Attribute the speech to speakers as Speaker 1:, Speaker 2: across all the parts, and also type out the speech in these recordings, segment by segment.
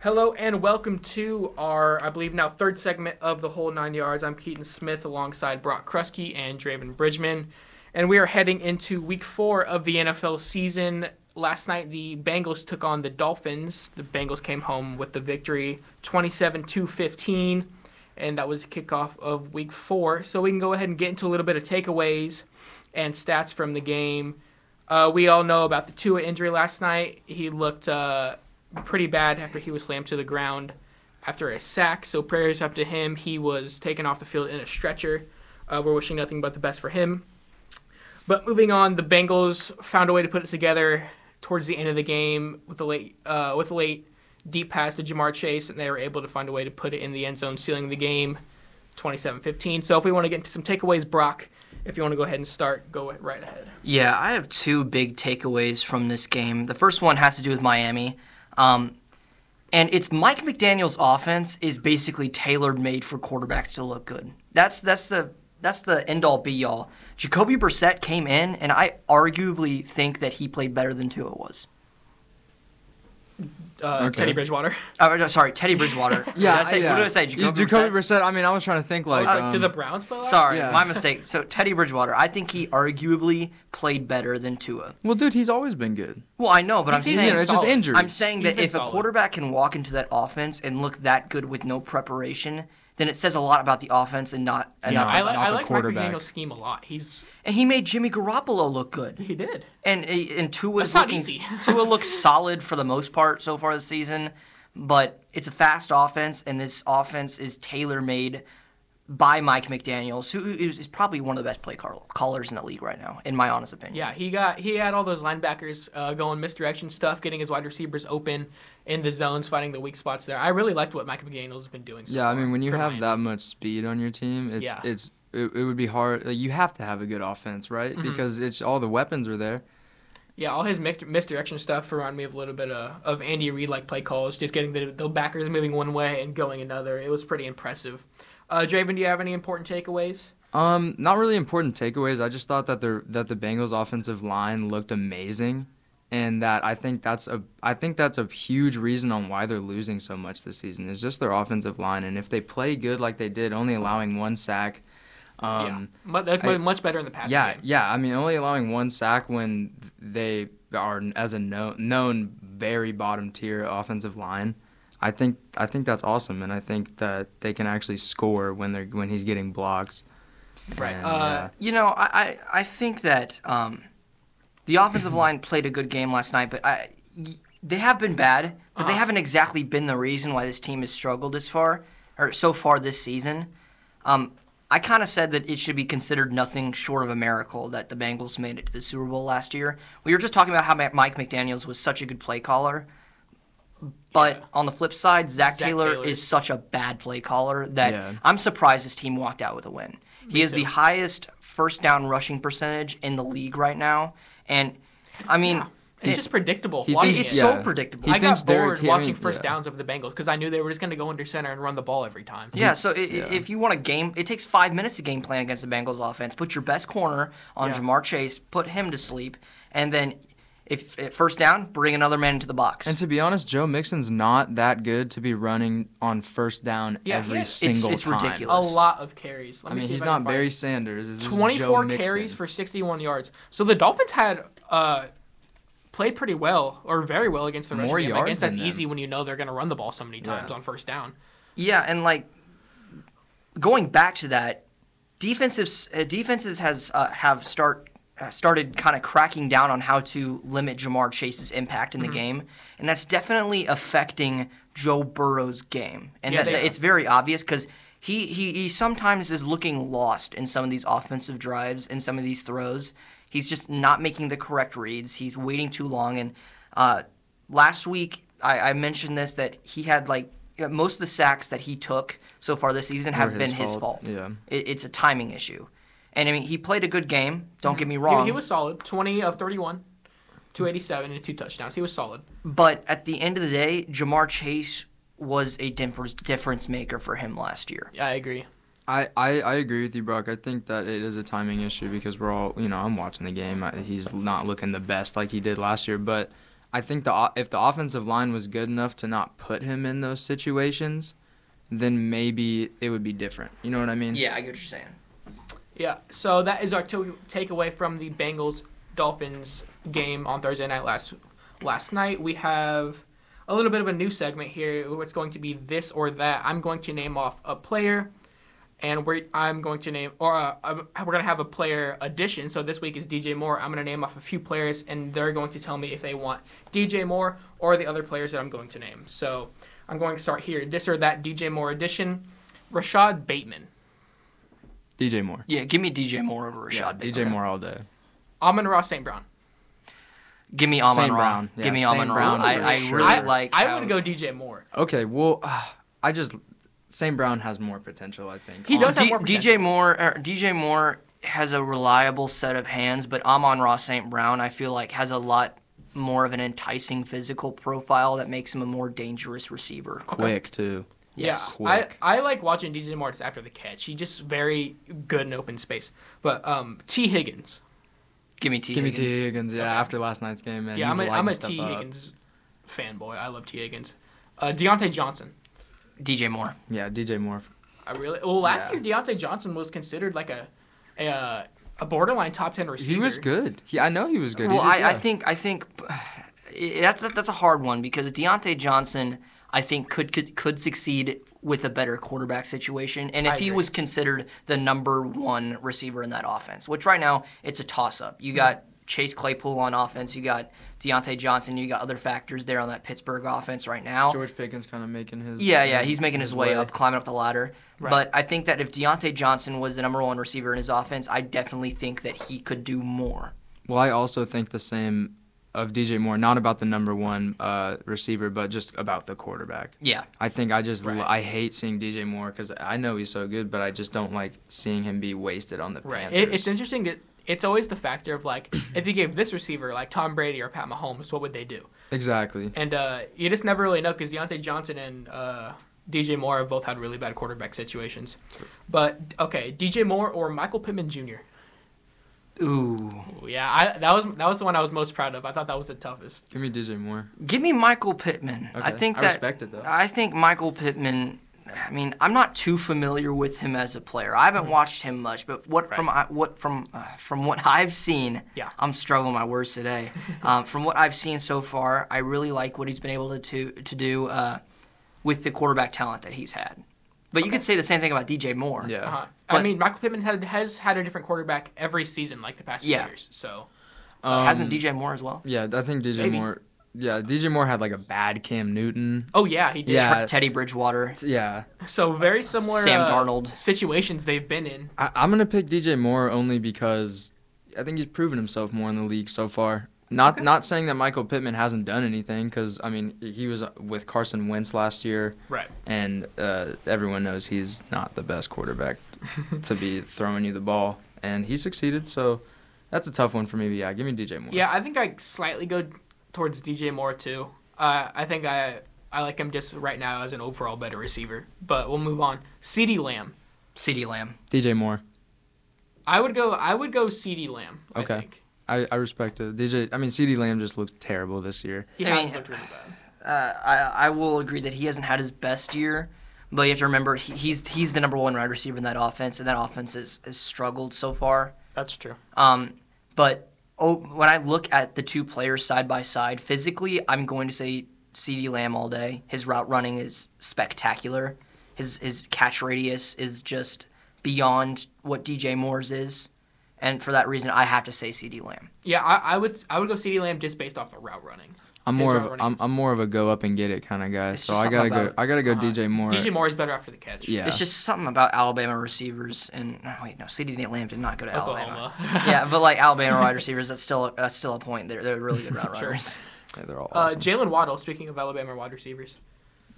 Speaker 1: Hello and welcome to our, I believe now third segment of the whole nine yards. I'm Keaton Smith alongside Brock Krusky and Draven Bridgman, and we are heading into week four of the NFL season. Last night the Bengals took on the Dolphins. The Bengals came home with the victory, 27-15, and that was the kickoff of week four. So we can go ahead and get into a little bit of takeaways and stats from the game. Uh, we all know about the Tua injury last night. He looked. Uh, pretty bad after he was slammed to the ground after a sack. So prayers up to him. He was taken off the field in a stretcher. Uh, we're wishing nothing but the best for him. But moving on, the Bengals found a way to put it together towards the end of the game with a late uh, with a late deep pass to Jamar Chase, and they were able to find a way to put it in the end zone, sealing the game 27-15. So if we want to get into some takeaways, Brock, if you want to go ahead and start, go right ahead.
Speaker 2: Yeah, I have two big takeaways from this game. The first one has to do with Miami. Um, and it's Mike McDaniel's offense is basically tailored made for quarterbacks to look good. That's that's the that's the end all be all. Jacoby Brissett came in, and I arguably think that he played better than Tua was.
Speaker 1: Uh,
Speaker 3: Okay.
Speaker 1: Teddy Bridgewater.
Speaker 2: Oh, no, sorry, Teddy Bridgewater. Did I say, What did I say? Jacoby, Brissett?
Speaker 3: Brissett. I mean, I was trying to think like.
Speaker 1: Uh,
Speaker 3: um,
Speaker 1: did the Browns blow out?
Speaker 2: Sorry,
Speaker 3: Yeah.
Speaker 2: my mistake. So Teddy Bridgewater, I think he arguably played better than Tua.
Speaker 3: well, dude, he's always been good.
Speaker 2: Well, I know, but I'm
Speaker 3: He's
Speaker 2: saying
Speaker 3: been- it's just injuries.
Speaker 2: I'm saying
Speaker 1: He's
Speaker 2: that
Speaker 1: been
Speaker 2: if
Speaker 1: solid.
Speaker 2: a quarterback can walk into that offense and look that good with no preparation, then it says a lot about the offense and not
Speaker 1: Yeah,
Speaker 2: enough.
Speaker 1: I, li-
Speaker 3: not
Speaker 1: I
Speaker 3: the
Speaker 1: like Mike
Speaker 3: quarterback.
Speaker 1: McDaniel's scheme a lot. He's
Speaker 2: And he made Jimmy Garoppolo look good.
Speaker 1: he did.
Speaker 2: And and Tua's
Speaker 1: That's not
Speaker 2: looking
Speaker 1: easy.
Speaker 2: Tua looks solid for the most part so far this season, but it's a fast offense and this offense is tailor made by Mike McDaniel's, who is is probably one of the best play call- callers in the league right now, in my honest opinion.
Speaker 1: Yeah, he got he had all those linebackers uh, going misdirection stuff, getting his wide receivers open in the zones, finding the weak spots there. I really liked what Mike McDaniel's been doing. So
Speaker 3: Yeah, I
Speaker 1: far
Speaker 3: mean, when you
Speaker 1: for
Speaker 3: have
Speaker 1: Miami.
Speaker 3: that much speed on your team, it's
Speaker 1: Yeah.
Speaker 3: it's it, it would be hard. Like, you have to have a good offense, right?
Speaker 2: Mm-hmm.
Speaker 3: Because it's all the weapons are there.
Speaker 1: yeah, all his mic- misdirection stuff reminded me of a little bit of, of Andy Reid like play calls, just getting the, the backers moving one way and going another. It was pretty impressive. Uh, Draven, do you have any important takeaways?
Speaker 3: Um, not really important takeaways. I just thought that the that the Bengals offensive line looked amazing, and that I think that's a I think that's a huge reason on why they're losing so much this season is just their offensive line. And if they play good like they did, only allowing one sack,
Speaker 1: yeah,
Speaker 3: um,
Speaker 1: Mu- like,
Speaker 3: I-
Speaker 1: much better in the past
Speaker 3: yeah,
Speaker 1: game.
Speaker 3: yeah. I mean, only allowing one sack when they are as a known known very bottom tier offensive line. I think I think that's awesome, and I think that they can actually score when they're when he's getting blocks.
Speaker 1: Right.
Speaker 3: And,
Speaker 1: Uh,
Speaker 2: You know, I, I, I think that um, the offensive line played a good game last night, but I, y- they have been bad, but they
Speaker 1: Uh-huh.
Speaker 2: haven't exactly been the reason why this team has struggled this far, or so far this season. Um, I kind of said that it should be considered nothing short of a miracle that the Bengals made it to the Super Bowl last year. We were just talking about how Ma- Mike McDaniels was such a good play caller. But
Speaker 1: Yeah.
Speaker 2: on the flip side, Zach,
Speaker 1: Zach
Speaker 2: Taylor,
Speaker 1: Taylor.
Speaker 2: is such a bad play caller that
Speaker 3: Yeah.
Speaker 2: I'm surprised this team walked out with a win. He is the highest first down rushing percentage in the league right now, and I mean,
Speaker 1: it's
Speaker 2: it-
Speaker 1: just predictable.
Speaker 3: He
Speaker 1: watching
Speaker 2: it's
Speaker 1: it.
Speaker 3: yeah.
Speaker 2: so predictable.
Speaker 3: He
Speaker 1: I got
Speaker 3: thinks Derrick
Speaker 1: bored
Speaker 3: Henry-
Speaker 1: watching first
Speaker 3: yeah.
Speaker 1: downs of the Bengals because I knew they were just going to go under center and run the ball every time.
Speaker 2: yeah, so i i if you want a game, it takes five minutes to game plan against the Bengals offense. Put your best corner on
Speaker 1: Yeah.
Speaker 2: Jamar Chase, put him to sleep, and then if, if first down, bring another man into the box.
Speaker 3: And to be honest, Joe Mixon's not that good to be running on first down
Speaker 1: Yeah, he
Speaker 3: every
Speaker 1: has-
Speaker 2: It's-
Speaker 3: single
Speaker 2: it's
Speaker 3: time.
Speaker 2: ridiculous.
Speaker 1: a lot of carries. Let
Speaker 3: I
Speaker 1: me
Speaker 3: mean,
Speaker 1: see if
Speaker 3: he's
Speaker 1: I can
Speaker 3: not
Speaker 1: find
Speaker 3: Barry
Speaker 1: it.
Speaker 3: Sanders. This is Joe
Speaker 1: 24
Speaker 3: Mixon.
Speaker 1: carries for 61 yards. So the Dolphins had uh, played pretty well or very well against the rushing
Speaker 3: More
Speaker 1: game. I
Speaker 3: yards
Speaker 1: guess that's
Speaker 3: than them.
Speaker 1: easy when you know they're going to run the ball so many times on first down.
Speaker 2: Yeah, and like going back to that, defensive uh, defenses has uh, have start uh, started kind of cracking down on how to limit Jamar Chase's impact
Speaker 1: Mm-hmm.
Speaker 2: in the game, and that's definitely affecting Joe Burrow's game, and
Speaker 1: Yeah,
Speaker 2: that,
Speaker 1: they-
Speaker 2: it's very obvious because. He, he, he sometimes is looking lost in some of these offensive drives and some of these throws. He's just not making the correct reads. He's waiting too long. And uh, last week, I, I mentioned this that he had like you know, most of the sacks that he took so far this season have
Speaker 3: his
Speaker 2: been his
Speaker 3: fault,
Speaker 2: fault.
Speaker 3: yeah.
Speaker 2: It, it's a timing issue. And I mean, he played a good game. Don't get me
Speaker 1: He-
Speaker 2: wrong.
Speaker 1: He, was solid. 20 of 31, 287 and two touchdowns. He was solid.
Speaker 2: but at the end of the day, Jamar Chase was a difference difference maker for him last year.
Speaker 1: Yeah, I agree.
Speaker 3: I, I, I agree with you, Brock. I think that it is a timing issue because we're all, you know, I'm watching the game. I, he's not looking the best like he did last year, but I think the o- if the offensive line was good enough to not put him in those situations, then maybe it would be different. You know what I mean?
Speaker 2: Yeah, I get what you're saying.
Speaker 1: Yeah, so that is our to- takeaway from the Bengals Dolphins game on Thursday night last last night. We have a little bit of a new segment here. It's going to be this or that. I'm going to name off a player, and we I'm going to name or uh, I'm- we're going to have a player addition. So this week is DJ Moore. I'm going to name off a few players, and they're going to tell me if they want DJ Moore or the other players that I'm going to name. So I'm going to start here. This or that DJ Moore addition. Rashad Bateman.
Speaker 3: DJ Moore.
Speaker 2: Yeah, give me DJ Moore over Rashad.
Speaker 3: Yeah,
Speaker 2: Bateman.
Speaker 3: DJ Moore all day.
Speaker 1: Amon Ross St. Brown.
Speaker 2: Give me Amon
Speaker 3: Saint
Speaker 2: Ra.
Speaker 3: Brown. Yeah,
Speaker 2: give me
Speaker 3: Saint
Speaker 2: Amon Ra.
Speaker 3: Brown
Speaker 2: I,
Speaker 3: for
Speaker 2: I
Speaker 3: sure.
Speaker 2: really
Speaker 1: I,
Speaker 2: like.
Speaker 1: I
Speaker 2: how-
Speaker 1: would go DJ Moore.
Speaker 3: Okay, well, uh, I just Sam Brown has more potential. I think.
Speaker 1: He does have
Speaker 2: D-
Speaker 1: more
Speaker 2: DJ Moore. er, DJ Moore has a reliable set of hands, but Amon Ross St. Brown, I feel like, has a lot more of an enticing physical profile that makes him a more dangerous receiver.
Speaker 3: quick too.
Speaker 2: Yes.
Speaker 1: Yeah, I,
Speaker 3: Quick.
Speaker 1: I like watching DJ Moore just after the catch. He's just very good in open space. But um, T. Higgins.
Speaker 2: Give me T.
Speaker 3: Give me T
Speaker 2: Higgins.
Speaker 3: Higgins. Yeah,
Speaker 1: Okay.
Speaker 3: after last night's game, man.
Speaker 1: yeah,
Speaker 3: he's
Speaker 1: I'm a,
Speaker 3: lighting
Speaker 1: I'm a
Speaker 3: stuff
Speaker 1: T.
Speaker 3: up.
Speaker 1: Higgins fanboy. I love T. Higgins. Uh, Deontay Johnson.
Speaker 2: DJ Moore.
Speaker 3: Yeah, DJ Moore.
Speaker 1: I really. Well, last
Speaker 3: Yeah.
Speaker 1: year Deontay Johnson was considered like a a, uh, a borderline top ten receiver.
Speaker 3: He was good. He, I know he was good.
Speaker 2: Well,
Speaker 3: He's a-
Speaker 2: I, I
Speaker 3: yeah.
Speaker 2: think I think eh, that's that's a hard one because Deontay Johnson, I think could could, could succeed with a better quarterback situation, and if
Speaker 1: I
Speaker 2: he
Speaker 1: agree.
Speaker 2: was considered the number one receiver in that offense, which right now it's a toss up. You got Chase Claypool on offense, you got Deontay Johnson, you got other factors there on that Pittsburgh offense right now.
Speaker 3: George Pickens kind of making his.
Speaker 2: Yeah, yeah, he's making his way
Speaker 3: way.
Speaker 2: up, climbing up the ladder.
Speaker 1: Right.
Speaker 2: But I think that if Deontay Johnson was the number one receiver in his offense, I definitely think that he could do more.
Speaker 3: Well, I also think the same of DJ Moore, not about the number one uh, receiver, but just about the quarterback.
Speaker 2: Yeah.
Speaker 3: I think I just
Speaker 1: Right.
Speaker 3: I hate seeing DJ Moore because I know he's so good, but I just don't like seeing him be wasted on the
Speaker 1: Right.
Speaker 3: Panthers.
Speaker 1: It, it's interesting that it's always the factor of like if you gave this receiver like Tom Brady or Pat Mahomes, what would they do?
Speaker 3: exactly.
Speaker 1: And uh, you just never really know because Deontay Johnson and uh, DJ Moore have both had really bad quarterback situations. But okay, DJ Moore or Michael Pittman Jr.
Speaker 2: Ooh.
Speaker 1: Ooh, yeah, I, that was that was the one I was most proud of. I thought that was the toughest.
Speaker 3: Give me DJ Moore.
Speaker 2: Give me Michael Pittman. I
Speaker 3: Okay.
Speaker 2: think
Speaker 3: I
Speaker 2: that
Speaker 3: respect it, though.
Speaker 2: I think Michael Pittman. I mean, I'm not too familiar with him as a player. I
Speaker 3: Hmm.
Speaker 2: haven't watched him much, but what from I what from uh, from what I've seen,
Speaker 1: Yeah.
Speaker 2: I'm struggling with my words today. um, from what I've seen so far, I really like what he's been able to to, to do uh, with the quarterback talent that he's had. But you could say the same thing about DJ Moore.
Speaker 3: Yeah.
Speaker 1: Uh-huh. I
Speaker 2: But-
Speaker 1: mean, Michael Pittman had, has had a different quarterback every season like the past few
Speaker 2: Yeah.
Speaker 1: years. So
Speaker 3: Um,
Speaker 2: Hasn't DJ Moore as well?
Speaker 3: Yeah, I think DJ
Speaker 1: Maybe.
Speaker 3: Moore. Yeah, DJ Moore had like a bad Cam Newton.
Speaker 1: oh yeah, he did.
Speaker 3: Yeah.
Speaker 2: Tre- Teddy Bridgewater.
Speaker 3: Yeah,
Speaker 1: So very similar
Speaker 2: Sam
Speaker 1: uh,
Speaker 2: Darnold.
Speaker 1: situations they've been in.
Speaker 3: I, I'm gonna pick DJ Moore only because I think he's proven himself more in the league so far. Not not saying that Michael Pittman hasn't done anything, because I mean he was uh, with Carson Wentz last year,
Speaker 1: Right.
Speaker 3: and uh, everyone knows he's not the best quarterback to be throwing you the ball, and he succeeded. So that's a tough one for me. But yeah, give me DJ Moore.
Speaker 1: Yeah, I think I slightly go towards DJ Moore too. Uh, I think I I like him just right now as an overall better receiver. But we'll move on. Ceedee Lamb.
Speaker 2: CeeDee Lamb.
Speaker 3: DJ Moore.
Speaker 1: I would go. I would go Ceedee Lamb. I
Speaker 3: Okay.
Speaker 1: think.
Speaker 3: I, I respect it. DJ. I mean, CD Lamb just looked terrible this year.
Speaker 1: He
Speaker 2: I
Speaker 1: has
Speaker 2: mean-
Speaker 1: looked really bad.
Speaker 2: Uh, I, I will agree that he hasn't had his best year, but you have to remember he, he's he's the number one wide receiver in that offense, and that offense has, has struggled so far.
Speaker 1: That's true.
Speaker 2: Um, but oh, when I look at the two players side by side, physically, I'm going to say CeeDee Lamb all day. His route running is spectacular. His his catch radius is just beyond what DJ Moore's is, and for that reason, I have to say CeeDee Lamb.
Speaker 1: Yeah, I, I would. I would go Ceedee Lamb just based off the route running.
Speaker 3: I'm
Speaker 1: His
Speaker 3: more
Speaker 1: route
Speaker 3: of
Speaker 1: running
Speaker 3: I'm,
Speaker 1: is-
Speaker 3: I'm more of a go up and get it kind of guy.
Speaker 2: It's
Speaker 3: so
Speaker 2: just
Speaker 3: I gotta
Speaker 2: something
Speaker 3: go.
Speaker 2: about-
Speaker 3: I gotta go
Speaker 1: uh-huh.
Speaker 3: DJ Moore.
Speaker 1: DJ Moore is better after the catch.
Speaker 3: Yeah.
Speaker 2: It's just something about Alabama receivers, and oh, wait, no, CeeDee Lamb did not go to Alabama.
Speaker 1: Oklahoma.
Speaker 2: yeah, but like Alabama wide receivers, that's still that's still a point. They're they're really good route
Speaker 1: Sure.
Speaker 2: runners.
Speaker 3: Yeah, they're all
Speaker 1: Uh,
Speaker 3: awesome.
Speaker 1: Jalen Waddle. Speaking of Alabama wide receivers,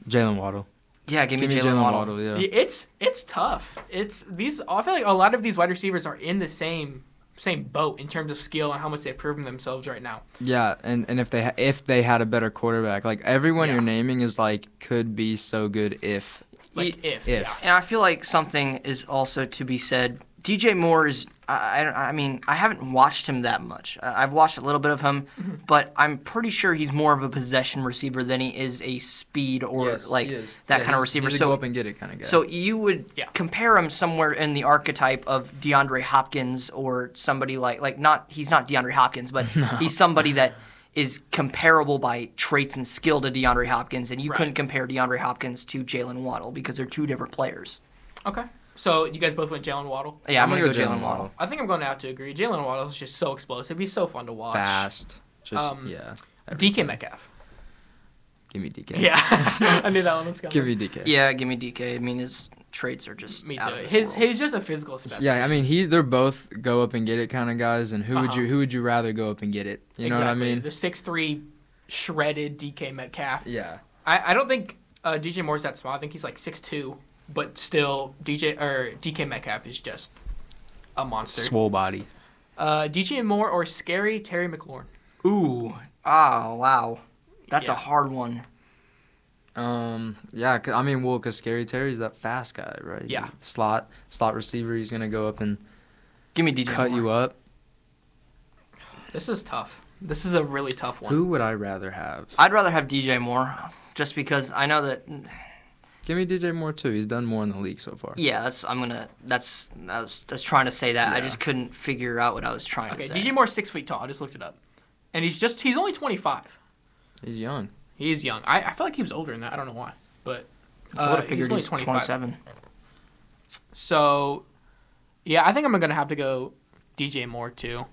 Speaker 3: Jalen Waddle.
Speaker 2: Yeah, give,
Speaker 3: Give
Speaker 2: me
Speaker 3: me
Speaker 2: Jalen Waddle.
Speaker 3: yeah.
Speaker 1: Y- it's it's tough. It's these. I feel like a lot of these wide receivers are in the same same boat in terms of skill and how much they've proven themselves right now.
Speaker 3: Yeah, and, and if they ha- if they had a better quarterback, like everyone
Speaker 1: Yeah.
Speaker 3: you're naming is like could be so good if
Speaker 1: Like if,
Speaker 3: if
Speaker 1: yeah.
Speaker 2: And I feel like something is also to be said DJ Moore is. I, I don't- I mean, I haven't watched him that much. I- I've watched a little bit of him,
Speaker 3: Mm-hmm.
Speaker 2: but I'm pretty sure he's more of a possession receiver than he is a speed or
Speaker 3: Yes,
Speaker 2: like
Speaker 3: he is.
Speaker 2: that
Speaker 3: Yeah,
Speaker 2: kind
Speaker 3: he's-
Speaker 2: of receiver.
Speaker 3: He's a
Speaker 2: so
Speaker 3: go up and get it kind of guy.
Speaker 2: So you would
Speaker 1: Yeah.
Speaker 2: compare him somewhere in the archetype of DeAndre Hopkins or somebody like like not he's not DeAndre Hopkins, but he's somebody that is comparable by traits and skill to DeAndre Hopkins, and you
Speaker 1: Right.
Speaker 2: couldn't compare DeAndre Hopkins to Jalen Waddle because they're two different players.
Speaker 1: Okay. So you guys both went Jalen Waddle.
Speaker 2: Yeah, I'm, gonna, go Jalen Waddle.
Speaker 1: I think I'm going to have to agree. Jalen Waddle is just so explosive. He's so fun to watch.
Speaker 3: fast. Just
Speaker 1: Um,
Speaker 3: yeah.
Speaker 1: DK Metcalf.
Speaker 3: Give me DK.
Speaker 1: Yeah, I knew that one was coming.
Speaker 3: Give me DK.
Speaker 2: Yeah, give me DK. I mean, his traits are just
Speaker 1: Me
Speaker 2: out
Speaker 1: too.
Speaker 2: of this
Speaker 1: His
Speaker 2: world.
Speaker 1: he's just a physical specimen.
Speaker 3: Yeah, I mean he they're both go up and get it kind of guys and who would
Speaker 1: Uh-huh.
Speaker 3: you who would you rather go up and get it? You know what I
Speaker 1: Exactly.
Speaker 3: mean?
Speaker 1: The six three, shredded DK Metcalf.
Speaker 3: Yeah.
Speaker 1: I, I don't think uh, DJ Moore's that small. I think he's like six two, but still DJ or DK Metcalf is just a monster.
Speaker 3: Swole body.
Speaker 1: Uh, DJ Moore or scary Terry McLaurin.
Speaker 2: Ooh, ah, wow, that's a
Speaker 1: Yeah.
Speaker 2: hard one.
Speaker 3: Um yeah, 'cause- I mean well cuz Scary Terry's that fast guy, right?
Speaker 1: Yeah.
Speaker 3: Slot slot receiver, he's going to go up and
Speaker 2: Give me DJ.
Speaker 3: cut you up.
Speaker 1: This is tough. This is a really tough one.
Speaker 3: Who would I rather have?
Speaker 2: I'd rather have DJ Moore, just because I know that
Speaker 3: Give me DJ Moore too. He's done more in the league so far.
Speaker 2: Yeah, that's I'm gonna. That's I was, I was trying to say that. I
Speaker 3: Yeah.
Speaker 2: just couldn't figure out what I was trying
Speaker 1: Okay,
Speaker 2: to say.
Speaker 1: DJ Moore's six feet tall. I just looked it up, and he's just he's only twenty five.
Speaker 3: He's young.
Speaker 1: He is young. I, I feel like he was older than that. I don't know why, but
Speaker 2: I
Speaker 1: uh,
Speaker 2: would have
Speaker 1: he's
Speaker 2: figured
Speaker 1: only
Speaker 2: he's
Speaker 1: 25.
Speaker 2: 27.
Speaker 1: So, yeah, I think I'm gonna have to go DJ Moore too.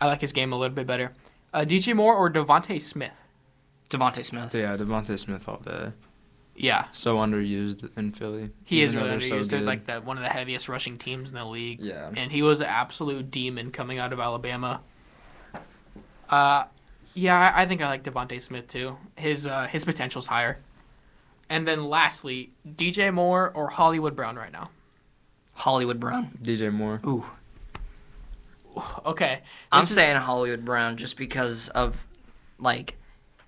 Speaker 1: I like his game a little bit better. Uh, DJ Moore or Devonte Smith?
Speaker 2: Devonte Smith.
Speaker 3: Yeah, Devontae Smith all day.
Speaker 1: Yeah,
Speaker 3: So underused in Philly.
Speaker 1: he is
Speaker 3: even
Speaker 1: really
Speaker 3: though
Speaker 1: underused.
Speaker 3: they're so
Speaker 1: They're
Speaker 3: good.
Speaker 1: like the, one of the heaviest rushing teams in the league.
Speaker 3: Yeah.
Speaker 1: and he was an absolute demon coming out of Alabama. Uh, yeah, I, I think I like Devonte Smith too. His uh, his potential's higher. And then lastly, DJ Moore or Hollywood Brown right now.
Speaker 2: Hollywood Brown.
Speaker 3: DJ Moore.
Speaker 2: Ooh,
Speaker 1: Okay,
Speaker 2: I'm
Speaker 1: this is-
Speaker 2: saying Hollywood Brown just because of like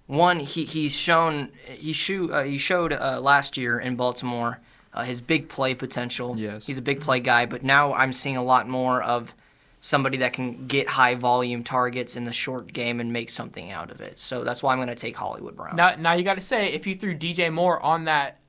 Speaker 2: one he he's shown he shoe uh, he showed uh, last year in Baltimore uh, his big play potential.
Speaker 3: Yes.
Speaker 2: he's a big play guy, but now I'm seeing a lot more of somebody that can get high volume targets in the short game and make something out of it. So that's why I'm going to take Hollywood Brown.
Speaker 1: now now you got to say if you threw DJ Moore on that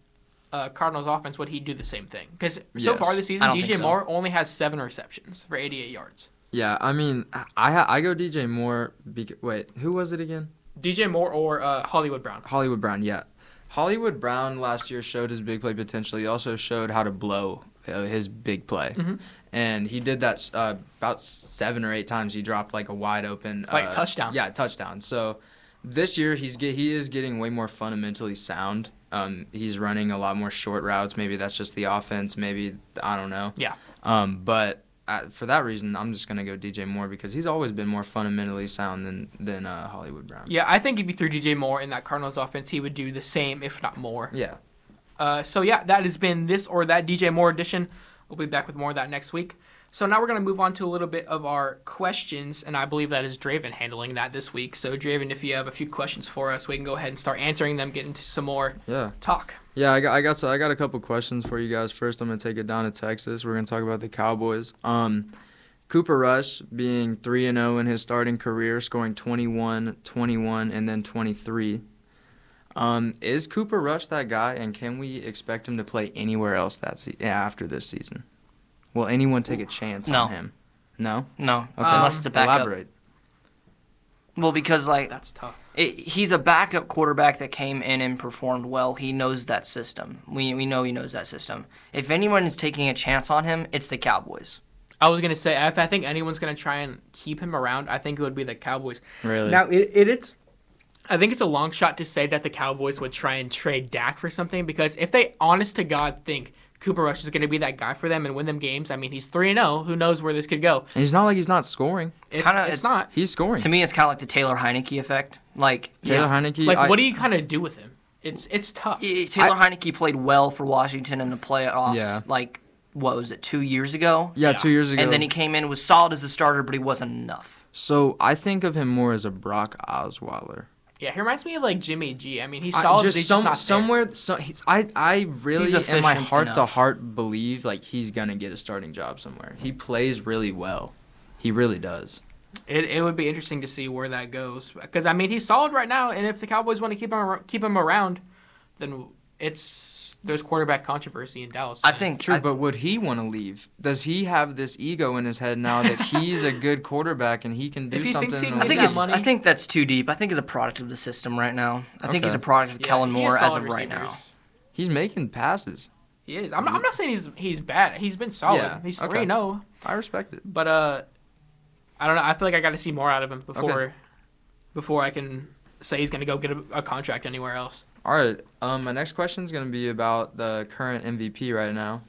Speaker 1: uh, Cardinals offense, would he do the same thing? Because so
Speaker 3: Yes.
Speaker 1: far this
Speaker 2: I
Speaker 1: season,
Speaker 2: don't think
Speaker 1: DJ
Speaker 2: so.
Speaker 1: Moore only has seven receptions for 88 yards.
Speaker 3: Yeah, I mean, I I, I go DJ Moore. Bec- wait, who was it again?
Speaker 1: DJ Moore or uh, Hollywood Brown.
Speaker 3: Hollywood Brown. Yeah, Hollywood Brown last year showed his big play potential. He also showed how to blow uh, his big play,
Speaker 1: Mm-hmm.
Speaker 3: and he did that uh, about seven or eight times. He dropped like a wide open
Speaker 1: Like
Speaker 3: uh,
Speaker 1: touchdown.
Speaker 3: Yeah, touchdown. So this year he's get, he is getting way more fundamentally sound. Um, he's running a lot more short routes. Maybe that's just the offense. Maybe I don't know.
Speaker 1: Yeah.
Speaker 3: Um, but I, for that reason, I'm just gonna go DJ Moore because he's always been more fundamentally sound than than uh, Hollywood Brown.
Speaker 1: Yeah, I think if you threw DJ Moore in that Cardinals offense, he would do the same, if not more.
Speaker 3: Yeah.
Speaker 1: Uh, so yeah, that has been this or that DJ Moore edition. We'll be back with more of that next week. So now we're gonna move on to a little bit of our questions, and I believe that is Draven handling that this week. So Draven, if you have a few questions for us, we can go ahead and start answering them, get into some more
Speaker 3: Yeah.
Speaker 1: talk.
Speaker 3: Yeah, I got, I got so I got a couple questions for you guys. First, I'm gonna take it down to Texas. We're gonna talk about the Cowboys. Um, Cooper Rush being three and zero in his starting career, scoring 21, 21, and then 23. Um, is Cooper Rush that guy, and can we expect him to play anywhere else that se- after this season? Will anyone take a chance
Speaker 2: No.
Speaker 3: on him? No.
Speaker 2: No, Um, unless it's a backup.
Speaker 3: Elaborate.
Speaker 2: Well, because like
Speaker 1: That's tough.
Speaker 2: it, he's a backup quarterback that came in and performed well. He knows that system. We we know he knows that system. If anyone is taking a chance on him, it's the Cowboys.
Speaker 1: I was gonna say if I think anyone's gonna try and keep him around, I think it would be the Cowboys.
Speaker 3: Really?
Speaker 1: Now it, it it's I think it's a long shot to say that the Cowboys would try and trade Dak for something because if they honest to God think Cooper Rush is going to be that guy for them and win them games, I mean he's 3 and 0, who knows where this could go.
Speaker 3: And it's not like he's not scoring.
Speaker 1: It's
Speaker 2: kinda-
Speaker 1: it's,
Speaker 2: it's-
Speaker 1: not.
Speaker 3: He's scoring.
Speaker 2: To me, it's kind of like the Taylor Heineke effect. Like
Speaker 3: Taylor Heineke.
Speaker 1: Like
Speaker 3: I-
Speaker 1: what do you kind of do with him? It's it's tough.
Speaker 2: eh, Taylor Heineke played well for Washington in the playoffs.
Speaker 3: Yeah.
Speaker 2: Like what was it two years ago?
Speaker 3: yeah,
Speaker 1: Yeah.
Speaker 3: two years ago.
Speaker 2: And then he came in was solid as a starter, but he wasn't enough.
Speaker 3: So I think of him more as a Brock Osweiler.
Speaker 1: Yeah, he reminds me of like Jimmy G. I mean, he's
Speaker 3: I-
Speaker 1: solid. but
Speaker 3: just
Speaker 1: he's
Speaker 3: some,
Speaker 1: just not somewhere.
Speaker 3: somewhere. So, he's, I I really in my
Speaker 2: efficient
Speaker 3: heart to heart believe like he's gonna get a starting job somewhere. He plays really well. He really does.
Speaker 1: It, it would be interesting to see where that goes because I mean he's solid right now, and if the Cowboys want to keep him ar- keep him around, then it's there's quarterback controversy in Dallas.
Speaker 2: I think
Speaker 3: True,
Speaker 2: I-
Speaker 3: but would he want to leave? Does he have this ego in his head now that he's a good quarterback and he can do
Speaker 1: If he
Speaker 3: something?
Speaker 1: thinks he
Speaker 3: in
Speaker 1: can
Speaker 3: the
Speaker 1: get
Speaker 2: I think
Speaker 1: that
Speaker 3: league?
Speaker 2: it's.
Speaker 1: money.
Speaker 2: I think that's too deep. I think it's a product of the system right now. I think he's
Speaker 3: Okay.
Speaker 2: a product of
Speaker 1: Yeah,
Speaker 2: Kellen
Speaker 1: he has
Speaker 2: Moore as
Speaker 1: solid
Speaker 2: of right now. Mm-hmm.
Speaker 1: receivers.
Speaker 3: he's making passes.
Speaker 1: He is. I'm not, I'm not saying he's he's bad. He's been solid.
Speaker 3: Yeah,
Speaker 1: he's
Speaker 3: okay.
Speaker 1: three and zero.
Speaker 3: I respect it.
Speaker 1: But uh, I don't know. I feel like I got to see more out of him before before I can say he's gonna go get a, a contract anywhere else.
Speaker 3: All right. Um, my next question is going to be about the current MVP right now.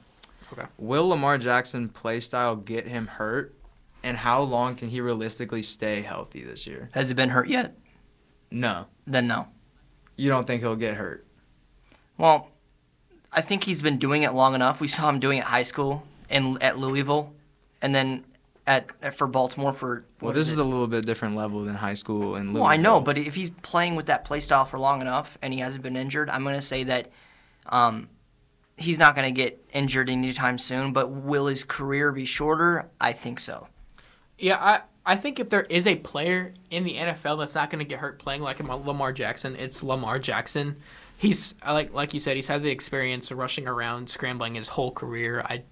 Speaker 1: Okay.
Speaker 3: Will Lamar Jackson play style get him hurt, and how long can he realistically stay healthy this year?
Speaker 2: Has he been hurt yet?
Speaker 3: No,
Speaker 2: Then no.
Speaker 3: you don't think he'll get hurt.
Speaker 2: Well, I think he's been doing it long enough. We saw him doing it high school and at Louisville, and then at, at for Baltimore for.
Speaker 3: Well,
Speaker 2: what
Speaker 3: this is
Speaker 2: it?
Speaker 3: a little bit different level than high school and.
Speaker 2: Well, I know,
Speaker 3: Louisville.
Speaker 2: but if he's playing with that play style for long enough and he hasn't been injured, I'm going to say that um, he's not going to get injured anytime soon. But will his career be shorter? I think so.
Speaker 1: Yeah, I I think if there is a player in the NFL that's not gonna get hurt playing like Lamar- Lamar Jackson, it's Lamar Jackson. He's I like like you said, he's had the experience of rushing around, scrambling his whole career. I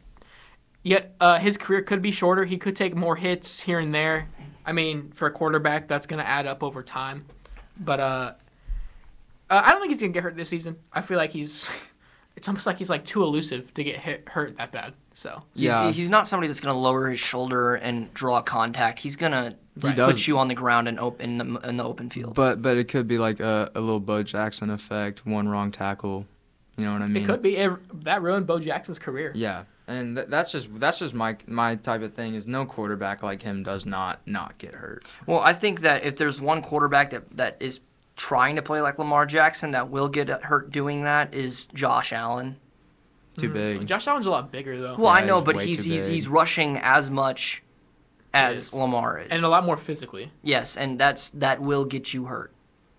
Speaker 1: yet uh, his career could be shorter. He could take more hits here and there. I mean, for a quarterback, that's gonna add up over time. But uh, uh I don't think he's gonna get hurt this season. I feel like he's it's almost like he's like too elusive to get hit, hurt that bad. So
Speaker 2: He's,
Speaker 3: Yeah.
Speaker 2: he's not somebody that's going to lower his shoulder and draw contact. He's going to
Speaker 1: He
Speaker 2: put
Speaker 3: does.
Speaker 2: you on the ground and open in the, in the open field.
Speaker 3: But but it could be like a, a little Bo Jackson effect, one wrong tackle. You know what I mean?
Speaker 1: it could be it, that ruined Bo Jackson's career.
Speaker 3: Yeah, and th- that's just that's just my my type of thing is no quarterback like him does not not get hurt.
Speaker 2: Well, I think that if there's one quarterback that, that is trying to play like Lamar Jackson that will get hurt doing that is Josh Allen. Mm-hmm.
Speaker 3: Too big.
Speaker 1: Josh Allen's a lot bigger though,
Speaker 2: Well, I
Speaker 3: Yeah,
Speaker 2: know,
Speaker 3: he's
Speaker 2: but
Speaker 3: way
Speaker 2: he's
Speaker 3: too
Speaker 2: he's,
Speaker 3: big.
Speaker 2: he's rushing as much as
Speaker 1: Yes.
Speaker 2: Lamar is.
Speaker 1: and a lot more physically.
Speaker 2: yes, and that's that will get you hurt,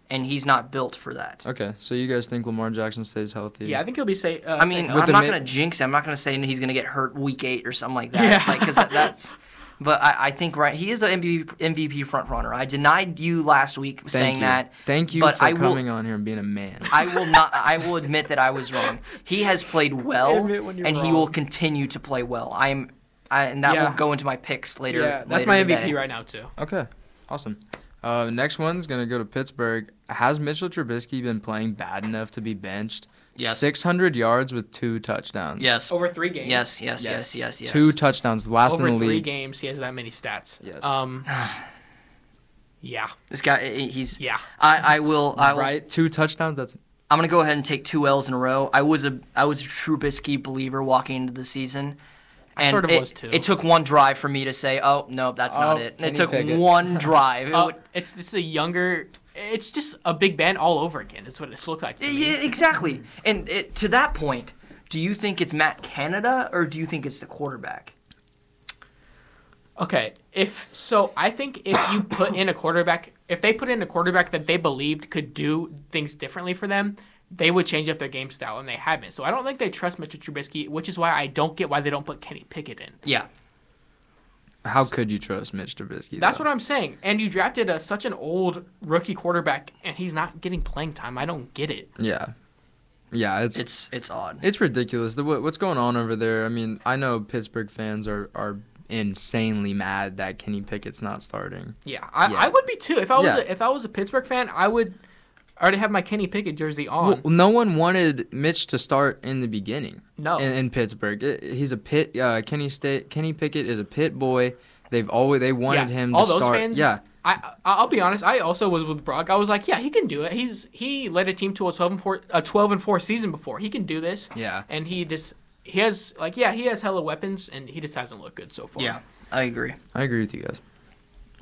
Speaker 2: and he's not built for that.
Speaker 3: Okay, so you guys think Lamar Jackson stays healthy?
Speaker 1: Yeah, I think he'll be safe. Uh,
Speaker 2: I mean,
Speaker 1: safe.
Speaker 2: I'm
Speaker 3: the
Speaker 2: not
Speaker 3: mid-
Speaker 2: gonna jinx him. I'm not gonna say he's gonna get hurt week eight or something like that.
Speaker 1: Yeah.
Speaker 2: Like, 'cause that, that's. But I, I think right, he is the MVP, MVP front runner. I denied you last week
Speaker 3: Thank
Speaker 2: saying
Speaker 3: you.
Speaker 2: that.
Speaker 3: Thank you
Speaker 2: but
Speaker 3: for
Speaker 2: I will-
Speaker 3: coming on here and being a man.
Speaker 2: I will not. I will admit that I was wrong. He has played well,
Speaker 1: Admit when you're
Speaker 2: and he will
Speaker 1: wrong.
Speaker 2: continue to play well. I'm, I, and that
Speaker 1: Yeah.
Speaker 2: will go into my picks later.
Speaker 1: yeah, that's
Speaker 2: later
Speaker 1: my
Speaker 2: today.
Speaker 1: MVP right now too.
Speaker 3: Okay, awesome. Uh, next one's gonna go to Pittsburgh. Has Mitchell Trubisky been playing bad enough to be benched?
Speaker 2: Yes.
Speaker 3: Six hundred yards with two touchdowns.
Speaker 2: Yes.
Speaker 1: Over three games.
Speaker 2: Yes, yes, yes,
Speaker 3: Yes.
Speaker 2: yes, yes.
Speaker 3: Two touchdowns, last
Speaker 1: Over
Speaker 3: in the
Speaker 1: three
Speaker 3: league.
Speaker 1: games, he has that many stats.
Speaker 3: Yes.
Speaker 1: Um. yeah.
Speaker 2: This guy, i- i- he's.
Speaker 1: Yeah.
Speaker 2: I, I will. I will
Speaker 3: Right, two touchdowns. That's
Speaker 2: I'm gonna go ahead and take two L's in a row. I was a I was a Trubisky believer walking into the season. And
Speaker 1: sort of
Speaker 2: it,
Speaker 1: was too.
Speaker 2: It took one drive for me to say, "Oh no, that's not
Speaker 3: Oh,
Speaker 2: it."
Speaker 3: can
Speaker 2: It
Speaker 3: you
Speaker 2: took
Speaker 3: pick it?
Speaker 2: one drive. It
Speaker 1: Uh,
Speaker 2: would-
Speaker 1: it's it's a younger. It's just a Big Ben all over again. That's what it's looked like. To me.
Speaker 2: Yeah, exactly. And it, to that point, do you think it's Matt Canada or do you think it's the quarterback?
Speaker 1: Okay. If so, I think if you put in a quarterback, if they put in a quarterback that they believed could do things differently for them, they would change up their game style, and they haven't. So I don't think they trust Mitchell Trubisky, which is why I don't get why they don't put Kenny Pickett in.
Speaker 2: Yeah.
Speaker 3: how could you trust Mitch Trubisky?
Speaker 1: That's what I'm saying. And you drafted a, such an old rookie quarterback, and he's not getting playing time. I don't get it.
Speaker 3: Yeah, yeah. It's
Speaker 2: It's it's odd.
Speaker 3: It's ridiculous. The, what- what's going on over there? I mean, I know Pittsburgh fans are, are insanely mad that Kenny Pickett's not starting.
Speaker 1: Yeah, I,
Speaker 3: Yeah.
Speaker 1: I would be too. If I was
Speaker 3: Yeah.
Speaker 1: a, if I was a Pittsburgh fan, I would already have my Kenny Pickett jersey on.
Speaker 3: Well, no one wanted Mitch to start in the beginning.
Speaker 1: No.
Speaker 3: in, in Pittsburgh, It- he's a pit. Uh, Kenny State. Kenny Pickett is a pit boy. They've always they wanted
Speaker 1: Yeah,
Speaker 3: him.
Speaker 1: all
Speaker 3: to
Speaker 1: those
Speaker 3: start.
Speaker 1: fans.
Speaker 3: Yeah,
Speaker 1: I I- I'll be honest. I also was with Brock. I was like, yeah, he can do it. He's he led a team to a twelve and four a twelve and four season before. He can do this.
Speaker 3: Yeah.
Speaker 1: And he just he has like yeah he has hella weapons and he just hasn't looked good so far.
Speaker 2: yeah, I agree.
Speaker 3: I agree with you guys.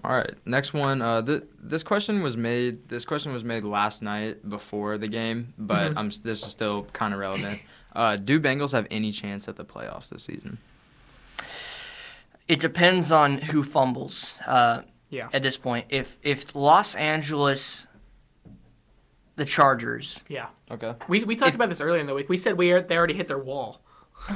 Speaker 3: All right, next one. Uh, th- this question was made. This question was made last night before the game, but
Speaker 1: Mm-hmm.
Speaker 3: I'm, s- this is still kind of relevant. Uh, do Bengals have any chance at the playoffs this season?
Speaker 2: It depends on who fumbles. Uh,
Speaker 1: Yeah.
Speaker 2: At this point, if if Los Angeles the Chargers.
Speaker 1: Yeah.
Speaker 3: Okay.
Speaker 1: We, we talked
Speaker 2: If-
Speaker 1: about this earlier in the week. We said we are, they already hit their wall.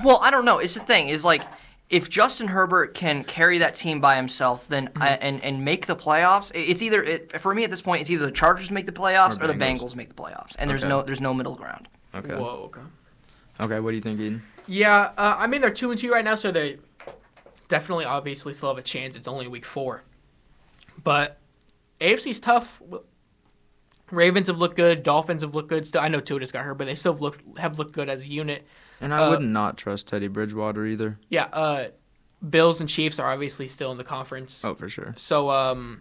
Speaker 2: Well, I don't know. It's the thing is like if Justin Herbert can carry that team by himself, then I, and and make the playoffs, i- it's either it, for me at this point, it's either the Chargers make the playoffs
Speaker 3: Or
Speaker 2: or, the
Speaker 3: Bengals.
Speaker 2: Bengals make the playoffs, and there's
Speaker 3: Okay.
Speaker 2: no there's no middle ground.
Speaker 3: Okay.
Speaker 1: Whoa. Okay.
Speaker 3: Okay. What do you think, Eden?
Speaker 1: Yeah. Uh, I mean, they're two and two right now, so they definitely, obviously, still have a chance. It's only week four, but AFC's tough. Ravens have looked good. Dolphins have looked good. Still, I know Tua just got hurt, but they still have looked have looked good as a unit.
Speaker 3: And I
Speaker 1: Uh,
Speaker 3: would not trust Teddy Bridgewater either.
Speaker 1: Yeah. Uh, Bills and Chiefs are obviously still in the conference.
Speaker 3: Oh, for sure.
Speaker 1: So um,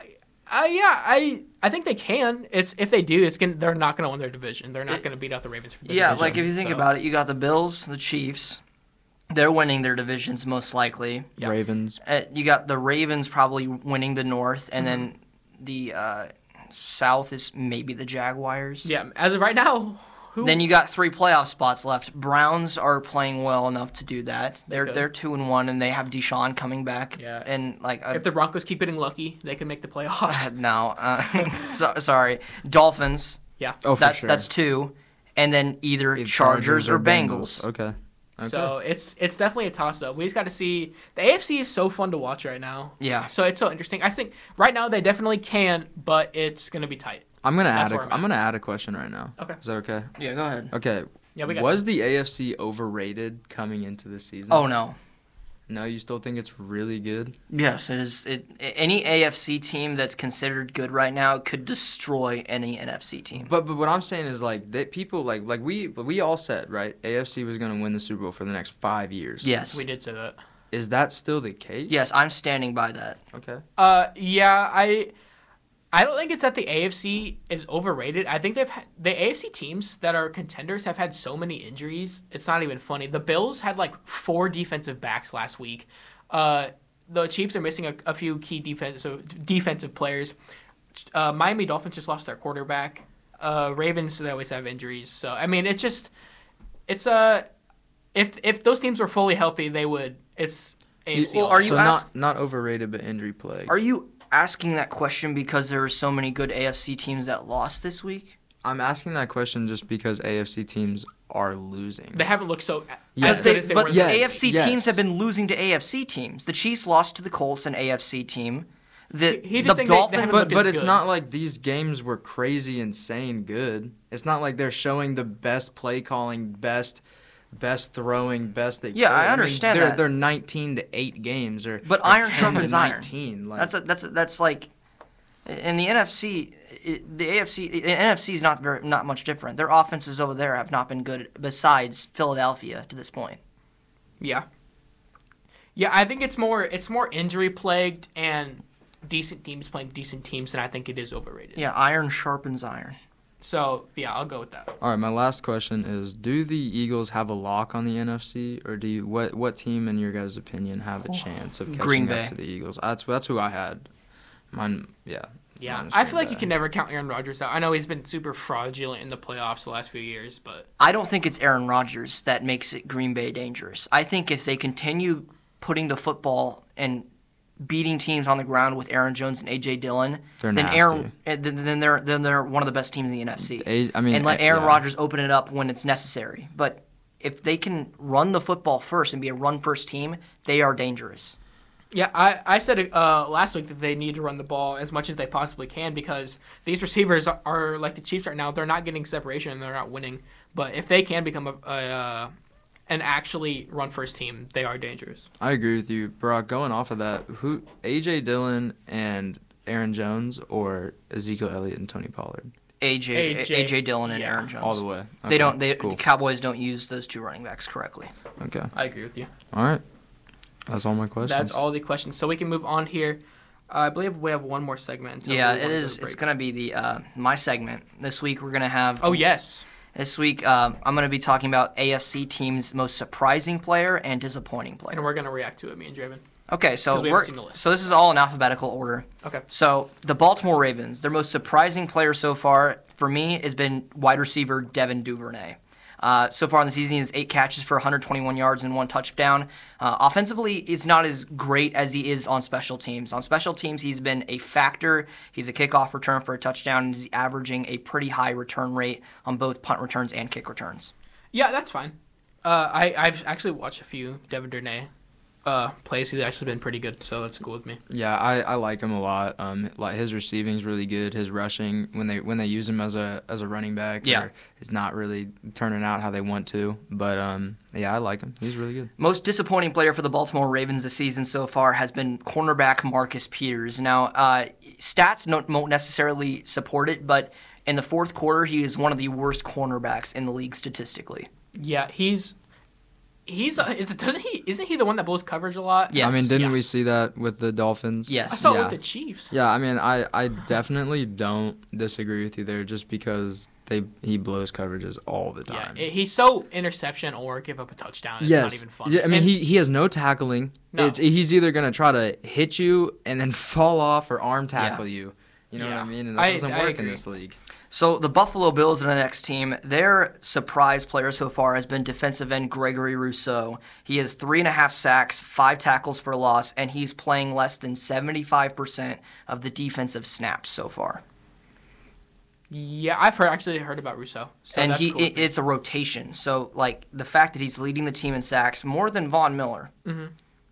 Speaker 1: I, I yeah I I think they can. It's if they do, it's gonna they're not gonna win their division. They're not
Speaker 2: It-
Speaker 1: gonna beat out the Ravens for the
Speaker 2: yeah,
Speaker 1: division,
Speaker 2: like if you think
Speaker 1: so-
Speaker 2: about it, you got the Bills, the Chiefs. They're winning their divisions most likely.
Speaker 1: Yeah.
Speaker 3: Ravens.
Speaker 2: Uh, you got the Ravens probably winning the North, and then
Speaker 1: Mm-hmm.
Speaker 2: the uh, South is maybe the Jaguars.
Speaker 1: yeah as of right now, who
Speaker 2: Then you got three playoff spots left. Browns are playing well enough to do that. They're
Speaker 1: could.
Speaker 2: they're two and one, and they have Deshaun coming back.
Speaker 1: Yeah.
Speaker 2: And like a,
Speaker 1: if the Broncos keep getting lucky, they can make the playoffs.
Speaker 2: no, uh, so, sorry, Dolphins.
Speaker 1: yeah.
Speaker 3: Oh, for
Speaker 2: that's
Speaker 3: sure.
Speaker 2: that's two, and then either
Speaker 3: Either
Speaker 2: Chargers, or Bengals.
Speaker 3: Okay. Okay.
Speaker 1: So it's it's definitely a toss up. We just got to see. The AFC is so fun to watch right now.
Speaker 2: Yeah.
Speaker 1: So it's so interesting. I think right now they definitely can, but it's gonna be tight.
Speaker 3: I'm gonna
Speaker 1: That's
Speaker 3: add. A,
Speaker 1: where I'm
Speaker 3: I'm,
Speaker 1: at.
Speaker 3: gonna add a question right now.
Speaker 1: Okay.
Speaker 3: Is that okay?
Speaker 2: Yeah, go ahead.
Speaker 3: Okay.
Speaker 1: Yeah, we got
Speaker 3: Was the AFC overrated coming into the season?
Speaker 2: Oh no.
Speaker 3: No, you still think it's really good?
Speaker 2: Yes, it is. It, any AFC team that's considered good right now could destroy any NFC team.
Speaker 3: But but what I'm saying is like that people like like we we all said right AFC was gonna win the Super Bowl for the next five years.
Speaker 2: Yes,
Speaker 1: We did say that.
Speaker 3: Is that still the case?
Speaker 2: yes, I'm standing by that.
Speaker 3: Okay.
Speaker 1: Uh, yeah, I, I don't think it's that the AFC is overrated. I think they've had, the AFC teams that are contenders have had so many injuries. It's not even funny. The Bills had like four defensive backs last week. Uh, the Chiefs are missing a, a few key defensive defensive players. Uh, Miami Dolphins just lost their quarterback. Uh, Ravens they always have injuries. So I mean, it's just it's a if if those teams were fully healthy, they would. It's AFC.
Speaker 2: Well,
Speaker 1: all
Speaker 2: are you
Speaker 3: so
Speaker 2: ask-
Speaker 3: not not overrated but injury plagued?
Speaker 2: Are you asking that question because there are so many good AFC teams that lost this week?
Speaker 3: I'm asking that question just because AFC teams are losing.
Speaker 1: They haven't looked so as
Speaker 3: Yes.
Speaker 1: good
Speaker 2: They,
Speaker 1: as they
Speaker 2: but
Speaker 1: were.
Speaker 2: the
Speaker 3: Yes,
Speaker 2: AFC
Speaker 3: yes.
Speaker 2: teams have been losing to AFC teams. The Chiefs lost to the Colts, an AFC team. The,
Speaker 1: He- he
Speaker 2: the
Speaker 1: just think they- they
Speaker 2: Dolphins.
Speaker 1: haven't
Speaker 3: but
Speaker 1: looked
Speaker 3: but
Speaker 1: as
Speaker 3: it's
Speaker 1: good.
Speaker 3: not like these games were crazy insane good. It's not like they're showing the best play calling, best best throwing, best they
Speaker 2: Yeah,
Speaker 3: could.
Speaker 2: I
Speaker 3: mean,
Speaker 2: understand
Speaker 3: they're
Speaker 2: that.
Speaker 3: they're 19 to 8 games or
Speaker 2: But
Speaker 3: or
Speaker 2: iron
Speaker 3: 10 to
Speaker 2: sharpens iron.
Speaker 3: 19 like
Speaker 2: that's a, that's a, that's like in the NFC, it, the AFC, the NFC is not very not much different. Their offenses over there have not been good besides Philadelphia to this point.
Speaker 1: Yeah. Yeah, I think it's more it's more injury plagued and decent teams playing decent teams than I think it is overrated.
Speaker 2: Yeah, iron sharpens iron.
Speaker 1: So yeah, I'll go with that.
Speaker 3: All right, my last question is do the Eagles have a lock on the NFC or do you what what team in your guys' opinion have a chance of catching
Speaker 2: Green
Speaker 3: up
Speaker 2: Bay.
Speaker 3: to the Eagles? That's that's who I had. Mine yeah.
Speaker 1: Yeah,
Speaker 3: mine is
Speaker 1: I
Speaker 3: Green
Speaker 1: feel like you
Speaker 3: Bay.
Speaker 1: can never count Aaron Rodgers out. I know he's been super fraudulent in the playoffs the last few years, but
Speaker 2: I don't think it's Aaron Rodgers that makes it Green Bay dangerous. I think if they continue putting the football and beating teams on the ground with Aaron Jones and AJ Dillon,
Speaker 3: They're
Speaker 2: then
Speaker 3: nasty.
Speaker 2: Aaron eh, then then they're then they're one of the best teams in the NFC.
Speaker 3: A- I mean,
Speaker 2: and let
Speaker 3: eh,
Speaker 2: Aaron
Speaker 3: yeah.
Speaker 2: Rodgers open it up when it's necessary. But if they can run the football first and be a run first team, they are dangerous.
Speaker 1: yeah, I I said uh, last week that they need to run the ball as much as they possibly can because these receivers are, are like the Chiefs right now. They're not getting separation and they're not winning. But if they can become a, a uh, an actually run first team, they are dangerous.
Speaker 3: I agree with you, Brock. Going off of that, who AJ Dillon and Aaron Jones or Ezekiel Elliott and Tony Pollard
Speaker 2: AJ
Speaker 1: AJ,
Speaker 2: AJ, Dillon and
Speaker 1: yeah.
Speaker 2: Aaron Jones.
Speaker 3: all the way.
Speaker 2: They don't they
Speaker 3: cool.
Speaker 2: the Cowboys don't use those two running backs correctly.
Speaker 3: Okay.
Speaker 1: I agree with you.
Speaker 3: All right. That's all my questions.
Speaker 1: That's all the questions. So we can move on here. I believe we have one more segment. until
Speaker 2: yeah,
Speaker 1: we
Speaker 2: it
Speaker 1: wanna go to
Speaker 2: is.
Speaker 1: break.
Speaker 2: It's gonna be the uh, my segment this week. We're gonna have.
Speaker 1: Oh yes.
Speaker 2: This week, um, I'm gonna be talking about AFC teams' most surprising player and disappointing
Speaker 1: And
Speaker 2: player.
Speaker 1: we're gonna react to it, me and Draven.
Speaker 2: Okay, so
Speaker 1: 'Cause we
Speaker 2: we
Speaker 1: haven't
Speaker 2: are
Speaker 1: seen the list.
Speaker 2: so this is all in alphabetical order.
Speaker 1: Okay.
Speaker 2: So the Baltimore Ravens, their most surprising player so far for me has been wide receiver Devin Duvernay. Uh, so far in the season, he has eight catches for 121 yards and one touchdown. Uh, offensively, he's not as great as he is on special teams. On special teams, he's been a factor. He's a kickoff return for a touchdown, and he's averaging a pretty high return rate on both punt returns and kick returns.
Speaker 1: Yeah, that's fine. Uh, I I've actually watched a few Devin Durnay uh, plays. He's actually been pretty good, so that's cool with me.
Speaker 3: Yeah, I, I like him a lot. Um, like his receiving's really good. His rushing when they when they use him as a as a running back,
Speaker 2: Yeah.
Speaker 3: they're- it's not really turning out how they want to. But um, yeah, I like him. He's really good.
Speaker 2: Most disappointing player for the Baltimore Ravens this season so far has been cornerback Marcus Peters. Now, uh, stats don't, won't necessarily support it, but in the fourth quarter, he is one of the worst cornerbacks in the league statistically.
Speaker 1: Yeah, he's he's uh, is, doesn't he isn't he the one that blows coverage a lot?
Speaker 2: Yes.
Speaker 3: I mean, didn't
Speaker 1: Yeah.
Speaker 3: we see that with the Dolphins?
Speaker 2: Yes.
Speaker 1: I saw it
Speaker 3: yeah.
Speaker 1: with the Chiefs.
Speaker 3: Yeah, I mean, I, I definitely don't disagree with you there, just because they he blows coverages all the
Speaker 1: Yeah,
Speaker 3: time.
Speaker 1: it- he's so interception or give up a touchdown. It's not even fun.
Speaker 3: Yeah, I mean,
Speaker 1: And-
Speaker 3: he, he has no tackling.
Speaker 1: No.
Speaker 3: It's, he's either going to try to hit you and then fall off or arm tackle you. You know what
Speaker 1: Yeah.
Speaker 3: I mean? And that
Speaker 1: I-
Speaker 3: doesn't
Speaker 1: I
Speaker 3: work
Speaker 1: agree.
Speaker 3: in this league.
Speaker 2: So the Buffalo Bills are the next team. Their surprise player so far has been defensive end Gregory Rousseau. He has three and a half sacks, five tackles for loss, and he's playing less than 75% of the defensive snaps so far.
Speaker 1: yeah, I've heard actually heard about Rousseau. So
Speaker 2: and
Speaker 1: that's
Speaker 2: he
Speaker 1: cool.
Speaker 2: it, it's a rotation. So like the fact that he's leading the team in sacks more than Von Miller. Mm-hmm.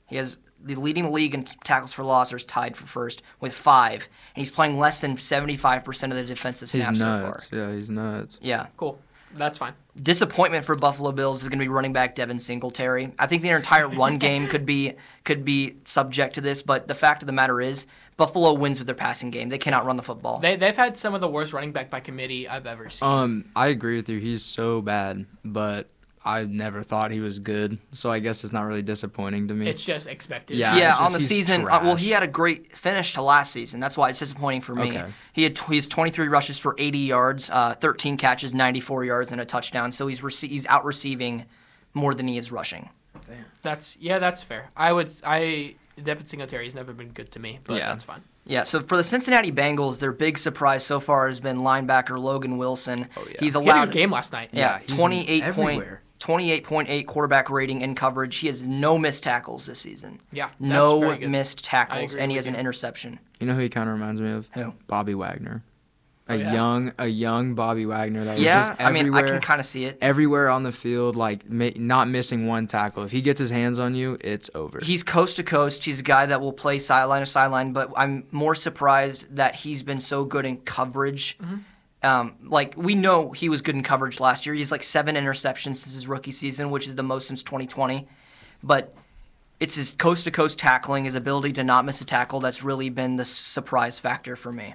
Speaker 2: He has the leading league in tackles for loss or is tied for first with five, and he's playing less than 75% of the defensive
Speaker 3: He's
Speaker 2: snaps so far.
Speaker 3: nuts. Yeah, he's nuts.
Speaker 2: Yeah.
Speaker 1: cool. That's fine.
Speaker 2: disappointment for Buffalo Bills is going to be running back Devin Singletary. I think their entire run game could be could be subject to this, but the fact of the matter is Buffalo wins with their passing game. They cannot run the football.
Speaker 1: They they've had some of the worst running back by committee I've ever seen.
Speaker 3: Um, I agree with you. He's so bad, but I never thought he was good. So I guess it's not really disappointing to me.
Speaker 1: it's just expected.
Speaker 3: Yeah.
Speaker 2: yeah,
Speaker 3: it's
Speaker 2: on
Speaker 3: just
Speaker 2: the
Speaker 3: he's
Speaker 2: season. uh, well,
Speaker 3: trash.
Speaker 2: he had a great finish to last season. That's why it's disappointing for me.
Speaker 3: Okay.
Speaker 2: He had tw- he's 23 rushes for 80 yards, uh, 13 catches, 94 yards, and a touchdown. So he's rece- he's out receiving more than he is rushing.
Speaker 1: That's yeah, that's fair. I would I Devin Singletary has never been good to me, but
Speaker 3: Yeah.
Speaker 1: that's fine.
Speaker 2: Yeah, so for the Cincinnati Bengals, their big surprise so far has been linebacker Logan Wilson.
Speaker 3: Oh, yeah.
Speaker 2: He's
Speaker 1: He had a
Speaker 2: allowed
Speaker 1: good game last night.
Speaker 2: Yeah,
Speaker 3: Yeah, he's
Speaker 2: 28 point,
Speaker 3: everywhere.
Speaker 2: 28.8 quarterback rating in coverage. He has no missed tackles this season.
Speaker 1: Yeah, that's
Speaker 2: No
Speaker 1: very good.
Speaker 2: missed
Speaker 1: I
Speaker 2: tackles,
Speaker 1: agree
Speaker 2: and he
Speaker 1: with
Speaker 2: has an
Speaker 1: you.
Speaker 2: interception.
Speaker 3: you know who he kind of reminds me of?
Speaker 2: Who?
Speaker 3: Bobby Wagner. A
Speaker 1: Oh, yeah.
Speaker 3: young, a young Bobby Wagner that was
Speaker 2: Yeah,
Speaker 3: just
Speaker 2: I
Speaker 3: everywhere.
Speaker 2: mean, I can kind of see it.
Speaker 3: everywhere on the field, like ma- not missing one tackle. If he gets his hands on you, it's over.
Speaker 2: He's coast to coast. He's a guy that will play sideline to sideline, but I'm more surprised that he's been so good in coverage. Um, like, we know he was good in coverage last year. He's like seven interceptions since his rookie season, which is the most since 2020. But it's his coast to coast tackling, his ability to not miss a tackle, that's really been the surprise factor for me.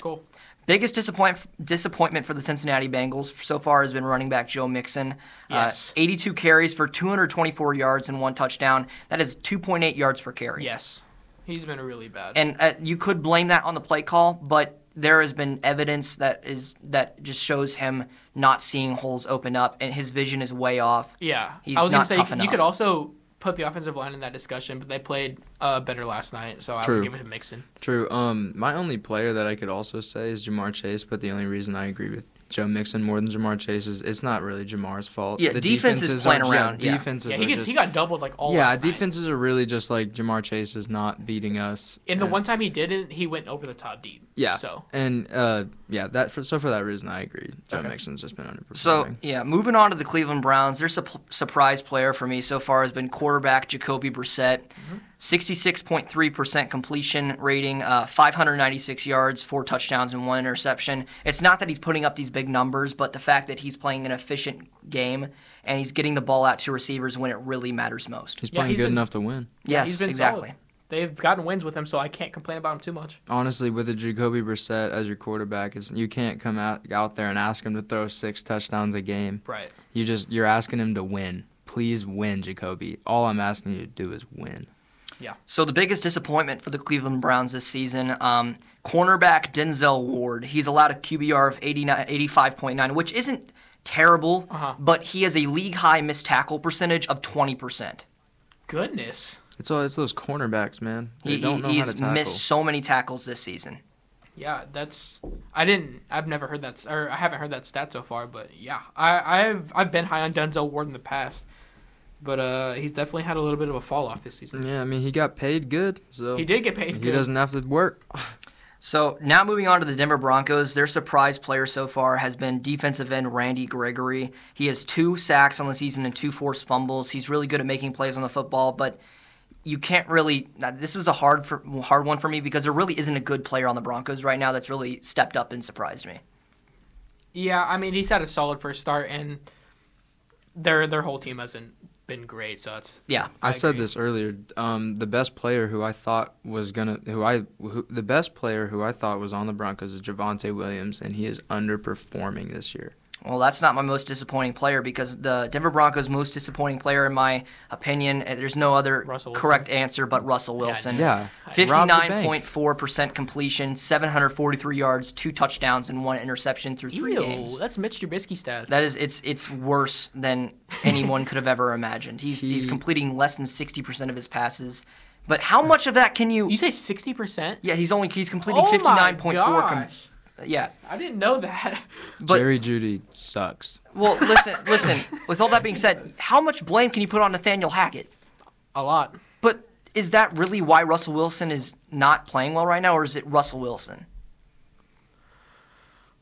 Speaker 1: Cool.
Speaker 2: Biggest disappoint, disappointment for the Cincinnati Bengals so far has been running back Joe Mixon.
Speaker 1: Yes.
Speaker 2: Uh, 82 carries for 224 yards and one touchdown. That is 2.8 yards per carry.
Speaker 1: Yes. He's been really bad.
Speaker 2: And uh, you could blame that on the play call, but there has been evidence that is that just shows him not seeing holes open up, and his vision is way off.
Speaker 1: yeah.
Speaker 2: he's
Speaker 1: I was
Speaker 2: not
Speaker 1: gonna say
Speaker 2: tough
Speaker 1: you,
Speaker 2: enough.
Speaker 1: could also put the offensive line in that discussion, but they played uh, better last night, so I
Speaker 3: True.
Speaker 1: would give it to Mixon.
Speaker 3: True. Um, my only player that I could also say is Jamar Chase, but the only reason I agree with Joe Mixon more than Jamar Chase is it's not really Jamar's fault.
Speaker 2: Yeah,
Speaker 3: the
Speaker 2: defense is
Speaker 3: defenses
Speaker 2: playing
Speaker 3: are- yeah,
Speaker 2: around, yeah.
Speaker 3: defenses
Speaker 1: Yeah, he
Speaker 3: are
Speaker 1: gets
Speaker 3: just,
Speaker 1: he got doubled like all
Speaker 3: yeah,
Speaker 1: last night.
Speaker 3: defenses are really just like Jamar Chase is not beating us.
Speaker 1: And the
Speaker 3: and-
Speaker 1: one time he didn't, he went over the top deep.
Speaker 3: yeah,
Speaker 1: So
Speaker 3: and uh, yeah, that for, so for that reason I agree. Joe
Speaker 1: Okay.
Speaker 3: Mixon's just been underperforming.
Speaker 2: So yeah, moving on to the Cleveland Browns, their sup- surprise player for me so far has been quarterback Jacoby Brissett,
Speaker 1: Mm-hmm.
Speaker 2: sixty-six point three percent completion rating, uh, five hundred ninety-six yards, four touchdowns, and one interception. It's not that he's putting up these big numbers, but the fact that he's playing an efficient game and he's getting the ball out to receivers when it really matters most.
Speaker 3: he's
Speaker 1: Yeah,
Speaker 3: playing
Speaker 1: he's
Speaker 3: good
Speaker 1: been-
Speaker 3: enough to win.
Speaker 2: Yes,
Speaker 1: he's been
Speaker 2: exactly.
Speaker 1: solid. They've gotten wins with him, so I can't complain about him too much.
Speaker 3: honestly, with a Jacoby Brissett as your quarterback, it's, you can't come out, out there and ask him to throw six touchdowns a game.
Speaker 1: Right.
Speaker 3: You just you're asking him to win. Please win, Jacoby. All I'm asking you to do is win.
Speaker 2: So the biggest disappointment for the Cleveland Browns this season, um, cornerback Denzel Ward. He's allowed a QBR of 89, 85.9, which isn't terrible,
Speaker 1: Uh-huh.
Speaker 2: but he has a league high missed tackle percentage of 20%.
Speaker 1: Goodness.
Speaker 3: It's all it's those cornerbacks, man. They
Speaker 2: He,
Speaker 3: don't
Speaker 2: he-
Speaker 3: know how
Speaker 2: he's
Speaker 3: to tackle.
Speaker 2: missed so many tackles this season.
Speaker 1: Yeah, that's I didn't I've never heard that s- or I haven't heard that stat so far, but yeah. I I've I've been high on Denzel Ward in the past. But uh he's definitely had a little bit of a fall off this season.
Speaker 3: Yeah, I mean he got paid good, so
Speaker 1: He did get paid.
Speaker 3: he
Speaker 1: good.
Speaker 3: doesn't have to work.
Speaker 2: So now moving on to the Denver Broncos, their surprise player so far has been defensive end Randy Gregory. He has two sacks on the season and two forced fumbles. He's really good at making plays on the football, but you can't really. now, This was a hard for, hard one for me because there really isn't a good player on the Broncos right now that's really stepped up and surprised me.
Speaker 1: Yeah, I mean he's had a solid first start and their their whole team hasn't been great, so that's
Speaker 2: Yeah,
Speaker 3: I, said
Speaker 1: agree.
Speaker 3: this earlier. Um, the best player who I thought was gonna, who I, who, the best player who I thought was on the Broncos is Javante Williams, and he is underperforming this year.
Speaker 2: Well, that's not my most disappointing player because the Denver Broncos' most disappointing player, in my opinion, uh, there's no other
Speaker 1: Russell Wilson.
Speaker 2: correct answer but Russell Wilson.
Speaker 3: Yeah, robbed the bank.
Speaker 2: 59.4% completion, 743 yards, two touchdowns, and one interception through three
Speaker 1: Ew,
Speaker 2: games.
Speaker 1: that's Mitch Trubisky stats.
Speaker 2: That is, it's it's worse than anyone could have ever imagined. He's he's
Speaker 3: He-
Speaker 2: completing less than 60% of his passes, but how much of that can you?
Speaker 1: You say sixty percent?
Speaker 2: yeah, he's only he's completing
Speaker 1: Oh my
Speaker 2: 59.4. com-
Speaker 1: gosh.
Speaker 2: yeah,
Speaker 1: I didn't know that.
Speaker 2: but
Speaker 3: Jerry Judy sucks.
Speaker 2: Well, listen, listen. With all that being said, how much blame can you put on Nathaniel Hackett?
Speaker 1: A lot.
Speaker 2: But is that really why Russell Wilson is not playing well right now, or is it Russell Wilson?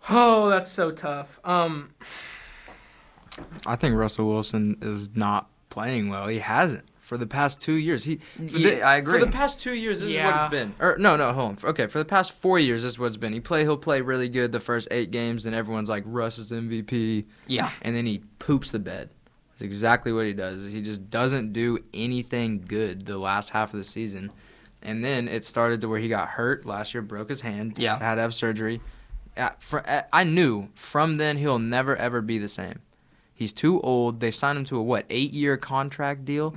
Speaker 1: Oh, that's so tough. Um,
Speaker 3: I think Russell Wilson is not playing well. He hasn't for the past two years. He, for
Speaker 2: Yeah,
Speaker 3: the-
Speaker 2: I agree.
Speaker 3: For the past two years, this is what
Speaker 1: Yeah.
Speaker 3: it's been. Or no, no, hold on. For- Okay, for the past four years, this is what it's been. He play, he'll play really good the first eight games, and everyone's like Russ is MVP.
Speaker 2: Yeah.
Speaker 3: and then he poops the bed. That's exactly what he does. He just doesn't do anything good the last half of the season, and then it started to where he got hurt last year, broke his hand.
Speaker 2: Yeah.
Speaker 3: had to have surgery. Uh, fr uh, I knew from then he'll never ever be the same. He's too old. They signed him to a what eight year contract deal?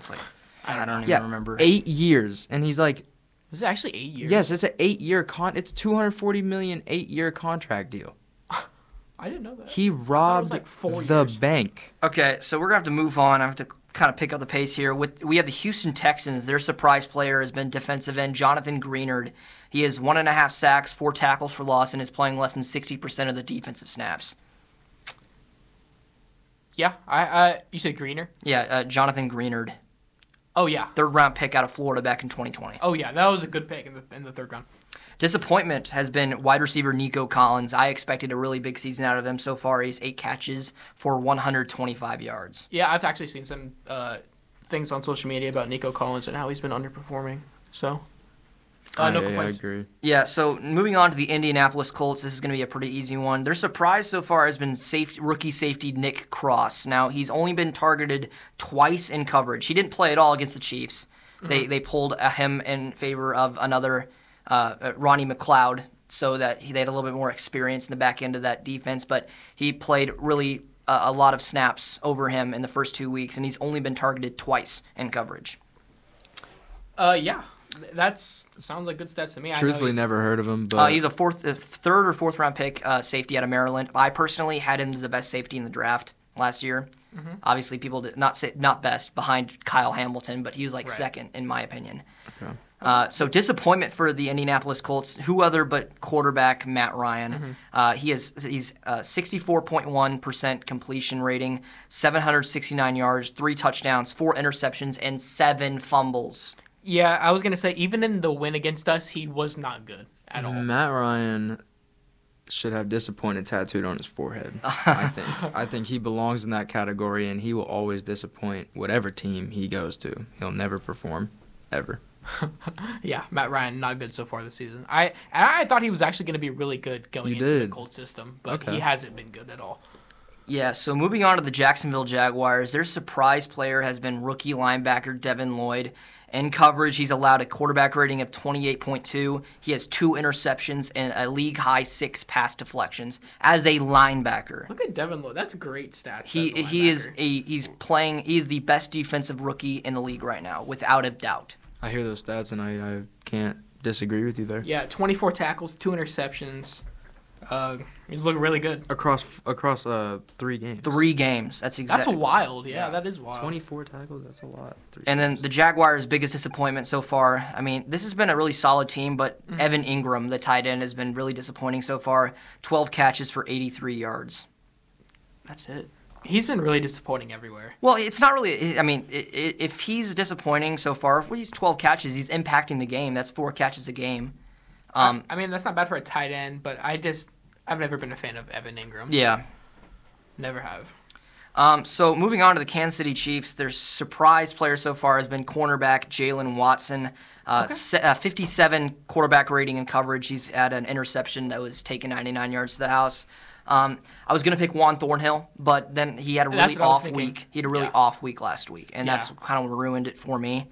Speaker 2: I don't even
Speaker 3: Yeah,
Speaker 2: remember.
Speaker 3: eight years, and he's like,
Speaker 1: was it actually eight years?
Speaker 3: yes, it's an eight year con. It's two hundred forty million eight year contract deal.
Speaker 1: I didn't know that.
Speaker 3: He robbed
Speaker 1: like, four
Speaker 3: the
Speaker 1: years.
Speaker 3: bank.
Speaker 2: Okay, so we're gonna have to move on. I have to kind of pick up the pace here. With we have the Houston Texans. Their surprise player has been defensive end Jonathan Greenard. He has one and a half sacks, four tackles for loss, and is playing less than sixty percent of the defensive snaps.
Speaker 1: yeah, I, I. You said greener.
Speaker 2: Yeah, uh, Jonathan Greenard,
Speaker 1: Oh yeah.
Speaker 2: third round pick out of Florida back in 2020.
Speaker 1: Oh yeah, that was a good pick in the in the third round.
Speaker 2: Disappointment has been wide receiver Nico Collins. I expected a really big season out of him so far. He's eight catches for 125 yards.
Speaker 1: Yeah, I've actually seen some uh, things on social media about Nico Collins and how he's been underperforming. So, uh, no
Speaker 3: I- I
Speaker 1: complaints.
Speaker 3: agree.
Speaker 2: Yeah, so moving on to the Indianapolis Colts, this is going to be a pretty easy one. Their surprise so far has been safety, rookie safety Nick Cross. Now, he's only been targeted twice in coverage. He didn't play at all against the Chiefs. They, they pulled uh, him in favor of another uh, uh, Ronnie McLeod so that he, they had a little bit more experience in the back end of that defense, but he played really uh, a lot of snaps over him in the first two weeks, and he's only been targeted twice in coverage.
Speaker 1: Uh, yeah, th- that's sounds like good stats to me. I know
Speaker 3: Truthfully,
Speaker 1: he's-
Speaker 3: never heard of him, but
Speaker 2: Uh, he's a fourth, uh, third or fourth round pick uh, safety out of Maryland. I personally had him as the best safety in the draft last year.
Speaker 3: Mm-hmm.
Speaker 2: Obviously, people did not say not best behind Kyle Hamilton, but he was like
Speaker 1: Right.
Speaker 2: second in my opinion.
Speaker 3: Okay.
Speaker 2: Uh, so disappointment for the Indianapolis Colts. Who other but quarterback Matt Ryan?
Speaker 3: Mm-hmm.
Speaker 2: Uh, he is he's uh, 64.1% completion rating, 769 yards, three touchdowns, four interceptions, and seven fumbles.
Speaker 1: Yeah, I was gonna say even in the win against us, he was not good at all.
Speaker 3: Matt Ryan should have disappointed tattooed on his forehead. I think. I think he belongs in that category, and he will always disappoint whatever team he goes to. He'll never perform, ever.
Speaker 1: Yeah, Matt Ryan not good so far this season. I and I thought he was actually gonna be really good going
Speaker 3: You
Speaker 1: into the
Speaker 3: did.
Speaker 1: cold system, but
Speaker 3: Okay.
Speaker 1: he hasn't been good at all.
Speaker 2: Yeah, so moving on to the Jacksonville Jaguars, their surprise player has been rookie linebacker Devin Lloyd. In coverage, he's allowed a quarterback rating of 28.2. He has two interceptions and a league high six pass deflections as a linebacker.
Speaker 1: Look at Devin Lloyd. That's great stats. as
Speaker 2: He
Speaker 1: a
Speaker 2: he is
Speaker 1: linebacker.
Speaker 2: a he's playing he is the best defensive rookie in the league right now, without a doubt.
Speaker 3: I hear those stats, and I, I can't disagree with you there.
Speaker 1: Yeah, 24 tackles, two interceptions. Uh, he's looking really good.
Speaker 3: across across uh three games.
Speaker 2: Three games. That's exactly.
Speaker 1: That's wild. Yeah,
Speaker 3: Yeah.
Speaker 1: that is wild.
Speaker 3: Twenty four tackles. That's a lot. Three
Speaker 2: And then
Speaker 3: games.
Speaker 2: the Jaguars' biggest disappointment so far. I mean, this has been a really solid team, but Evan Ingram, the tight end, has been really disappointing so far. 12 catches for 83 yards.
Speaker 1: That's it. He's been really disappointing everywhere.
Speaker 2: Well, it's not really. I mean, i- i- if he's disappointing so far, if he's 12 catches, he's impacting the game. That's four catches a game. Um,
Speaker 1: I, I mean, that's not bad for a tight end, but I just I've never been a fan of Evan Ingram.
Speaker 2: yeah.
Speaker 1: never have.
Speaker 2: Um, so moving on to the Kansas City Chiefs, their surprise player so far has been cornerback Jalen Watson. Uh, se- uh, 57 quarterback rating and coverage. He's had an interception that was taken 99 yards to the house. Um, I was gonna pick Juan Thornhill, but then he had a
Speaker 1: That's
Speaker 2: really
Speaker 1: what I was
Speaker 2: off
Speaker 1: thinking.
Speaker 2: week. He had a really
Speaker 1: Yeah.
Speaker 2: off week last week, and that's
Speaker 1: Yeah.
Speaker 2: kind of ruined it for me.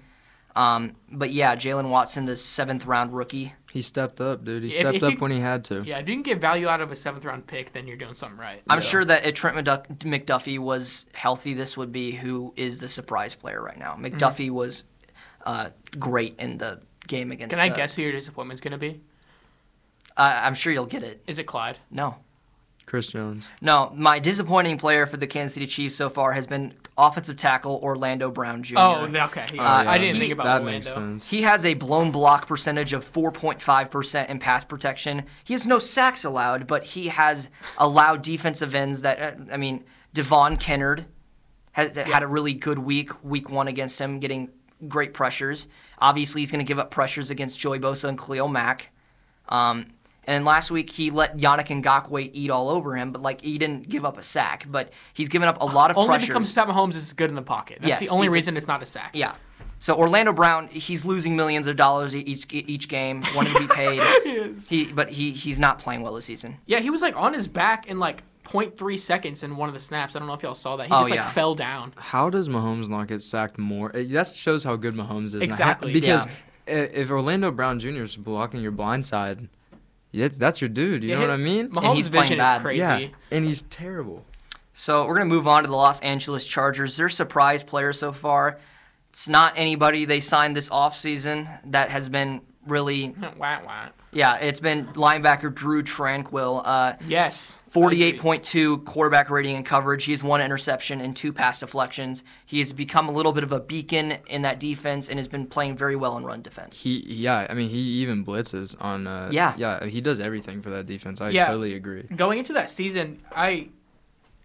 Speaker 2: Um, but yeah, Jalen Watson, the seventh round rookie.
Speaker 3: he stepped up, dude. He
Speaker 1: If-
Speaker 3: stepped
Speaker 1: if
Speaker 3: up
Speaker 1: you-
Speaker 3: when he had to.
Speaker 1: Yeah, if you can get value out of a seventh round pick, then you're doing something right.
Speaker 2: I'm sure that if Trent McDuff- McDuffie was healthy, this would be who is the surprise player right
Speaker 1: Mm-hmm.
Speaker 2: now. McDuffie was uh, great in the game against.
Speaker 1: Can I
Speaker 2: the-
Speaker 1: guess who your disappointment's gonna be?
Speaker 2: Uh, I'm sure you'll get it.
Speaker 1: Is it Clyde?
Speaker 2: No,
Speaker 3: Chris Jones.
Speaker 2: no. My disappointing player for the Kansas City Chiefs so far has been offensive tackle Orlando Brown Jr.
Speaker 1: Oh, th- okay. yeah.
Speaker 2: Uh,
Speaker 1: I didn't
Speaker 2: he-
Speaker 1: think about
Speaker 3: that
Speaker 1: Orlando.
Speaker 3: makes sense.
Speaker 2: He has a blown block percentage of 4.5% in pass protection. He has no sacks allowed, but he has allowed defensive ends that, uh, I mean, Devon Kennard had, that had a really good week, week one against him, getting great pressures. Obviously, he's going to give up pressures against Joey Bosa and Cleo Mack. Um, and last week, he let Yannick Ngakwe eat all over him, but, like, he didn't give up a sack. But he's given up a lot of
Speaker 1: Only
Speaker 2: pressures.
Speaker 1: because Pat Mahomes is good in the pocket. That's
Speaker 2: Yes,
Speaker 1: the only
Speaker 2: he-
Speaker 1: reason it's not a sack.
Speaker 2: Yeah. So Orlando Brown, he's losing millions of dollars e- each each game, wanting to be paid.
Speaker 1: He is.
Speaker 2: He, but he he's not playing well this season.
Speaker 1: Yeah, he was like on his back in like 0.3 seconds in one of the snaps. I don't know if y'all saw that. He
Speaker 2: Oh,
Speaker 1: just like
Speaker 2: yeah.
Speaker 1: fell down.
Speaker 3: How does Mahomes not get sacked more? It, that shows how good Mahomes is. and ha-
Speaker 1: Exactly.
Speaker 3: because i- if Orlando Brown Jr. is blocking your blind side, it's, that's your dude. You
Speaker 1: Yeah,
Speaker 3: know
Speaker 1: he-
Speaker 3: what I mean?
Speaker 1: Mahomes'
Speaker 2: he's playing
Speaker 1: vision
Speaker 2: bad.
Speaker 1: is crazy.
Speaker 3: Yeah, and he's terrible.
Speaker 2: So we're gonna move on to the Los Angeles Chargers. Their surprise player so far, it's not anybody they signed this offseason that has been really
Speaker 1: Wah, wah.
Speaker 2: yeah. It's been linebacker Drew Tranquil. Uh,
Speaker 1: Yes. Agreed.
Speaker 2: 48.2 quarterback rating and coverage. He's one interception and two pass deflections. He has become a little bit of a beacon in that defense and has been playing very well in run defense.
Speaker 3: He, yeah, I mean, he even blitzes on. Uh,
Speaker 2: Yeah.
Speaker 3: yeah, he does everything for that defense. I
Speaker 1: Yeah.
Speaker 3: totally agree.
Speaker 1: Going into that season, I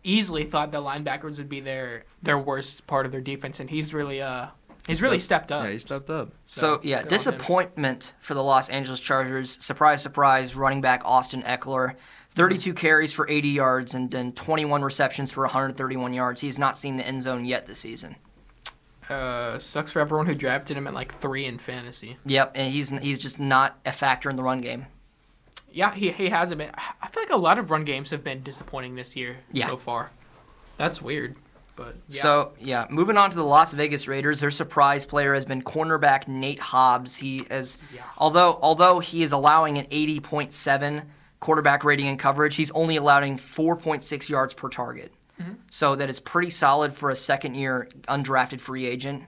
Speaker 1: easily thought that linebackers would be their their worst part of their defense, and he's really uh he's really stepped up.
Speaker 3: Yeah, he stepped up.
Speaker 2: So, yeah,
Speaker 1: good on him.
Speaker 2: disappointment for the Los Angeles Chargers. Surprise, surprise, running back Austin Eckler. 32 carries for 80 yards and then 21 receptions for 131 yards. He has not seen the end zone yet this season.
Speaker 1: Uh, sucks for everyone who drafted him at like three in fantasy.
Speaker 2: Yep, and he's he's just not a factor in the run game.
Speaker 1: Yeah, he he hasn't been. I feel like a lot of run games have been disappointing this year
Speaker 2: Yeah.
Speaker 1: so far. That's weird, but yeah.
Speaker 2: So yeah, moving on to the Las Vegas Raiders, their surprise player has been cornerback Nate Hobbs. He is,
Speaker 1: Yeah.
Speaker 2: although although he is allowing an 80.7 quarterback rating and coverage, he's only allowing 4.6 yards per target. So that is pretty solid for a second year undrafted free agent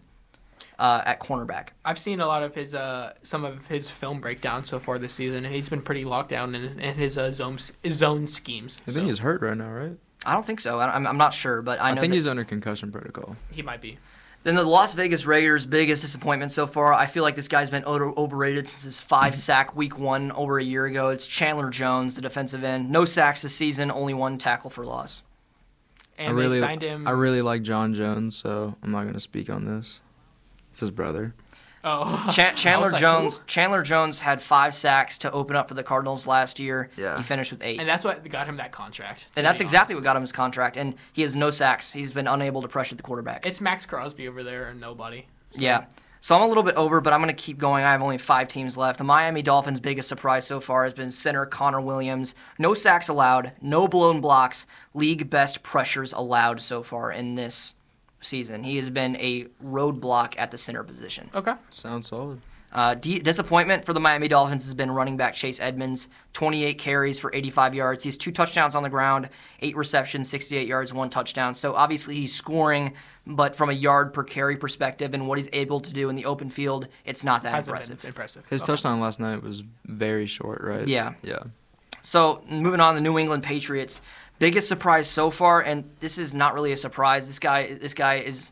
Speaker 2: uh, at cornerback.
Speaker 1: I've seen a lot of his uh, some of his film breakdowns so far this season, and he's been pretty locked down in, in his uh, zone his zone schemes.
Speaker 3: I
Speaker 1: so
Speaker 3: think he's hurt right now, right?
Speaker 2: I don't think so. I, I'm, I'm not sure, but I
Speaker 3: I,
Speaker 2: know
Speaker 3: think
Speaker 2: that-
Speaker 3: he's under concussion protocol.
Speaker 1: he might be.
Speaker 2: Then the Las Vegas Raiders' biggest disappointment so far. I feel like this guy's been over- overrated since his
Speaker 1: Mm-hmm.
Speaker 2: five sack week one over a year ago. It's Chandler Jones, the defensive end. No sacks this season, only one tackle for loss.
Speaker 1: And
Speaker 3: I really,
Speaker 1: they signed him.
Speaker 3: I really like John Jones, so I'm not gonna speak on this. It's his brother.
Speaker 1: oh,
Speaker 2: Cha-
Speaker 1: I
Speaker 2: Chandler
Speaker 1: was like,
Speaker 2: Jones. Chandler Jones had five sacks to open up for the Cardinals last year.
Speaker 3: Yeah.
Speaker 2: He finished with eight.
Speaker 1: "Ooh." and that's what got him that contract. to
Speaker 2: And that's
Speaker 1: be
Speaker 2: exactly what
Speaker 1: honest.
Speaker 2: got him his contract. And he has no sacks. He's been unable to pressure the quarterback.
Speaker 1: It's Max Crosby over there and nobody.
Speaker 2: Yeah. So I'm a little bit over, but I'm going to keep going. I have only five teams left. The Miami Dolphins' biggest surprise so far has been center Connor Williams. No sacks allowed, no blown blocks, league best pressures allowed so far in this season. He has been a roadblock at the center position.
Speaker 1: Okay.
Speaker 3: Sounds solid.
Speaker 2: Uh, de- disappointment for the Miami Dolphins has been running back Chase Edmonds, 28 carries for 85 yards. He has two touchdowns on the ground, eight receptions, 68 yards, one touchdown. So obviously he's scoring, but from a yard per carry perspective and what he's able to do in the open field, it's not that
Speaker 1: Hasn't
Speaker 2: impressive.
Speaker 1: been impressive.
Speaker 3: His
Speaker 1: Okay.
Speaker 3: touchdown last night was very short, right?
Speaker 2: Uh-huh. Yeah.
Speaker 3: Yeah.
Speaker 2: So moving on, the New England Patriots. Biggest surprise so far, and this is not really a surprise. This guy, this guy is.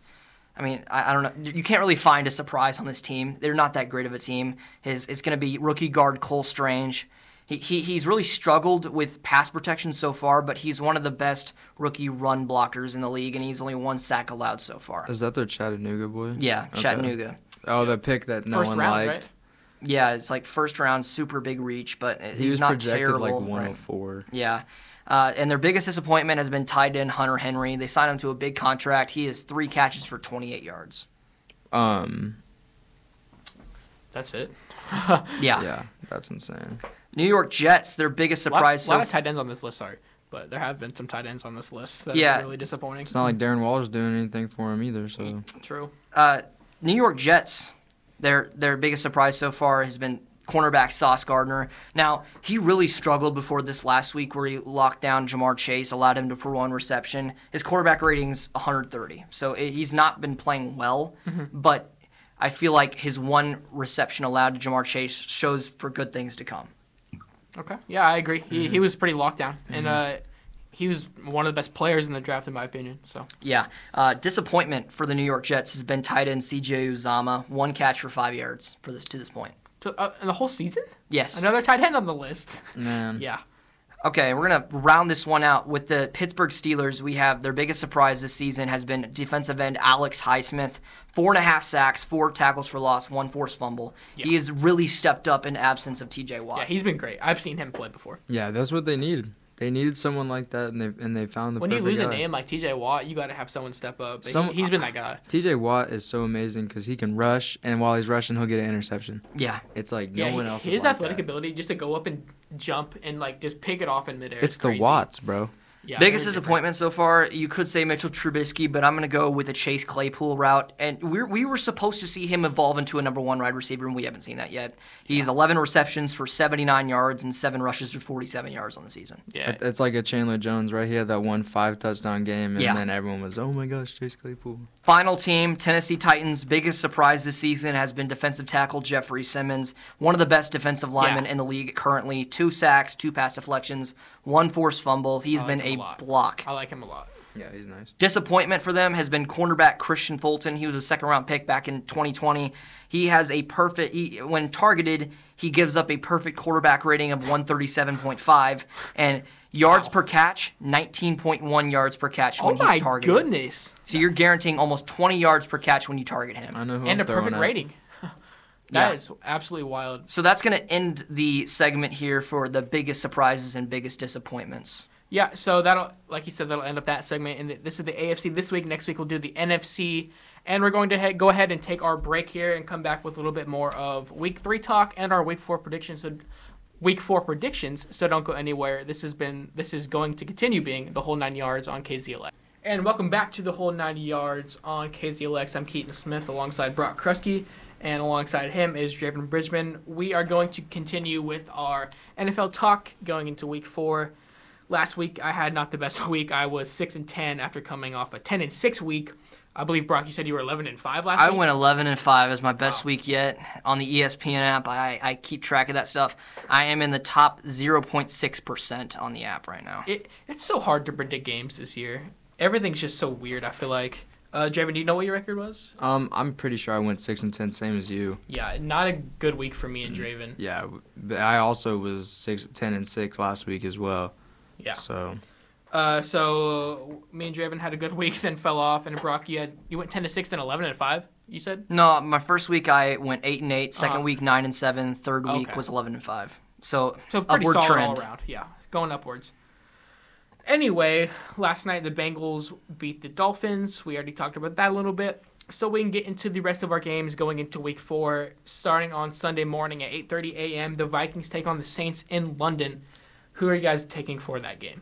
Speaker 2: I mean, I, I don't know. You can't really find a surprise on this team. They're not that great of a team. His it's going to be rookie guard Cole Strange. He, he, he's really struggled with pass protection so far, but he's one of the best rookie run blockers in the league, and he's only one sack allowed so far.
Speaker 3: Is that their Chattanooga boy?
Speaker 2: Yeah, Chattanooga.
Speaker 3: Oh, the pick that no
Speaker 1: First
Speaker 3: one
Speaker 1: round,
Speaker 3: liked.
Speaker 1: right?
Speaker 2: Yeah, it's like first round, super big reach, but
Speaker 3: He
Speaker 2: he's
Speaker 3: was
Speaker 2: not
Speaker 3: projected
Speaker 2: terrible.
Speaker 3: like
Speaker 2: right?
Speaker 3: 104.
Speaker 2: Yeah. Uh, and their biggest disappointment has been tied in Hunter Henry. They signed him to a big contract. He has three catches for 28 yards.
Speaker 3: Um,
Speaker 1: That's it.
Speaker 2: Yeah.
Speaker 3: yeah. that's insane.
Speaker 2: New York Jets, their biggest
Speaker 1: A lot,
Speaker 2: surprise
Speaker 1: lot
Speaker 2: so
Speaker 1: of tight ends on this list, sorry, but there have been some tight ends on this list that
Speaker 2: Yeah.
Speaker 1: are really disappointing.
Speaker 3: It's not like Darren Waller's doing anything for him either. So
Speaker 1: True.
Speaker 2: uh, New York Jets, their their biggest surprise so far has been cornerback Sauce Gardner. Now he really struggled before this last week, where he locked down Jamar Chase, allowed him to for one reception. His quarterback rating's 130, so i he's not been playing well. But I feel like his one reception allowed to Jamar Chase shows for good things to come.
Speaker 1: Okay. Yeah, I agree. He,
Speaker 3: Mhm.
Speaker 1: he was pretty locked down, and uh, he was one of the best players in the draft, in my opinion. So
Speaker 2: Yeah, uh, disappointment for the New York Jets has been tight end C.J. Uzama, one catch for five yards for this to this point.
Speaker 1: To- uh, and the whole season?
Speaker 2: Yes.
Speaker 1: Another tight end on the list.
Speaker 3: man,
Speaker 1: yeah.
Speaker 2: Okay, we're gonna round this one out with the Pittsburgh Steelers. We have their biggest surprise this season has been defensive end Alex Highsmith, four and a half sacks, four tackles for loss, one forced fumble. He
Speaker 1: Yeah.
Speaker 2: has really stepped up in absence of T.J. Watt.
Speaker 1: Yeah, he's been great. I've seen him play before.
Speaker 3: yeah, that's what they needed. They needed someone like that, and they and they found the
Speaker 1: When you
Speaker 3: perfect
Speaker 1: lose a
Speaker 3: guy.
Speaker 1: name like TJ Watt, you got to have someone step up. and
Speaker 3: Some-
Speaker 1: he, has been that guy.
Speaker 3: T.J. Watt is so amazing because he can rush, and while he's rushing, he'll get an interception.
Speaker 2: yeah,
Speaker 3: It's like
Speaker 1: yeah,
Speaker 3: no one
Speaker 1: he-
Speaker 3: else.
Speaker 1: his
Speaker 3: is like
Speaker 1: athletic
Speaker 3: that.
Speaker 1: ability just to go up and jump and like just pick it off in midair.
Speaker 3: It's
Speaker 1: is
Speaker 3: the
Speaker 1: crazy.
Speaker 3: Watts, bro.
Speaker 1: Yeah,
Speaker 2: biggest
Speaker 1: they're different.
Speaker 2: disappointment so far. You could say Mitchell Trubisky, but I'm gonna go with a Chase Claypool route. And we we were supposed to see him evolve into a number one wide receiver, and we haven't seen that yet. He has 11 receptions for 79 yards and seven rushes for 47 yards on the season.
Speaker 1: Yeah.
Speaker 3: It- It's like a Chandler Jones, right? He had that one five touchdown game, and
Speaker 2: Yeah.
Speaker 3: then everyone was, oh my gosh, Chase Claypool.
Speaker 2: Final team, Tennessee Titans. Biggest surprise this season has been defensive tackle Jeffrey Simmons, one of the best defensive linemen
Speaker 1: Yeah.
Speaker 2: in the league currently. Two sacks, two pass deflections, one forced fumble. He's
Speaker 1: I like
Speaker 2: been
Speaker 1: him
Speaker 2: a
Speaker 1: Oh, a lot.
Speaker 2: block.
Speaker 1: I like him a lot.
Speaker 3: Yeah, he's nice.
Speaker 2: Disappointment for them has been cornerback Christian Fulton. He was a second round pick back in 2020. He has a perfect, he, when targeted, he gives up a perfect quarterback rating of 137.5 and yards per catch, 19.1 yards per catch
Speaker 1: Oh
Speaker 2: when
Speaker 1: my
Speaker 2: he's targeted.
Speaker 1: goodness.
Speaker 2: So you're guaranteeing almost 20 yards per catch when you target him.
Speaker 3: I know who
Speaker 1: and
Speaker 3: I'm
Speaker 1: a perfect
Speaker 3: throwing at.
Speaker 1: rating. That
Speaker 2: Yeah.
Speaker 1: is absolutely wild.
Speaker 2: So that's going to end the segment here for the biggest surprises and biggest disappointments.
Speaker 1: Yeah, so that'll, like you said, that'll end up that segment. And th- this is the AFC this week. Next week we'll do the NFC, and we're going to he- go ahead and take our break here and come back with a little bit more of Week Three talk and our Week Four predictions. So, Week Four predictions. So don't go anywhere. This has been, this is going to continue being the whole nine yards on KZLX. And welcome back to the whole 90 yards on KZLX. I'm Keaton Smith alongside Brock Krusky, and alongside him is Draven Bridgman. We are going to continue with our NFL talk going into Week Four. Last week I had not the best week. I was six and ten after coming off a ten and six week. I believe Brock, you said you were eleven and five last
Speaker 2: I
Speaker 1: week.
Speaker 2: went 11 and 5 as my best week yet on the E ESPN app. I, I keep track of that stuff. I am in the top 0.6% on the app right now.
Speaker 1: It, it's so hard to predict games this year. Everything's just so weird. I feel like. Uh, Draven, do you know what your record was?
Speaker 3: Um, I'm pretty sure I went six and ten, same as you.
Speaker 1: Yeah, not a good week for
Speaker 2: Mm.
Speaker 1: me and Draven.
Speaker 3: Yeah, but I also was six, ten and six last week as well.
Speaker 1: Yeah.
Speaker 3: So
Speaker 1: Uh, so me and Draven had a good week, then fell off. And Brock, you had you went ten to six, then eleven and five. You said
Speaker 2: No, my first week I went 8 and 8, 2nd
Speaker 1: Uh-huh.
Speaker 2: week 9 and 7, third week
Speaker 1: Okay.
Speaker 2: was 11 and 5. So,
Speaker 1: so pretty
Speaker 2: upward
Speaker 1: solid
Speaker 2: trend.
Speaker 1: all around. Yeah, going upwards. Anyway, last night the Bengals beat the Dolphins. We already talked about that a little bit. So we can get into the rest of our games going into Week Four, starting on Sunday morning at 8:30 a.m. The Vikings take on the Saints in London. Who are you guys taking for that game?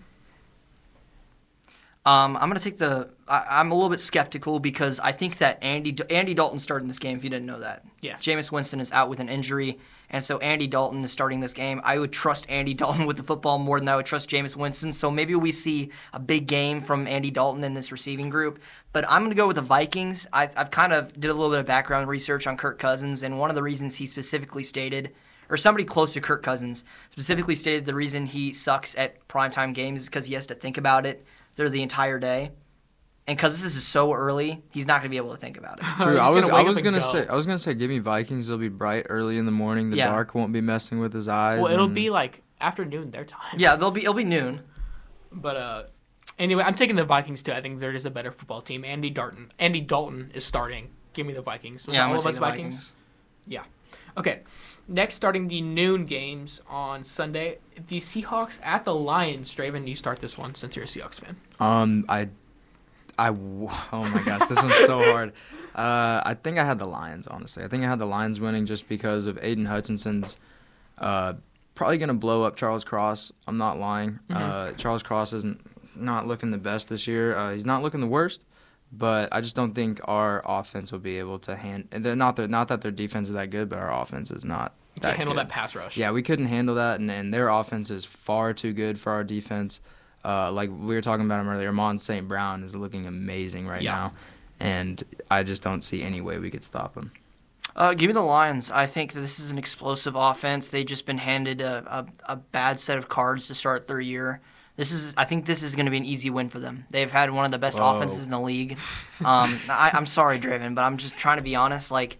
Speaker 2: Um, I'm going to take the I, I'm a little bit skeptical because I think that Andy Andy Dalton started in this game if you didn't know that.
Speaker 1: Yeah.
Speaker 2: Jameis Winston is out with an injury, and so Andy Dalton is starting this game. I would trust Andy Dalton with the football more than I would trust Jameis Winston. So maybe we see a big game from Andy Dalton in this receiving group. But I'm going to go with the Vikings. I've, I've kind of did a little bit of background research on Kirk Cousins, and one of the reasons he specifically stated or somebody close to Kirk Cousins, specifically stated the reason he sucks at primetime games is because he has to think about it through the entire day. And because this is so early, he's not going to be able to think about it.
Speaker 1: He's
Speaker 3: True. I
Speaker 1: gonna
Speaker 3: was
Speaker 1: wake
Speaker 3: I
Speaker 1: up
Speaker 3: was
Speaker 1: and
Speaker 3: gonna
Speaker 1: go.
Speaker 3: say I was gonna say give me Vikings. They'll be bright early in the morning. The
Speaker 2: Yeah.
Speaker 3: dark won't be messing with his eyes.
Speaker 1: Well, it'll
Speaker 3: and-
Speaker 1: be like afternoon their time.
Speaker 2: Yeah, they'll be it'll be noon.
Speaker 1: But uh, anyway, I'm taking the Vikings too. I think they're just a better football team. Andy Dalton. Andy Dalton is starting. Give me the Vikings. Was
Speaker 2: yeah,
Speaker 1: that
Speaker 2: I'm
Speaker 1: all
Speaker 2: gonna
Speaker 1: of
Speaker 2: take
Speaker 1: us
Speaker 2: the
Speaker 1: Vikings? Okay. Next, starting the noon games on Sunday, the Seahawks at the Lions. Draven, you start this one since you're a Seahawks fan.
Speaker 3: Um, I, I, w- oh my gosh, this one's so hard. Uh, I think I had the Lions, honestly. I think I had the Lions winning just because of Aiden Hutchinson's, uh, probably gonna blow up Charles Cross. I'm not lying.
Speaker 1: Mm-hmm.
Speaker 3: Uh, Charles Cross isn't not looking the best this year. Uh, he's not looking the worst, but I just don't think our offense will be able to hand. and they're Not that not that their defense is that good, but our offense is not.
Speaker 1: You can't handle
Speaker 3: good.
Speaker 1: that pass rush.
Speaker 3: Yeah, we couldn't handle that, and, and their offense is far too good for our defense. Uh, like we were talking about him earlier, Mon St. Brown is looking amazing right
Speaker 1: Yeah.
Speaker 3: now, and I just don't see any way we could stop him.
Speaker 2: Uh, give me the Lions. I think that this is an explosive offense. They've just been handed a, a, a bad set of cards to start their year. This is, I think, this is going to be an easy win for them. They've had one of the best
Speaker 3: Whoa.
Speaker 2: offenses in the league. Um, I, I'm sorry, Draven, but I'm just trying to be honest. Like,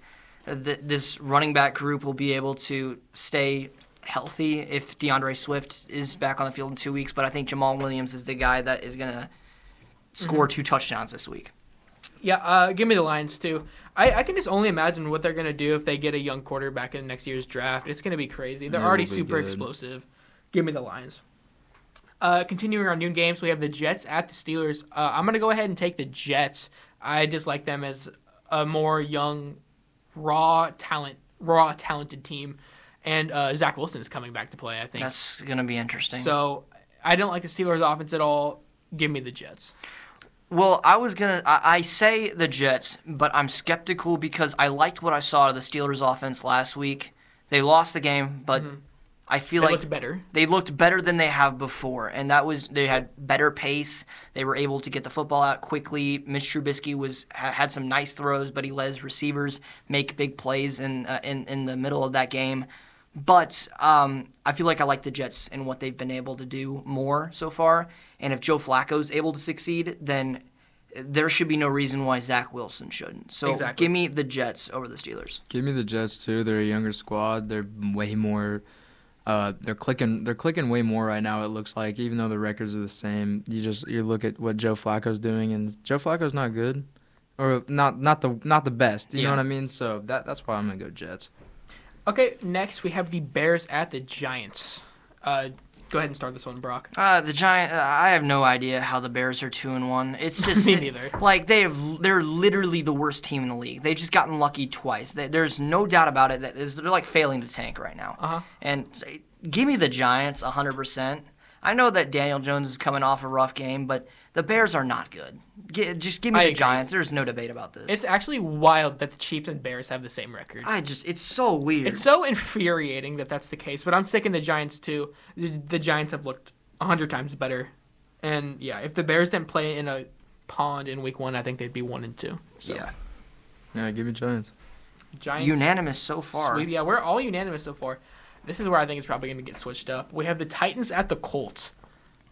Speaker 2: uh, th- this running back group will be able to stay healthy if DeAndre Swift is back on the field in two weeks. But I think Jamal Williams is the guy that is going to score two touchdowns this week.
Speaker 1: Yeah, uh, give me the Lions too. I, I can just only imagine what they're gonna do if they get a young quarterback in next year's draft. It's gonna be crazy. They're
Speaker 3: It
Speaker 1: already
Speaker 3: will be
Speaker 1: super
Speaker 3: good.
Speaker 1: explosive. Give me the Lions. Uh, continuing our noon games, we have the Jets at the Steelers. Uh, I'm gonna go ahead and take the Jets. I just like them as a more young, raw talent, raw talented team, and uh, Zach Wilson is coming back to play. I think
Speaker 2: That's going to be interesting.
Speaker 1: so. I don't like the Steelers offense at all. Give me the Jets.
Speaker 2: Well, I was gonna. I, I say the Jets, but I'm skeptical because I liked what I saw of the Steelers' offense last week. They lost the game, but I
Speaker 1: Mm-hmm. They
Speaker 2: feel like
Speaker 1: looked better.
Speaker 2: they looked better than they have before, and that was they had better pace. They were able to get the football out quickly. Mitch Trubisky was ha- had some nice throws, but he let his receivers make big plays in uh, in in the middle of that game. But um, I feel like I like the Jets and what they've been able to do more so far. And if Joe Flacco's able to succeed, then there should be no reason why Zach Wilson shouldn't. So
Speaker 1: Exactly.
Speaker 2: give me the Jets over the Steelers.
Speaker 3: Give me the Jets too. They're a younger squad. They're way more. Uh, they're clicking. They're clicking way more right now. It looks like, even though the records are the same, you just you look at what Joe Flacco's doing, and Joe Flacco's not good, or not not the not the best. You
Speaker 2: Yeah.
Speaker 3: know what I mean? So that that's why I'm gonna go Jets.
Speaker 1: Okay, next we have the Bears at the Giants. Uh, go ahead and start this one, Brock.
Speaker 2: Uh, the giant. Uh, I have no idea how the Bears are two and one. It's just
Speaker 1: Me neither.
Speaker 2: Like they have, they're literally the worst team in the league. They've just gotten lucky twice. They, there's no doubt about it. That is, they're like failing to tank right now.
Speaker 1: Uh-huh.
Speaker 2: And say, give me the Giants 100. percent I know that Daniel Jones is coming off a rough game, but the Bears are not good. Gi- just give me
Speaker 1: I
Speaker 2: the
Speaker 1: agree.
Speaker 2: Giants. There's no debate about this.
Speaker 1: It's actually wild that the Chiefs and Bears have the same record.
Speaker 2: I just it's so weird.
Speaker 1: It's so infuriating that that's the case, but I'm sticking the Giants too. The, the Giants have looked a hundred times better, and yeah, if the Bears didn't play in a pond in Week One, I think they'd be one and two. So,
Speaker 2: yeah,
Speaker 3: Yeah, give me Giants.
Speaker 1: Giants
Speaker 2: unanimous so far.
Speaker 1: sweep. Yeah, we're all unanimous so far. This is where I think it's probably going to get switched up. We have the Titans at the Colts.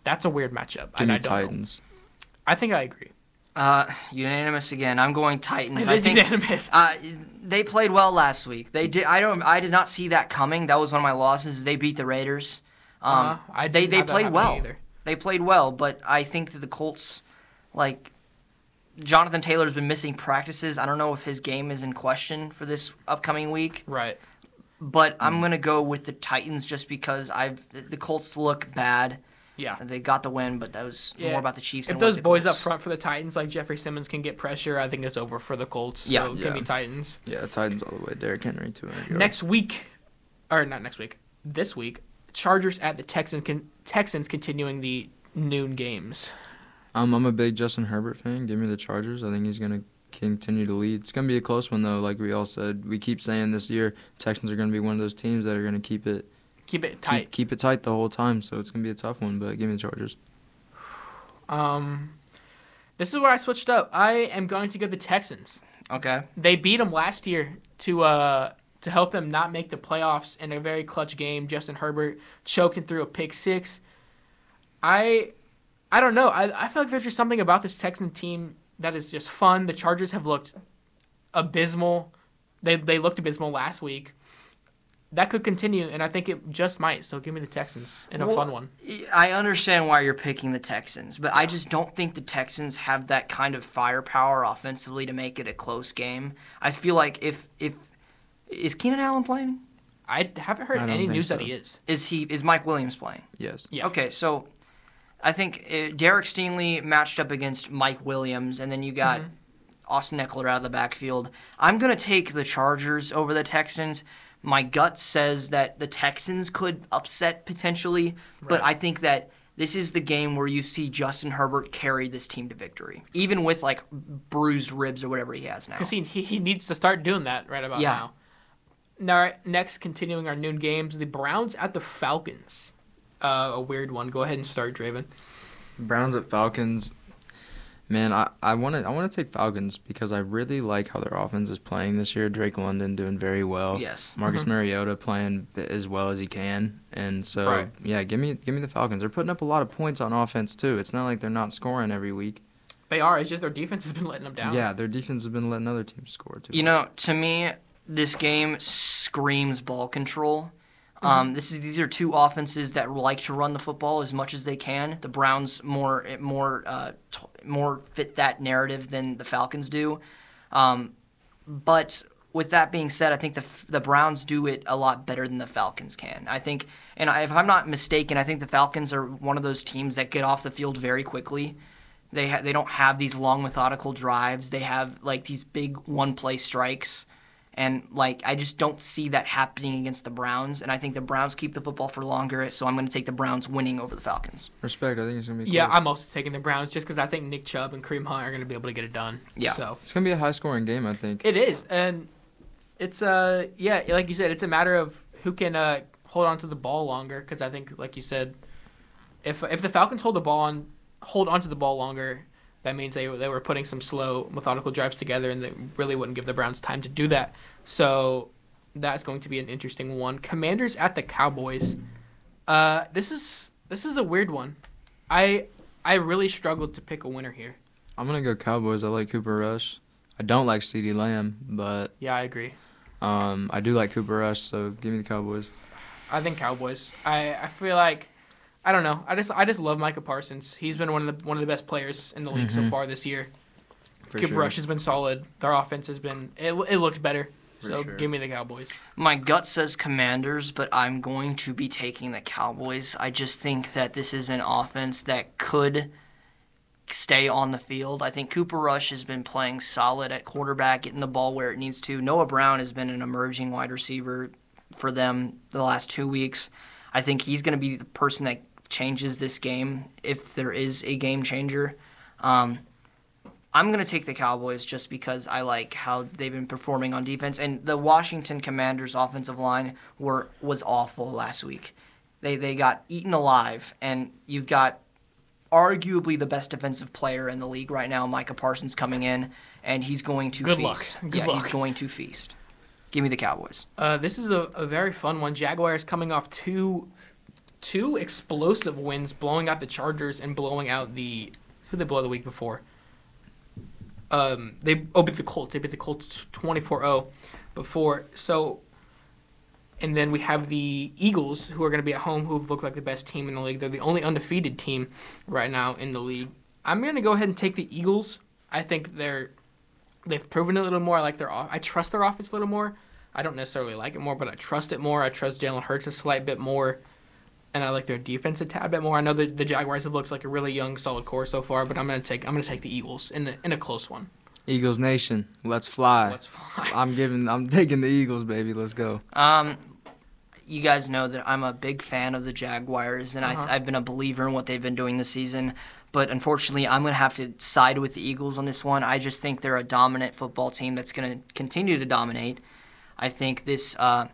Speaker 1: That's a weird matchup.
Speaker 3: Give
Speaker 1: and
Speaker 3: me
Speaker 1: I don't know.
Speaker 3: Titans.
Speaker 1: I think I agree.
Speaker 2: Uh, unanimous again. I'm going Titans.
Speaker 1: It
Speaker 2: I
Speaker 1: is
Speaker 2: think
Speaker 1: unanimous.
Speaker 2: Uh, they played well last week. They did. I don't. I did not see that coming. That was one of my losses. They beat the Raiders. Um,
Speaker 1: Uh-huh. I
Speaker 2: they
Speaker 1: didn't
Speaker 2: they
Speaker 1: have that
Speaker 2: played
Speaker 1: happening
Speaker 2: well.
Speaker 1: either.
Speaker 2: They played well, but I think that the Colts, like Jonathan Taylor's been missing practices. I don't know if his game is in question for this upcoming week,
Speaker 1: Right.
Speaker 2: but
Speaker 1: Hmm.
Speaker 2: I'm gonna go with the Titans just because I the Colts look bad.
Speaker 1: Yeah.
Speaker 2: They got the win, but that was
Speaker 1: Yeah.
Speaker 2: more about the Chiefs.
Speaker 1: If
Speaker 2: than it was
Speaker 1: those
Speaker 2: the
Speaker 1: boys up
Speaker 2: Colts.
Speaker 1: front for the Titans, like Jeffrey Simmons, can get pressure, I think it's over for the Colts. So
Speaker 2: Yeah.
Speaker 1: yeah, give me
Speaker 3: Yeah.
Speaker 1: Titans.
Speaker 3: Yeah, Titans all the way. Derrick Henry, 200 yards.
Speaker 1: Next week, or not next week, this week, Chargers at the Texan, con- Texans continuing the noon games.
Speaker 3: Um, I'm a big Justin Herbert fan. Give me the Chargers. I think he's going to continue to lead. It's going to be a close one, though, like we all said. We keep saying this year, Texans are going to be one of those teams that are going to keep it
Speaker 1: Keep it
Speaker 3: keep,
Speaker 1: tight.
Speaker 3: keep it tight the whole time. So it's going to be a tough one, but give me the Chargers.
Speaker 1: Um, this is where I switched up. I am going to go the Texans.
Speaker 2: Okay.
Speaker 1: They beat them last year to uh to help them not make the playoffs in a very clutch game. Justin Herbert choking through a pick six. I I don't know. I, I feel like there's just something about this Texan team that is just fun. The Chargers have looked abysmal. They they looked abysmal last week. That could continue, and I think it just might. So give me the Texans in a
Speaker 2: Well,
Speaker 1: fun one.
Speaker 2: I understand why you're picking the Texans, but I just don't think the Texans have that kind of firepower offensively to make it a close game. I feel like if if is Keenan Allen playing?
Speaker 1: I haven't heard
Speaker 3: I don't
Speaker 1: any
Speaker 3: think
Speaker 1: news that
Speaker 3: so.
Speaker 1: he is.
Speaker 2: Is he is Mike Williams playing?
Speaker 3: Yes.
Speaker 1: Yeah.
Speaker 2: Okay, so I think uh, Derek Steenley matched up against Mike Williams, and then you got
Speaker 1: Mm-hmm.
Speaker 2: Austin Eckler out of the backfield. I'm going to take the Chargers over the Texans. My gut says that the Texans could upset potentially, but I think that this is the game where you see Justin Herbert carry this team to victory, even with like bruised ribs or whatever he has now.
Speaker 1: Because he, he he needs to start doing that right about
Speaker 2: Yeah.
Speaker 1: now. Now, all right, next, continuing our noon games, the Browns at the Falcons. Uh, a weird one. Go ahead and start, Draven.
Speaker 3: Browns at Falcons. Man, I I want to I want to take Falcons because I really like how their offense is playing this year. Drake London doing very well.
Speaker 2: Yes.
Speaker 3: Marcus Mariota playing b- as well as he can, and so
Speaker 1: Right.
Speaker 3: yeah, give me give me the Falcons. They're putting up a lot of points on offense too. It's not like they're not scoring every week.
Speaker 1: They are. It's just their defense has been letting them down.
Speaker 3: Yeah, their defense has been letting other teams score too.
Speaker 2: You know, to me, this game screams ball control. Um, this is these are two offenses that like to run the football as much as they can. The Browns more more uh, t- more fit that narrative than the Falcons do. Um, but with that being said, I think the the Browns do it a lot better than the Falcons can. I think, and I, if I'm not mistaken, I think the Falcons are one of those teams that get off the field very quickly. They ha- they don't have these long methodical drives. They have like these big one play strikes, and like I just don't see that happening against the Browns. And I think the Browns keep the football for longer, so I'm going to take the Browns winning over the Falcons.
Speaker 3: Respect. I think it's gonna be.
Speaker 1: Yeah,
Speaker 3: close.
Speaker 1: I'm also taking the Browns just because I think Nick Chubb and Kareem Hunt are going to be able to get it done.
Speaker 2: Yeah.
Speaker 1: So
Speaker 3: it's gonna be a high scoring game. I think.
Speaker 1: it is, and it's uh yeah, like you said, it's a matter of who can uh hold on to the ball longer. Because I think, like you said, if if the Falcons hold the ball on hold onto the ball longer, that means they they were putting some slow methodical drives together, and they really wouldn't give the Browns time to do that. So that's going to be an interesting one. Commanders at the Cowboys. Uh, this is this is a weird one. I I really struggled to pick a winner here.
Speaker 3: I'm gonna go Cowboys. I like Cooper Rush. I don't like C.D. Lamb, but
Speaker 1: Yeah, I agree.
Speaker 3: um, I do like Cooper Rush. So give me the Cowboys.
Speaker 1: I think Cowboys. I, I feel like I don't know. I just I just love Micah Parsons. He's been one of the one of the best players in the league so far this year.
Speaker 3: Mm-hmm. For
Speaker 1: Kid
Speaker 3: sure.
Speaker 1: Rush has been solid. Their offense has been it, it looked better.
Speaker 3: For
Speaker 1: so
Speaker 3: sure.
Speaker 1: give me the Cowboys.
Speaker 2: My gut says Commanders, but I'm going to be taking the Cowboys. I just think that this is an offense that could stay on the field. I think Cooper Rush has been playing solid at quarterback, getting the ball where it needs to. Noah Brown has been an emerging wide receiver for them the last two weeks. I think he's going to be the person that changes this game if there is a game changer. Um, I'm going to take the Cowboys just because I like how they've been performing on defense. And the Washington Commanders offensive line were was awful last week. They they got eaten alive, and you've got arguably the best defensive player in the league right now, Micah Parsons, coming in, and he's going to
Speaker 1: Good luck.
Speaker 2: feast.
Speaker 1: Good
Speaker 2: yeah,
Speaker 1: luck.
Speaker 2: he's going to feast. Give me the Cowboys.
Speaker 1: Uh, this is a, a very fun one. Jaguars coming off two two explosive wins, blowing out the Chargers and blowing out the who they blow the week before. Um, they oh beat the Colts. They beat the Colts 24-0 before. So, and then we have the Eagles who are going to be at home, who look like the best team in the league. They're the only undefeated team right now in the league. I'm going to go ahead and take the Eagles. I think they're they've proven it a little more. I like their off- I trust their offense a little more. I don't necessarily like it more, but I trust it more. I trust Jalen Hurts a slight bit more, and I like their defense a tad bit more. I know the, the Jaguars have looked like a really young, solid core so far, but I'm gonna take I'm gonna take the Eagles in a, in a close one.
Speaker 3: Eagles Nation, let's fly.
Speaker 1: Let's fly.
Speaker 3: I'm giving. I'm taking the Eagles, baby. Let's go.
Speaker 2: Um, you guys know that I'm a big fan of the Jaguars, and
Speaker 1: Uh-huh.
Speaker 2: I, I've been a believer in what they've been doing this season. But unfortunately, I'm going to have to side with the Eagles on this one. I just think they're a dominant football team that's going to continue to dominate. I think this. Uh,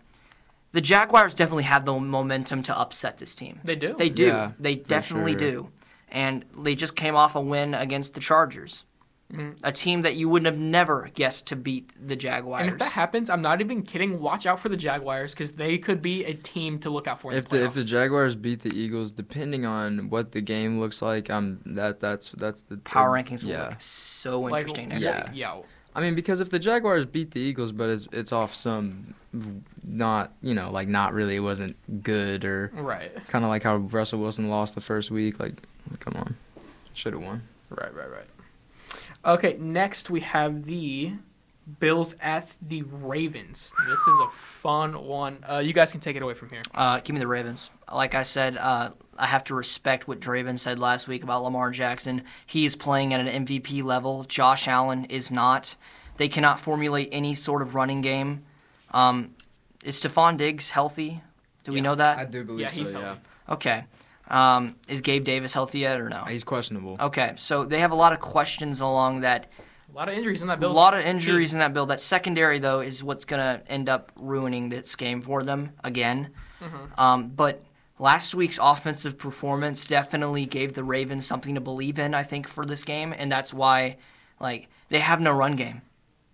Speaker 2: the Jaguars definitely have the momentum to upset this team.
Speaker 1: They do.
Speaker 2: They do.
Speaker 3: Yeah,
Speaker 2: they
Speaker 3: for
Speaker 2: definitely
Speaker 3: sure.
Speaker 2: do. And they just came off a win against the Chargers. a team that you wouldn't have never guessed to beat the Jaguars.
Speaker 1: Mm. And if that happens, I'm not even kidding. Watch out for the Jaguars because they could be a team to look out for. In
Speaker 3: If the if the
Speaker 1: playoffs.
Speaker 3: Jaguars beat the Eagles, depending on what the game looks like, um, that that's that's the
Speaker 2: Power rankings will
Speaker 3: Yeah,
Speaker 2: look so
Speaker 1: Like,
Speaker 2: interesting next
Speaker 1: yeah.
Speaker 2: week.
Speaker 1: yo.
Speaker 3: I mean because if the Jaguars beat the Eagles, but it's it's off some, not you know like not really wasn't good or
Speaker 1: Right.
Speaker 3: kind of like how Russell Wilson lost the first week. Like, come on, should have won.
Speaker 1: Right, right, right. Okay, next we have the Bills at the Ravens. This is a fun one. Uh, you guys can take it away from here.
Speaker 2: Uh, give me the Ravens. Like I said, uh, I have to respect what Draven said last week about Lamar Jackson. He is playing at an MVP level. Josh Allen is not. They cannot formulate any sort of running game. Um, is Stephon Diggs healthy? Do we
Speaker 1: Yeah.
Speaker 2: know that?
Speaker 3: do believe
Speaker 1: Yeah, he's healthy.
Speaker 2: Okay. Um, is Gabe Davis healthy yet or no?
Speaker 3: He's questionable.
Speaker 2: Okay, so they have a lot of questions along that
Speaker 1: A lot of injuries in that
Speaker 2: a
Speaker 1: Bills.
Speaker 2: lot of injuries in that build. That secondary though is what's gonna end up ruining this game for them again.
Speaker 1: Mm-hmm.
Speaker 2: Um, but last week's offensive performance definitely gave the Ravens something to believe in. I think for this game, and that's why, like, they have no run game.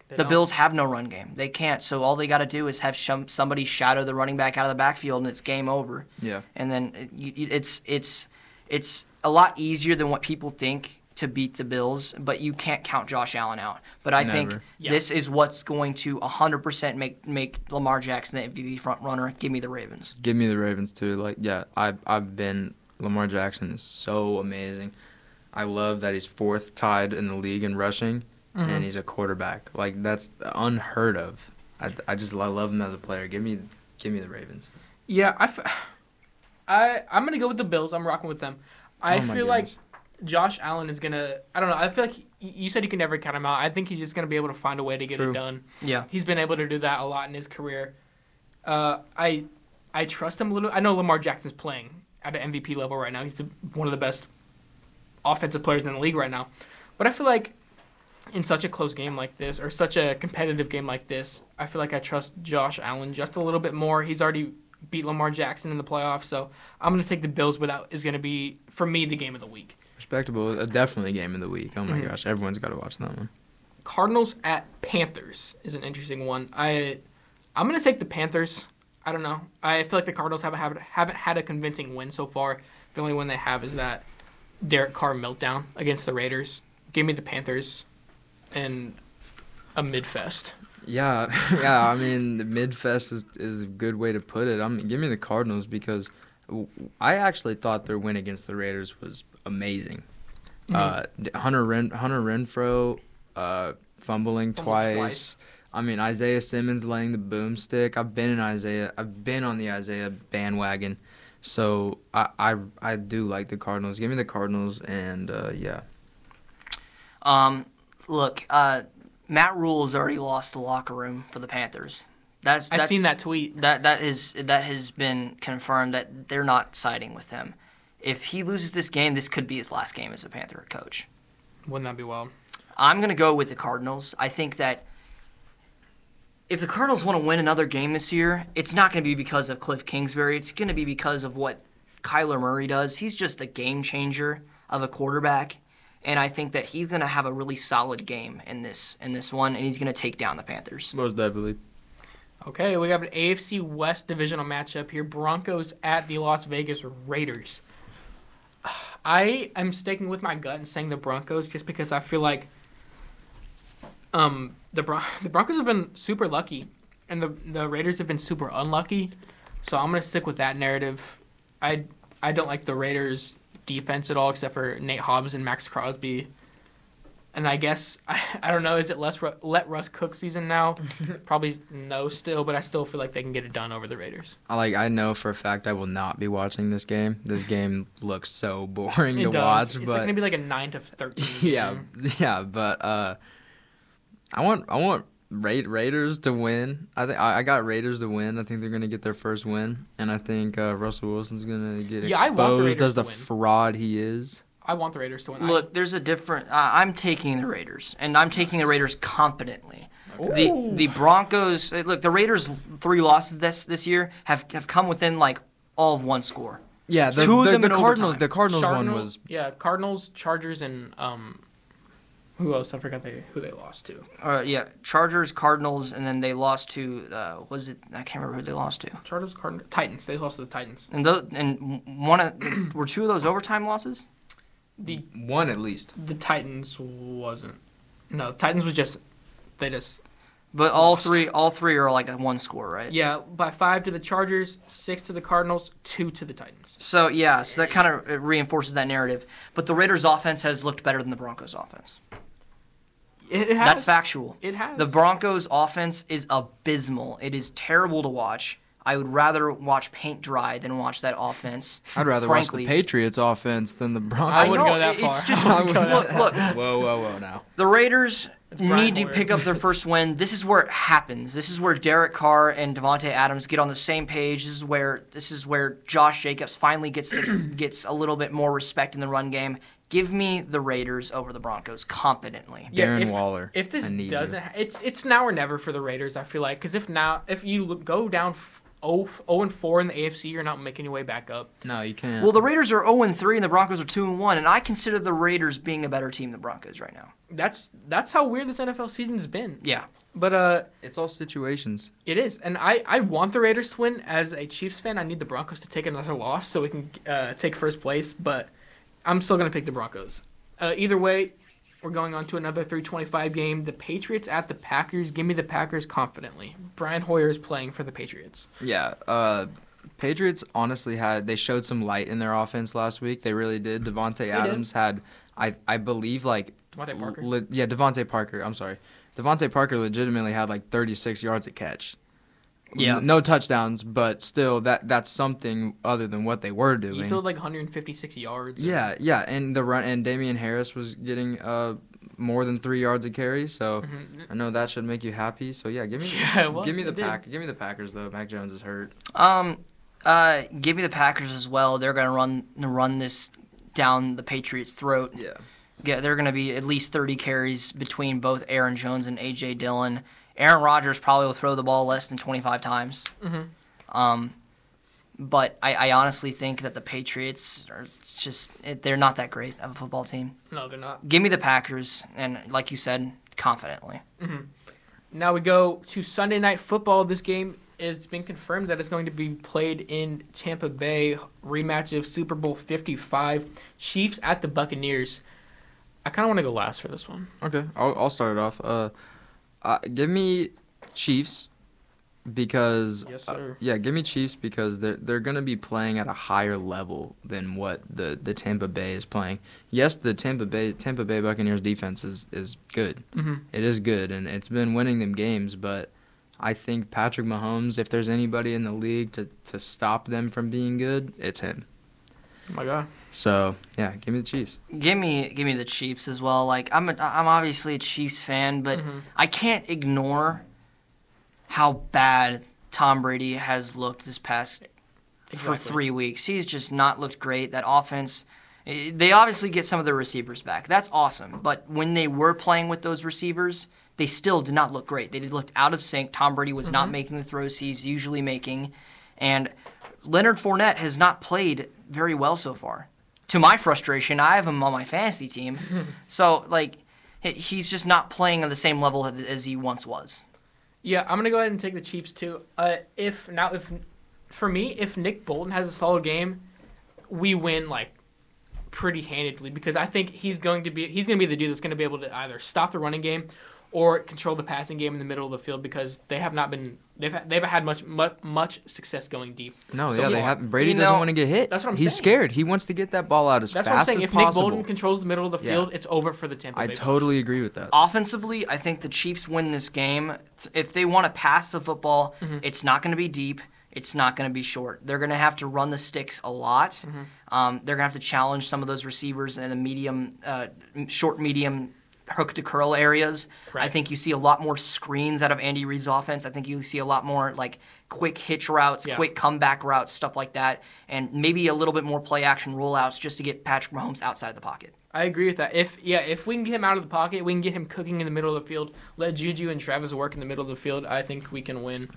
Speaker 1: They
Speaker 2: the
Speaker 1: don't.
Speaker 2: Bills have no run game. They can't. So all they got to do is have shum- somebody shadow the running back out of the backfield, and it's game over
Speaker 3: Yeah.
Speaker 2: and then it- you- you- it's it's it's a lot easier than what people think to beat the Bills, but you can't count Josh Allen out. But I think
Speaker 3: Never.
Speaker 1: Yeah.
Speaker 2: this is what's going to 100% make make Lamar Jackson the MVP front runner. Give me the Ravens.
Speaker 3: Give me the Ravens too. Like, yeah, I I've been Lamar Jackson is so amazing. I love that he's fourth tied in the league in rushing, and he's a quarterback. Like that's unheard of. I, I just I love him as a player. Give me give me the Ravens.
Speaker 1: Yeah, I, f- I, I'm gonna go with the Bills. I'm rocking with them. I
Speaker 3: Oh
Speaker 1: feel
Speaker 3: my
Speaker 1: like
Speaker 3: goodness.
Speaker 1: Josh Allen is gonna. I don't know. I feel like y- you said you can never count him out. I think he's just gonna be able to find a way to get it
Speaker 3: True.
Speaker 1: done.
Speaker 2: Yeah.
Speaker 1: He's been able to do that a lot in his career. Uh, I, I trust him a little. I know Lamar Jackson's playing at an MVP level right now. He's the, one of the best offensive players in the league right now. But I feel like in such a close game like this, or such a competitive game like this, I feel like I trust Josh Allen just a little bit more. He's already beat Lamar Jackson in the playoffs, so I'm gonna take the Bills. Without is gonna be for me the game of the week.
Speaker 3: Respectable, uh, definitely game of the week. Oh my
Speaker 1: Mhm.
Speaker 3: gosh, everyone's got to watch that one.
Speaker 1: Cardinals at Panthers is an interesting one. I I'm gonna take the Panthers. I don't know. I feel like the Cardinals haven't haven't, haven't had a convincing win so far. The only one they have is that Derek Carr meltdown against the Raiders. Give me the Panthers and a midfest.
Speaker 3: Yeah, yeah. I mean, the midfest is is a good way to put it. I mean, give me the Cardinals because w- I actually thought their win against the Raiders was amazing. Uh, d- Hunter Ren- Hunter Renfro uh, fumbling twice.
Speaker 1: twice.
Speaker 3: I mean, Isaiah Simmons laying the boomstick. I've been in Isaiah. I've been on the Isaiah bandwagon. So I I, I do like the Cardinals. Give me the Cardinals and uh, yeah.
Speaker 2: Um, look, uh, Matt Rule has already lost the locker room for the Panthers. That's, that's
Speaker 1: I've seen that tweet.
Speaker 2: That that is that has been confirmed that they're not siding with him. If he loses this game, this could be his last game as a Panther coach.
Speaker 1: Wouldn't that be wild?
Speaker 2: I'm going to go with the Cardinals. I think that if the Cardinals want to win another game this year, it's not going to be because of Cliff Kingsbury. It's going to be because of what Kyler Murray does. He's just a game changer of a quarterback, and I think that he's going to have a really solid game in this in this one, and he's going to take down the Panthers.
Speaker 3: Most definitely.
Speaker 1: Okay, we have an AFC West divisional matchup here: Broncos at the Las Vegas Raiders. I am sticking with my gut and saying the Broncos just because I feel like um, the Bron- the Broncos have been super lucky, and the the Raiders have been super unlucky. So I'm gonna stick with that narrative. I I don't like the Raiders defense at all, except for Nate Hobbs and Max Crosby. And I guess I, I don't know. Is it less Ru- let Russ cook season now? Probably no still, but I still feel like they can get it done over the Raiders.
Speaker 3: I like I know for a fact I will not be watching this game. This game looks so boring
Speaker 1: It
Speaker 3: to
Speaker 1: does.
Speaker 3: watch,
Speaker 1: it's
Speaker 3: but
Speaker 1: gonna be mm-hmm. like a nine to thirteen.
Speaker 3: yeah,
Speaker 1: game.
Speaker 3: yeah, but uh, I want I want Ra- Raiders to win. I think I I got Raiders to win. I think they're gonna get their first win, and I think uh, Russell Wilson's gonna get
Speaker 1: Yeah, I want the
Speaker 3: exposed
Speaker 1: Raiders
Speaker 3: as the
Speaker 1: to win.
Speaker 3: fraud he is.
Speaker 1: I want the Raiders to win. I-
Speaker 2: Look, there's a different. Uh, I'm taking the Raiders, and I'm taking the Raiders competently. The the Broncos. uh, Look, the Raiders' three losses this this year have have come within like all of one score.
Speaker 3: Yeah, the,
Speaker 2: Two of
Speaker 3: the,
Speaker 2: them
Speaker 3: the
Speaker 2: in
Speaker 3: Cardinals.
Speaker 2: overtime.
Speaker 3: The Cardinals one
Speaker 1: Cardinal-
Speaker 3: was
Speaker 1: yeah Cardinals, Chargers, and um, Who else? I forgot they who they lost to.
Speaker 2: Uh, yeah, Chargers, Cardinals, and then they lost to uh, was it? I can't remember who they lost to.
Speaker 1: Chargers, Cardinals, Titans. They lost to the Titans.
Speaker 2: And those and one of were two of those overtime losses.
Speaker 1: The
Speaker 3: One at least.
Speaker 1: the Titans wasn't. No, Titans was just they just
Speaker 2: But all
Speaker 1: Lost.
Speaker 2: three, all three are like a one score, right?
Speaker 1: yeah by five to the Chargers, six to the Cardinals, two to the Titans.
Speaker 2: So yeah, so that kind of reinforces that narrative. But the Raiders' offense has looked better than the Broncos' offense.
Speaker 1: It, it has
Speaker 2: That's factual.
Speaker 1: It has
Speaker 2: The Broncos' offense is abysmal. It is terrible to watch. I would rather watch paint dry than watch that offense.
Speaker 3: I'd rather
Speaker 2: frankly.
Speaker 3: watch the Patriots offense than the Broncos.
Speaker 1: I wouldn't
Speaker 2: know,
Speaker 1: go that
Speaker 2: it- it's
Speaker 1: far.
Speaker 2: just-
Speaker 1: I wouldn't go that
Speaker 2: look,
Speaker 1: far.
Speaker 2: look,
Speaker 3: Whoa, whoa, whoa! Now
Speaker 2: The Raiders
Speaker 1: Brian
Speaker 2: need to
Speaker 1: Hoyer.
Speaker 2: pick up their first win. This is where it happens. This is where Derek Carr and Devonte Adams get on the same page. This is where this is where Josh Jacobs finally gets the, gets a little bit more respect in the run game. Give me the Raiders over the Broncos confidently.
Speaker 3: Darren
Speaker 1: if,
Speaker 3: Waller.
Speaker 1: If this
Speaker 3: I need you.
Speaker 1: doesn't, ha- it's it's now or never for the Raiders. I feel like because if now if you look, go down f- 0 f- 0 and four in the AFC, you're not making your way back up.
Speaker 3: no, you can't.
Speaker 2: Well, the Raiders are 0 3 and the Broncos are 2 1, and I consider the Raiders being a better team than the Broncos right now.
Speaker 1: That's that's how weird this NFL season's been.
Speaker 2: Yeah.
Speaker 1: But uh,
Speaker 3: it's all situations.
Speaker 1: it is, and I I want the Raiders to win as a Chiefs fan. I need the Broncos to take another loss so we can uh, take first place. But I'm still gonna pick the Broncos. Uh, either way. We're going on to another 325 game. The Patriots at the Packers. Give me the Packers confidently. Brian Hoyer is playing for the Patriots.
Speaker 3: Yeah. Uh, Patriots honestly had they showed some light in their offense last week. They really did. Devonte Adams had I I believe like
Speaker 1: Devontae Parker.
Speaker 3: le- yeah, Devonte Parker. I'm sorry. Devonte Parker legitimately had like 36 yards a catch.
Speaker 2: Yeah.
Speaker 3: N- No touchdowns, but still that that's something other than what they were doing.
Speaker 1: He still had like 156 yards.
Speaker 3: Yeah, yeah, and the run and Damian Harris was getting uh more than three yards a carry, so I know that should make you happy. So yeah, give me
Speaker 1: Mm-hmm. Yeah, well,
Speaker 3: give me the
Speaker 1: it did.
Speaker 3: pack, give me the Packers though. Mac Jones is hurt.
Speaker 2: Um, uh, give me the Packers as well. They're going to run run this down the Patriots' throat.
Speaker 3: Yeah,
Speaker 2: Yeah, they're going to be at least 30 carries between both Aaron Jones and A.J. Dillon. Aaron Rodgers probably will throw the ball less than 25 times.
Speaker 1: Mhm.
Speaker 2: Um, but I, I honestly think that the Patriots are just, it, they're not that great of a football team.
Speaker 1: No, they're not.
Speaker 2: Give me the Packers, and like you said, confidently.
Speaker 1: Now we go to Sunday night football. This game has been confirmed that it's going to be played in Tampa Bay. Rematch of Super Bowl 55, Chiefs at the Buccaneers. I kind of want to go last for this one.
Speaker 3: okay, I'll I'll start it off. Uh, uh give me Chiefs because
Speaker 1: Yes,
Speaker 3: uh,
Speaker 1: sir.
Speaker 3: yeah, give me Chiefs because they're they're gonna be playing at a higher level than what the the Tampa Bay is playing. Yes, the Tampa Bay Tampa Bay Buccaneers defense is is good.
Speaker 1: Mhm.
Speaker 3: It is good, and it's been winning them games. But I think Patrick Mahomes, if there's anybody in the league to to stop them from being good, it's him.
Speaker 1: Oh my God.
Speaker 3: So yeah, give me the Chiefs.
Speaker 2: Give me, give me the Chiefs as well. Like I'm, a, I'm obviously a Chiefs fan, but
Speaker 1: Mhm.
Speaker 2: I can't ignore how bad Tom Brady has looked this past for
Speaker 1: Exactly.
Speaker 2: three weeks. He's just not looked great. That offense, eh, they obviously get some of their receivers back. That's awesome. But when they were playing with those receivers, they still did not look great. They did looked out of sync. Tom Brady was not making the throws he's usually making, and Leonard Fournette has not played very well so far. To my frustration, I have him on my fantasy team, so like he- he's just not playing on the same level as he once was.
Speaker 1: Yeah, I'm gonna go ahead and take the Chiefs too. Uh, if now, if for me, if Nick Bolton has a solid game, we win like pretty handedly because I think he's going to be he's going to be the dude that's going to be able to either stop the running game or control the passing game in the middle of the field because they have not been they've ha- they've had much much, much success going deep.
Speaker 3: No,
Speaker 1: So
Speaker 3: yeah, they
Speaker 1: far.
Speaker 3: have Brady
Speaker 2: You
Speaker 3: doesn't
Speaker 2: know,
Speaker 3: want to get hit.
Speaker 1: that's what I'm
Speaker 3: He's
Speaker 1: saying.
Speaker 3: scared. He wants to get that ball out as
Speaker 1: That's what I'm
Speaker 3: fast
Speaker 1: saying.
Speaker 3: as
Speaker 1: If
Speaker 3: possible.
Speaker 1: Nick Bolton controls the middle of the
Speaker 3: Yeah.
Speaker 1: field, it's over for the Tampa
Speaker 3: I
Speaker 1: Bay. Bucs.
Speaker 3: totally agree with that.
Speaker 2: offensively, I think the Chiefs win this game. If they want to pass the football,
Speaker 1: Mm-hmm.
Speaker 2: it's not going to be deep. It's not going to be short. They're going to have to run the sticks a lot.
Speaker 1: Mm-hmm.
Speaker 2: Um, they're going to have to challenge some of those receivers in the medium, uh, m- short, medium hook to curl areas. I
Speaker 1: Right.
Speaker 2: think you see a lot more screens out of Andy Reid's offense. I think you see a lot more like quick hitch routes,
Speaker 1: Yeah.
Speaker 2: quick comeback routes, stuff like that, and maybe a little bit more play action rollouts just to get Patrick Mahomes outside the pocket.
Speaker 1: I agree with that. If yeah, if we can get him out of the pocket, we can get him cooking in the middle of the field. Let Juju and Travis work in the middle of the field. I think we can win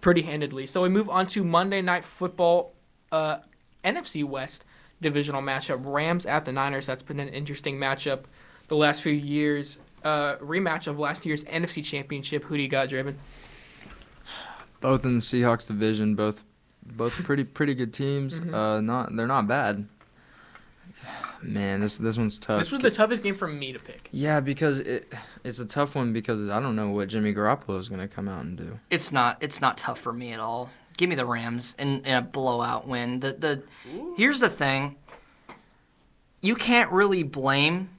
Speaker 1: pretty handedly. So we move on to Monday Night Football, uh, NFC West divisional matchup: Rams at the Niners. That's been an interesting matchup the last few years. uh, rematch of last year's NFC Championship. Who do you got, Draven?
Speaker 3: Both in the Seahawks division, both both pretty pretty good teams.
Speaker 1: Mhm.
Speaker 3: Uh, not they're not bad. Man, this this one's tough.
Speaker 1: This was the toughest game for me to pick.
Speaker 3: yeah, because it it's a tough one because I don't know what Jimmy Garoppolo is gonna come out and do.
Speaker 2: It's not it's not tough for me at all. Give me the Rams in, in a blowout win. The the here's the thing. You can't really blame.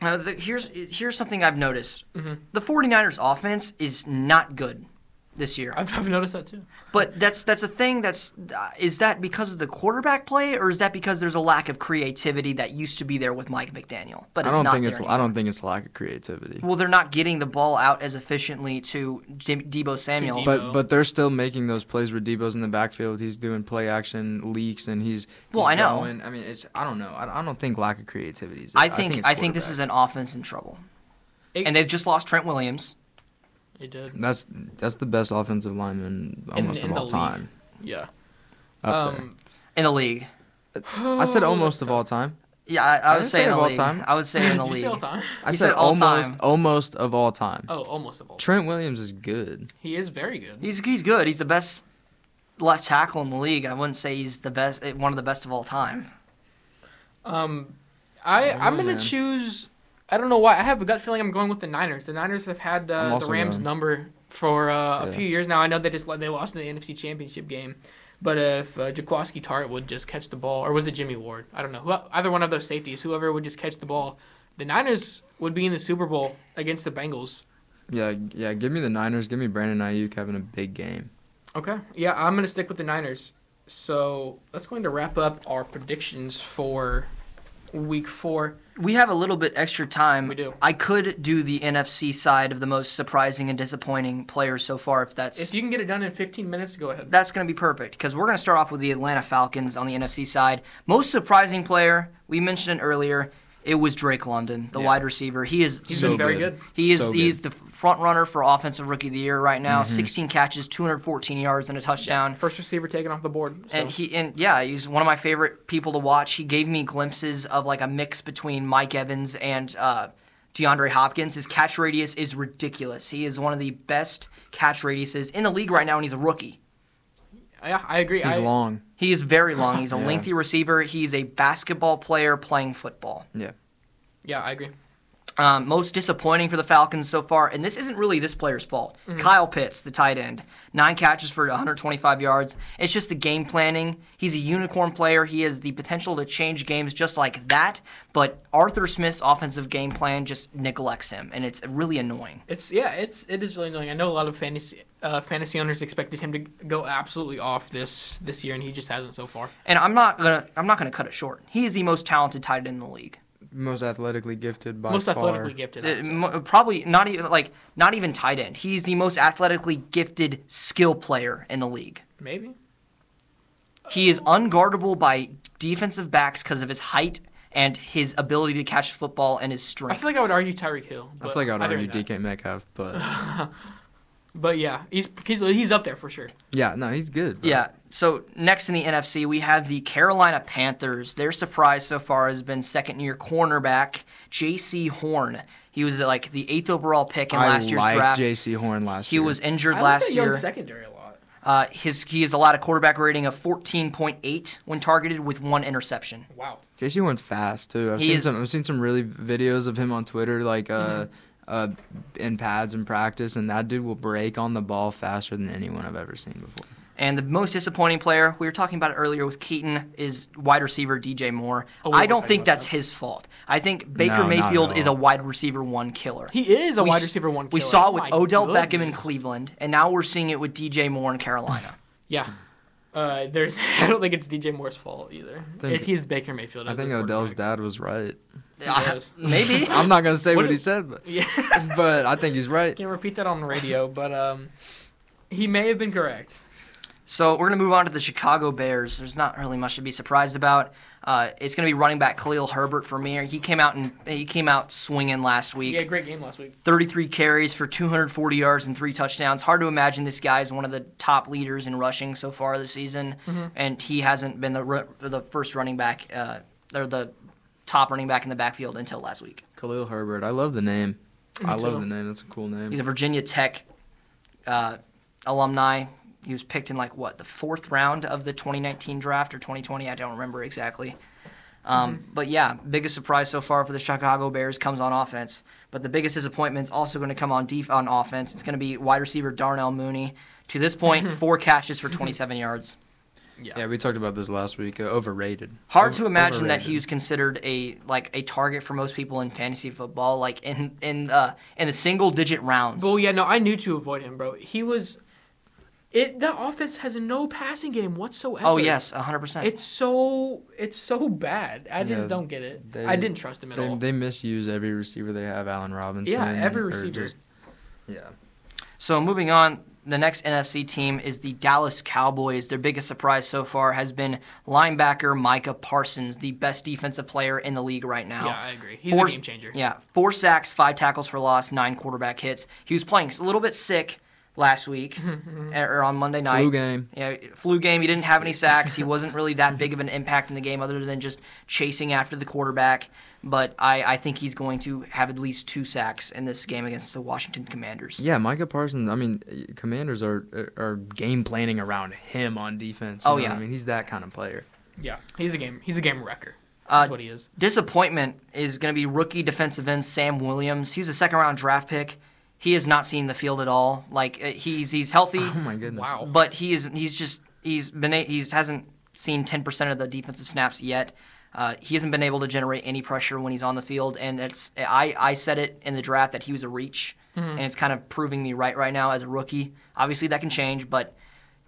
Speaker 2: Uh, the, here's here's something I've noticed.
Speaker 1: Mhm.
Speaker 2: The 49ers offense is not good this year.
Speaker 1: I've, I've noticed that too.
Speaker 2: But that's that's a thing. That's uh, is that because of the quarterback play, or is that because there's a lack of creativity that used to be there with Mike McDaniel? But
Speaker 3: I
Speaker 2: it's
Speaker 3: don't
Speaker 2: not
Speaker 3: think
Speaker 2: there
Speaker 3: it's
Speaker 2: anymore.
Speaker 3: I don't think it's lack of creativity.
Speaker 2: Well, they're not getting the ball out as efficiently to Jim, Debo Samuel.
Speaker 1: Debo.
Speaker 3: But but they're still making those plays where Debo's in the backfield. He's doing play action leaks and he's.
Speaker 2: Well,
Speaker 3: he's
Speaker 2: I know.
Speaker 3: going. I mean, it's I don't know. I, I don't think lack of creativity is. it.
Speaker 2: I think I think,
Speaker 3: it's
Speaker 2: this is
Speaker 3: quarterback.
Speaker 2: an offense in trouble,
Speaker 1: It-
Speaker 2: and they've just lost Trent Williams.
Speaker 1: It did.
Speaker 3: That's that's the best offensive lineman almost
Speaker 1: in
Speaker 3: of
Speaker 1: the
Speaker 3: all
Speaker 1: league.
Speaker 3: time.
Speaker 1: Yeah.
Speaker 2: Um,
Speaker 3: Up
Speaker 1: Um,
Speaker 2: In the league,
Speaker 3: there. I said almost of all time.
Speaker 2: yeah, I, I,
Speaker 3: I
Speaker 2: would
Speaker 3: didn't
Speaker 2: say
Speaker 3: say
Speaker 2: in the
Speaker 3: of all
Speaker 2: league.
Speaker 3: time.
Speaker 2: I would say in the
Speaker 1: Did you say
Speaker 2: league.
Speaker 1: all time?
Speaker 3: I
Speaker 2: You
Speaker 3: said,
Speaker 2: said all
Speaker 3: almost
Speaker 2: time.
Speaker 3: almost of all time.
Speaker 1: Oh, almost of all. time.
Speaker 3: Trent Williams is good.
Speaker 1: He is very good.
Speaker 2: He's he's good. He's the best left tackle in the league. I wouldn't say he's the best, eh, one of the best of all time.
Speaker 1: Um, I
Speaker 3: I don't
Speaker 1: I'm
Speaker 3: know,
Speaker 1: gonna
Speaker 3: Oh, man.
Speaker 1: choose. I don't know why. I have a gut feeling I'm going with the Niners. The Niners have had
Speaker 3: I'm
Speaker 1: uh, the
Speaker 3: also
Speaker 1: Rams
Speaker 3: going.
Speaker 1: number for uh, a
Speaker 3: Yeah.
Speaker 1: few years now. I know they just lo- they lost in the NFC Championship game, but if uh, Jaquaski Tart would just catch the ball, or was it Jimmy Ward? I don't know. Who, either one of those safeties, whoever would just catch the ball, the Niners would be in the Super Bowl against the Bengals.
Speaker 3: Yeah, yeah. Give me the Niners. Give me Brandon Ayuk having a big game.
Speaker 1: Okay. Yeah, I'm gonna stick with the Niners. So that's going to wrap up our predictions for Week Four.
Speaker 2: We have a little bit extra time.
Speaker 1: We do.
Speaker 2: I could do the NFC side of the most surprising and disappointing players so far. If that's
Speaker 1: If you can get it done in 15 minutes, go ahead.
Speaker 2: that's going to be perfect because we're going to start off with the Atlanta Falcons on the NFC side. Most surprising player we mentioned it earlier. It was Drake London, the
Speaker 3: Yeah.
Speaker 2: wide receiver. He is
Speaker 1: He's
Speaker 3: So
Speaker 1: been very
Speaker 3: good.
Speaker 1: good. Mm-hmm.
Speaker 2: he is
Speaker 3: So
Speaker 2: he's the front runner for offensive rookie of the year right now. 16 catches, 214 yards, and a touchdown.
Speaker 1: First receiver taken off the board. So.
Speaker 2: And he and yeah, he's one of my favorite people to watch. He gave me glimpses of like a mix between Mike Evans and uh, DeAndre Hopkins. His catch radius is ridiculous. He is one of the best catch radiuses in the league right now, and he's a rookie.
Speaker 1: yeah, I agree.
Speaker 3: He's
Speaker 1: I,
Speaker 3: long.
Speaker 2: He is very long. He's a
Speaker 3: Yeah.
Speaker 2: lengthy receiver. He's a basketball player playing football.
Speaker 3: Yeah.
Speaker 1: Yeah, I agree.
Speaker 2: Um, most disappointing for the Falcons so far, and this isn't really this player's fault. Kyle Pitts, the tight end, nine catches for 125 yards. It's just the game planning. He's a unicorn player. He has the potential to change games just like that. But Arthur Smith's offensive game plan just neglects him, and it's really annoying.
Speaker 1: It's yeah, it's it is really annoying. I know a lot of fantasy uh, fantasy owners expected him to go absolutely off this this year, and he just hasn't so far.
Speaker 2: And I'm not gonna I'm not gonna cut it short. He is the most talented tight end in the league.
Speaker 3: Most athletically gifted by
Speaker 1: Most
Speaker 3: far.
Speaker 1: athletically gifted. I
Speaker 2: Uh,
Speaker 1: would say.
Speaker 2: mo- probably not even like not even tight end. He's the most athletically gifted skill player in the league.
Speaker 1: Maybe.
Speaker 2: He is unguardable by defensive backs because of his height and his ability to catch football and his
Speaker 1: I
Speaker 2: strength.
Speaker 1: feel like I would argue Tyreek Hill.
Speaker 3: I
Speaker 1: But
Speaker 3: feel like I'd
Speaker 1: other
Speaker 3: argue
Speaker 1: than that-
Speaker 3: DK Metcalf, but
Speaker 1: But yeah, he's, he's he's up there for sure.
Speaker 3: yeah, no, he's good. bro.
Speaker 2: Yeah. So next in the NFC, we have the Carolina Panthers. Their surprise so far has been second-year cornerback J.C. Horn. He was like the eighth overall pick in
Speaker 3: I
Speaker 2: last year's
Speaker 3: like
Speaker 2: draft.
Speaker 3: J.C. Horn last
Speaker 2: He
Speaker 3: year.
Speaker 2: was injured
Speaker 1: I like
Speaker 2: last
Speaker 1: that
Speaker 2: year.
Speaker 1: young secondary a lot.
Speaker 2: Uh, his he has allowed a quarterback rating of 14.8 when targeted with one interception.
Speaker 1: Wow.
Speaker 3: J.C. Horn's fast too. I've
Speaker 2: He
Speaker 3: seen
Speaker 2: is- Mm-hmm.
Speaker 3: some. I've seen some really videos of him on Twitter, like uh, uh, in pads and practice, and that dude will break on the ball faster than anyone I've ever seen before.
Speaker 2: And the most disappointing player we were talking about it earlier with Keaton is wide receiver DJ Moore.
Speaker 1: Oh, we
Speaker 2: I
Speaker 1: were
Speaker 2: don't
Speaker 1: talking
Speaker 2: think
Speaker 1: about
Speaker 2: that's his fault. I think Baker
Speaker 3: No, not at
Speaker 2: Mayfield is a
Speaker 3: all.
Speaker 2: wide receiver one killer.
Speaker 1: He is a
Speaker 2: We
Speaker 1: wide
Speaker 2: s-
Speaker 1: receiver one.
Speaker 2: We
Speaker 1: killer.
Speaker 2: saw it with
Speaker 1: Oh My
Speaker 2: Odell Beckham in
Speaker 1: goodness.
Speaker 2: Cleveland, and now we're seeing it with DJ Moore in Carolina.
Speaker 1: Yeah. Uh, there's. I don't think it's DJ Moore's fault either.
Speaker 3: think-
Speaker 1: it's, he's Baker Mayfield.
Speaker 3: I
Speaker 1: as their
Speaker 3: think Odell's
Speaker 1: quarterback.
Speaker 3: dad was right.
Speaker 2: Uh,
Speaker 1: is.
Speaker 2: Maybe.
Speaker 3: I'm not gonna say
Speaker 1: What
Speaker 3: what,
Speaker 1: do-
Speaker 3: he said, but
Speaker 1: Yeah.
Speaker 3: but I think he's right.
Speaker 1: Can't repeat that on the radio, but um, he may have been correct.
Speaker 2: So we're going to move on to the Chicago Bears. There's not really much to be surprised about. Uh, it's going to be running back Khalil Herbert for me. He came out and he came out swinging last week.
Speaker 1: He had a great game last week.
Speaker 2: 33 carries for 240 yards and three touchdowns. Hard to imagine this guy is one of the top leaders in rushing so far this season, and he hasn't been the ru- the first running back uh, or the top running back in the backfield until last week.
Speaker 3: Khalil Herbert. I love the name. I
Speaker 1: Me
Speaker 3: love
Speaker 1: too.
Speaker 3: the name. That's a cool name.
Speaker 2: He's a Virginia Tech uh, alumni. He was picked in like what the fourth round of the 2019 draft or 2020. I don't remember exactly. Um,
Speaker 1: Mm-hmm.
Speaker 2: But yeah, biggest surprise so far for the Chicago Bears comes on offense. But the biggest disappointment's also going to come on def- on offense. It's going to be wide receiver Darnell Mooney. To this point,
Speaker 1: Mm-hmm.
Speaker 2: four catches for 27 yards.
Speaker 3: yeah, we talked about this last week. Uh, overrated.
Speaker 2: Hard
Speaker 3: Over-
Speaker 2: to imagine that
Speaker 3: overrated.
Speaker 2: he was considered a like a target for most people in fantasy football, like in in uh, in the single digit rounds.
Speaker 1: Well, yeah, no, I knew to avoid him, bro. He was. It that offense has no passing game whatsoever.
Speaker 2: Oh yes, 100. percent
Speaker 1: It's so it's so bad. I just
Speaker 3: Yeah,
Speaker 1: don't get it.
Speaker 3: they-
Speaker 1: I didn't trust him at
Speaker 3: They,
Speaker 1: all.
Speaker 3: they misuse every receiver they have. Allen Robinson.
Speaker 1: yeah, every
Speaker 3: or
Speaker 1: receiver.
Speaker 3: just- yeah.
Speaker 2: So moving on, the next NFC team is the Dallas Cowboys. Their biggest surprise so far has been linebacker Micah Parsons, the best defensive player in the league right now.
Speaker 1: yeah, I agree. He's
Speaker 2: Four-
Speaker 1: a game changer.
Speaker 2: Yeah, four sacks, five tackles for loss, nine quarterback hits. He was playing a little bit sick last week or on Monday night.
Speaker 3: Flu game.
Speaker 2: Yeah, flu game. He didn't have any sacks. He wasn't really that big of an impact in the game, other than just chasing after the quarterback. But I, I think he's going to have at least two sacks in this game against the Washington Commanders.
Speaker 3: Yeah, Micah Parsons. I mean, uh, Commanders are are game planning around him on defense. you
Speaker 2: Oh,
Speaker 3: know what
Speaker 2: yeah.
Speaker 3: I mean, he's that kind of player.
Speaker 1: Yeah, he's a game. He's a game wrecker.
Speaker 2: Uh,
Speaker 1: That's what he is.
Speaker 2: Disappointment is going to be rookie defensive end Sam Williams. He was a second round draft pick. He has not seen the field at all. Like uh, he's he's healthy,
Speaker 3: Oh my goodness.
Speaker 1: Wow.
Speaker 2: but he is he's just he's been a- he's hasn't seen 10% of the defensive snaps yet. Uh, he hasn't been able to generate any pressure when he's on the field, and it's I, I said it in the draft that he was a reach, and it's kind of proving me right right now as a rookie. Obviously that can change, but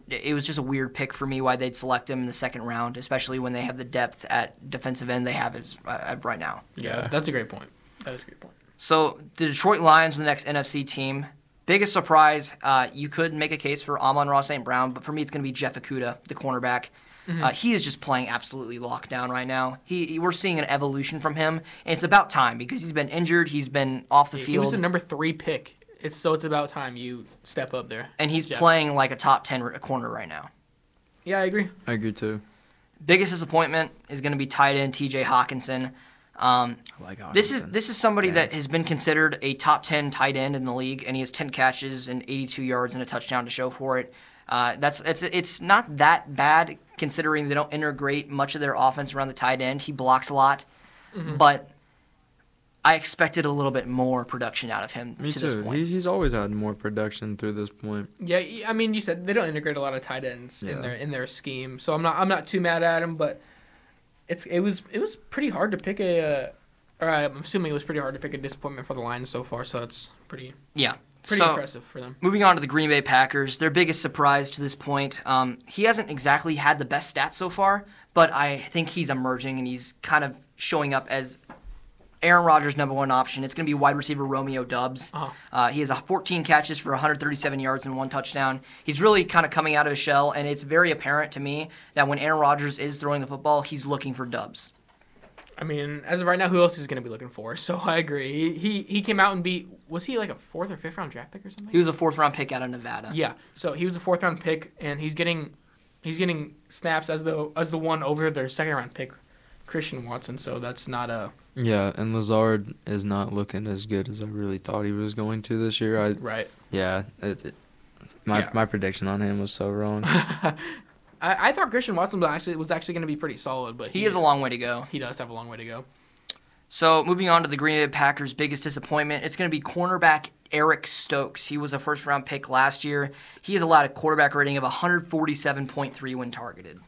Speaker 2: it was just a weird pick for me why they'd select him in the second round, especially when they have the depth at defensive end they have as uh, right now.
Speaker 1: Yeah, that's a great point. That is a great point.
Speaker 2: So the Detroit Lions, are the next NFC team. Biggest surprise, uh, you could make a case for Amon Ross St. Brown, but for me, it's going to be Jeff Okuda, the cornerback.
Speaker 1: Mm-hmm.
Speaker 2: Uh, he is just playing absolutely locked down right now. He, he- we're seeing an evolution from him, and it's about time because he's been injured, he's been off the
Speaker 1: He was
Speaker 2: field,
Speaker 1: the number three pick. It's so it's about time you step up there.
Speaker 2: and he's
Speaker 1: Jeff.
Speaker 2: playing like a top ten r- corner right now.
Speaker 1: Yeah, I agree.
Speaker 3: I agree too.
Speaker 2: Biggest disappointment is going to be tight end T.J. Hawkinson. Um,
Speaker 3: I like
Speaker 2: This is
Speaker 3: Hawkinson.
Speaker 2: this is somebody that has been considered a top ten tight end in the league, and he has ten catches and 82 yards and a touchdown to show for it. Uh, that's it's it's not that bad considering they don't integrate much of their offense around the tight end. He blocks a lot,
Speaker 3: Mm-hmm.
Speaker 2: but I expected a little bit more production out of him
Speaker 3: Me
Speaker 2: to
Speaker 3: too.
Speaker 2: this point.
Speaker 3: He's, he's always had more production through this point.
Speaker 1: Yeah, y- I mean, you said they don't integrate a lot of tight ends
Speaker 3: Yeah.
Speaker 1: in their in their scheme, so I'm not I'm not too mad at him. But it's it was it was pretty hard to pick a. Uh, or I'm assuming it was pretty hard to pick a disappointment for the Lions so far, so it's pretty
Speaker 2: yeah,
Speaker 1: pretty
Speaker 2: So-
Speaker 1: impressive for them.
Speaker 2: Moving on to the Green Bay Packers, their biggest surprise to this point. Um, he hasn't exactly had the best stats so far, but I think he's emerging and he's kind of showing up as Aaron Rodgers' number one option. It's going to be wide receiver Romeo Dubs.
Speaker 1: Uh-huh.
Speaker 2: Uh, he has a 14 catches for 137 yards and one touchdown. He's really kind of coming out of his shell, and it's very apparent to me that when Aaron Rodgers is throwing the football, he's looking for Dubs.
Speaker 1: I mean, as of right now, who else is going to be looking for? So I agree. He, he he came out and beat. Was he like a fourth or fifth round draft pick or something?
Speaker 2: He was a fourth round pick out of Nevada.
Speaker 1: Yeah. So he was a fourth round pick, and he's getting he's getting snaps as the as the one over their second round pick, Christian Watson. So that's not a
Speaker 3: Yeah, and Lazard is not looking as good as I really thought he was going to this year. I
Speaker 1: right.
Speaker 3: yeah, it, it- my
Speaker 1: Yeah.
Speaker 3: my prediction on him was so wrong.
Speaker 1: I, I thought Christian Watson was actually was actually going to be pretty solid, but
Speaker 2: He has a long way to go.
Speaker 1: he does have a long way to go.
Speaker 2: So moving on to the Green Bay Packers' biggest disappointment, it's going to be cornerback Eric Stokes. He was a first-round pick last year. He has allowed a quarterback rating of 147.3 when targeted.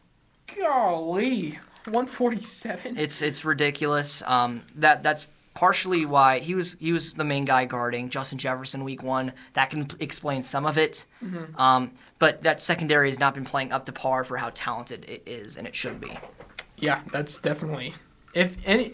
Speaker 1: Golly, one forty seven.
Speaker 2: It's it's ridiculous. Um, that that's partially why he was he was the main guy guarding Justin Jefferson week one. That can explain some of it. Um, but that secondary has not been playing up to par for how talented it is and it should be.
Speaker 1: Yeah, that's definitely. If any,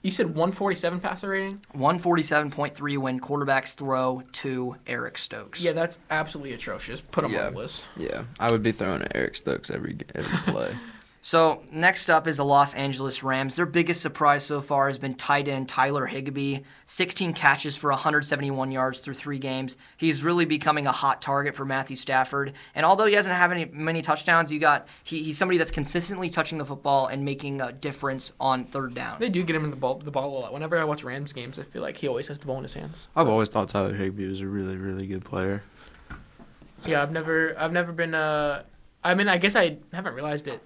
Speaker 1: you said one forty seven passer rating.
Speaker 2: 147.3 when quarterbacks throw to Eric Stokes.
Speaker 1: Yeah, that's absolutely atrocious. Put him
Speaker 3: Yeah.
Speaker 1: on the list.
Speaker 3: yeah, I would be throwing at Eric Stokes every every play.
Speaker 2: So next up is the Los Angeles Rams. Their biggest surprise so far has been tight end Tyler Higbee, 16 catches for 171 yards through three games. He's really becoming a hot target for Matthew Stafford. And although he doesn't have any many touchdowns, you got he, he's somebody that's consistently touching the football and making a difference on third down.
Speaker 1: They do get him in the ball, the ball a lot. Whenever I watch Rams games, I feel like he always has the ball in his hands.
Speaker 3: I've always thought Tyler Higbee was a really, really good player.
Speaker 1: Yeah, I've never, I've never been. Uh, I mean, I guess I haven't realized it.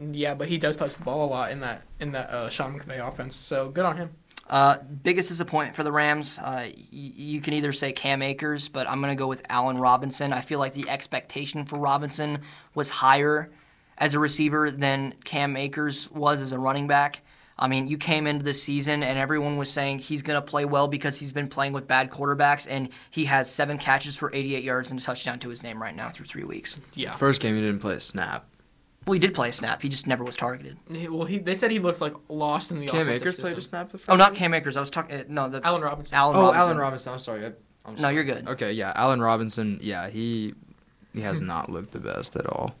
Speaker 1: Yeah, but he does touch the ball a lot in that in that uh, Sean McVay offense. So good on him.
Speaker 2: Uh, biggest disappointment for the Rams, uh, y- you can either say Cam Akers, but I'm going to go with Allen Robinson. I feel like the expectation for Robinson was higher as a receiver than Cam Akers was as a running back. I mean, you came into this season and everyone was saying he's going to play well because he's been playing with bad quarterbacks, and he has seven catches for 88 yards and a touchdown to his name right now through three weeks.
Speaker 1: Yeah.
Speaker 3: First game, he didn't play a snap.
Speaker 2: Well, he did play a snap, he just never was targeted.
Speaker 1: He- Well, he they said he looked like lost in the
Speaker 3: Cam
Speaker 1: offensive
Speaker 3: Akers
Speaker 1: system.
Speaker 3: played a snap the first
Speaker 2: Oh, not
Speaker 3: game?
Speaker 2: Cam Akers. I was talking. Uh, no, the
Speaker 1: Allen Robinson.
Speaker 2: Allen
Speaker 3: Oh,
Speaker 2: Robinson.
Speaker 3: Allen Robinson. I'm sorry. I, I'm
Speaker 2: No,
Speaker 3: sorry.
Speaker 2: you're good.
Speaker 3: Okay, yeah, Allen Robinson. Yeah, he he has not looked the best at all.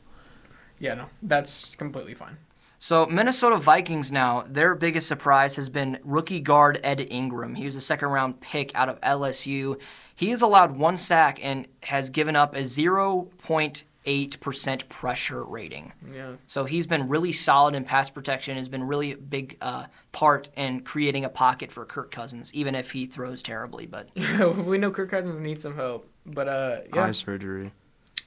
Speaker 1: Yeah, no, that's completely fine.
Speaker 2: So Minnesota Vikings now, their biggest surprise has been rookie guard Ed Ingram. He was a second round pick out of LSU. He has allowed one sack and has given up a 0.8% pressure rating.
Speaker 1: Yeah.
Speaker 2: So he's been really solid in pass protection, has been really a big uh, part in creating a pocket for Kirk Cousins, even if he throws terribly. But
Speaker 1: we know Kirk Cousins needs some help, but uh, yeah.
Speaker 3: Eye surgery.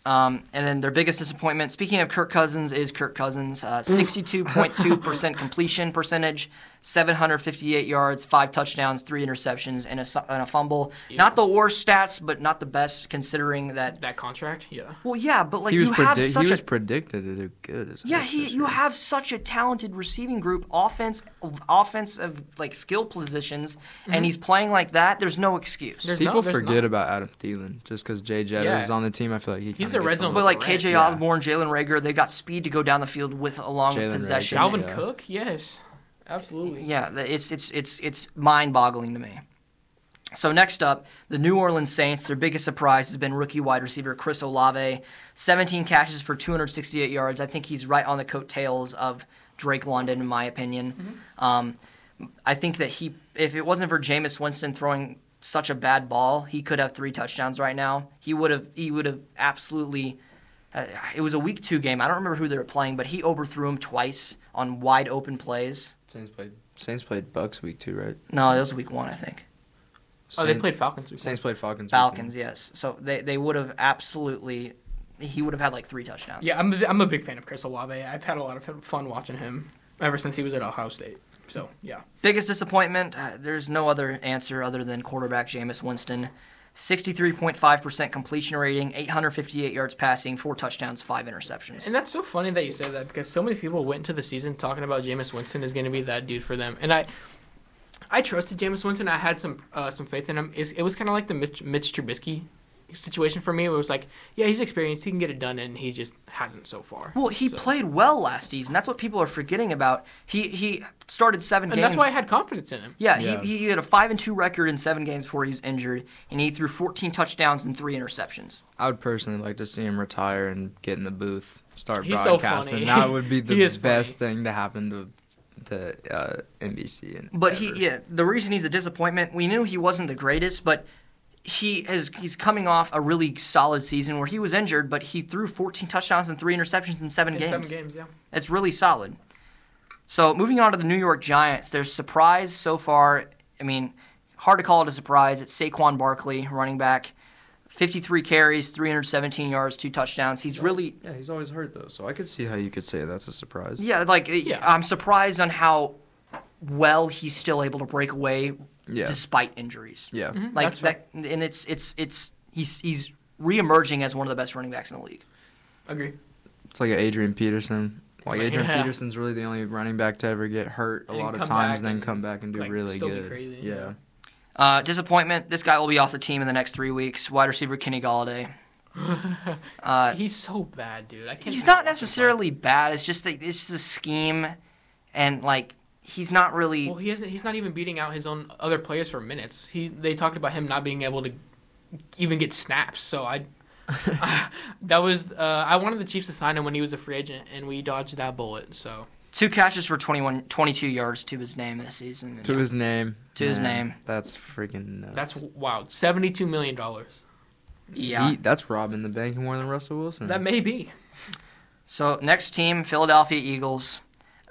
Speaker 2: Um, and then their biggest disappointment, speaking of Kirk Cousins, is Kirk Cousins. Uh, 62.2% completion percentage, 758 yards, five touchdowns, three interceptions, and a, su- and a fumble. Not the worst stats, but not the best considering that.
Speaker 1: That contract, yeah.
Speaker 2: Well, yeah, but like
Speaker 3: he was,
Speaker 2: you have
Speaker 3: predict-
Speaker 2: such
Speaker 3: he was
Speaker 2: a.
Speaker 3: predicted to do good. As
Speaker 2: Yeah,
Speaker 3: heck
Speaker 2: he,
Speaker 3: this
Speaker 2: you
Speaker 3: year.
Speaker 2: have such a talented receiving group, offense, offensive like skill positions,
Speaker 3: Mm-hmm.
Speaker 2: and he's playing like that. There's no excuse.
Speaker 1: There's
Speaker 3: People
Speaker 1: no, there's
Speaker 3: forget
Speaker 1: not.
Speaker 3: about Adam Thielen just because Jay Jettas
Speaker 1: Yeah.
Speaker 3: is on the team. I feel like he
Speaker 1: He's
Speaker 3: kinda
Speaker 1: a red
Speaker 3: gets
Speaker 1: zone
Speaker 2: But
Speaker 3: little-
Speaker 2: like
Speaker 1: Correct,
Speaker 2: KJ
Speaker 1: yeah.
Speaker 2: Osborne, Jalen Rager, they got speed to go down the field with along
Speaker 3: Jalen
Speaker 2: with
Speaker 3: Rager.
Speaker 2: possession.
Speaker 3: Dalvin
Speaker 1: Dalvin
Speaker 3: Yeah.
Speaker 1: Cook, yes, absolutely.
Speaker 2: Yeah, th- it's it's it's it's mind-boggling to me. So next up, the New Orleans Saints. Their biggest surprise has been rookie wide receiver Chris Olave, 17 catches for 268 yards. I think he's right on the coattails of Drake London, in my opinion. Um, I think that he, if it wasn't for Jameis Winston throwing such a bad ball, he could have three touchdowns right now. He would have. He would have absolutely. Uh, it was a week two game. I don't remember who they were playing, but he overthrew him twice on wide open plays.
Speaker 3: Saints played Saints played Bucks week two, right?
Speaker 2: No, that was week one, I think.
Speaker 1: Oh, they
Speaker 3: Saint-
Speaker 1: played Falcons. week
Speaker 3: Saints played Falcons. week one.
Speaker 2: Falcons, yes. So they, they would have absolutely, he would have had like three touchdowns.
Speaker 1: one. Yeah, I'm I'm a big fan of Chris Olave. I've had a lot of fun watching him ever since he was at Ohio State. So yeah,
Speaker 2: Biggest disappointment, uh, there's no other answer other than quarterback Jameis Winston. 63.5% completion rating, 858 yards passing, four touchdowns, five interceptions.
Speaker 1: and that's so funny that you said that because so many people went into the season talking about Jameis Winston is going to be that dude for them, and I. I trusted Jameis Winston. I had some uh, some faith in him. It's, it was kind of like the Mitch, Mitch Trubisky situation for me, where it was like, yeah, he's experienced, he can get it done, and he just hasn't so far.
Speaker 2: Well, he
Speaker 1: So-
Speaker 2: played well last season. That's what people are forgetting about. He he started seven
Speaker 1: and
Speaker 2: games.
Speaker 1: that's why I had confidence in him.
Speaker 2: Yeah,
Speaker 3: Yeah.
Speaker 2: He, he had a five and two record in seven games before he was injured, and he threw 14 touchdowns and three interceptions.
Speaker 3: I would personally like to see him retire and get in the booth, start
Speaker 1: He's so
Speaker 3: broadcasting.
Speaker 1: funny.
Speaker 3: That would be the
Speaker 1: He is
Speaker 3: best thing to happen to to uh, NBC. And
Speaker 2: But
Speaker 3: ever.
Speaker 2: he, yeah, the reason he's a disappointment, we knew he wasn't the greatest, but he is he's coming off a really solid season where he was injured, but he threw 14 touchdowns and three interceptions in seven
Speaker 1: In
Speaker 2: games.
Speaker 1: seven games, yeah.
Speaker 2: It's really solid. So moving on to the New York Giants, their surprise so far. I mean, hard to call it a surprise. It's Saquon Barkley, running back, 53 carries, 317 yards, two touchdowns. He's really
Speaker 3: Yeah, he's always hurt though, so I could see how you could say that's a surprise.
Speaker 2: yeah, like eh,
Speaker 1: Yeah.
Speaker 2: I'm surprised on how well he's still able to break away
Speaker 3: Yeah.
Speaker 2: despite injuries.
Speaker 3: Yeah.
Speaker 2: Like
Speaker 1: That's
Speaker 2: that, and it's it's it's he's he's reemerging as one of the best running backs in the league.
Speaker 1: Agree.
Speaker 3: It's like a Adrian Peterson. Like
Speaker 1: Yeah.
Speaker 3: Adrian Peterson's really the only running back to ever get hurt a
Speaker 1: And
Speaker 3: lot of
Speaker 1: come
Speaker 3: times,
Speaker 1: back
Speaker 3: and then
Speaker 1: and,
Speaker 3: come back and do
Speaker 1: like,
Speaker 3: really
Speaker 1: still be
Speaker 3: good.
Speaker 1: crazy,
Speaker 3: yeah.
Speaker 1: yeah.
Speaker 2: Uh, disappointment. This guy will be off the team in the next three weeks. Wide receiver Kenny Galladay. Uh,
Speaker 1: He's so bad, dude. I can't
Speaker 2: he's
Speaker 1: even watch
Speaker 2: not
Speaker 1: him play.
Speaker 2: necessarily bad. It's just that it's just a scheme, and like he's not really.
Speaker 1: Well, he isn't. He's not even beating out his own other players for minutes. He they talked about him not being able to even get snaps. So I, that was uh, I wanted the Chiefs to sign him when he was a free agent, and we dodged that bullet. So
Speaker 2: Two catches for 21, 22 yards to his name this season.
Speaker 3: To his name.
Speaker 2: To his name.
Speaker 3: That's freaking nuts.
Speaker 1: that's wild. Seventy-two million dollars.
Speaker 2: yeah.
Speaker 3: He- that's robbing the bank more than Russell
Speaker 2: Hmm.
Speaker 3: Wilson.
Speaker 1: That may be.
Speaker 2: So next team, Philadelphia Eagles.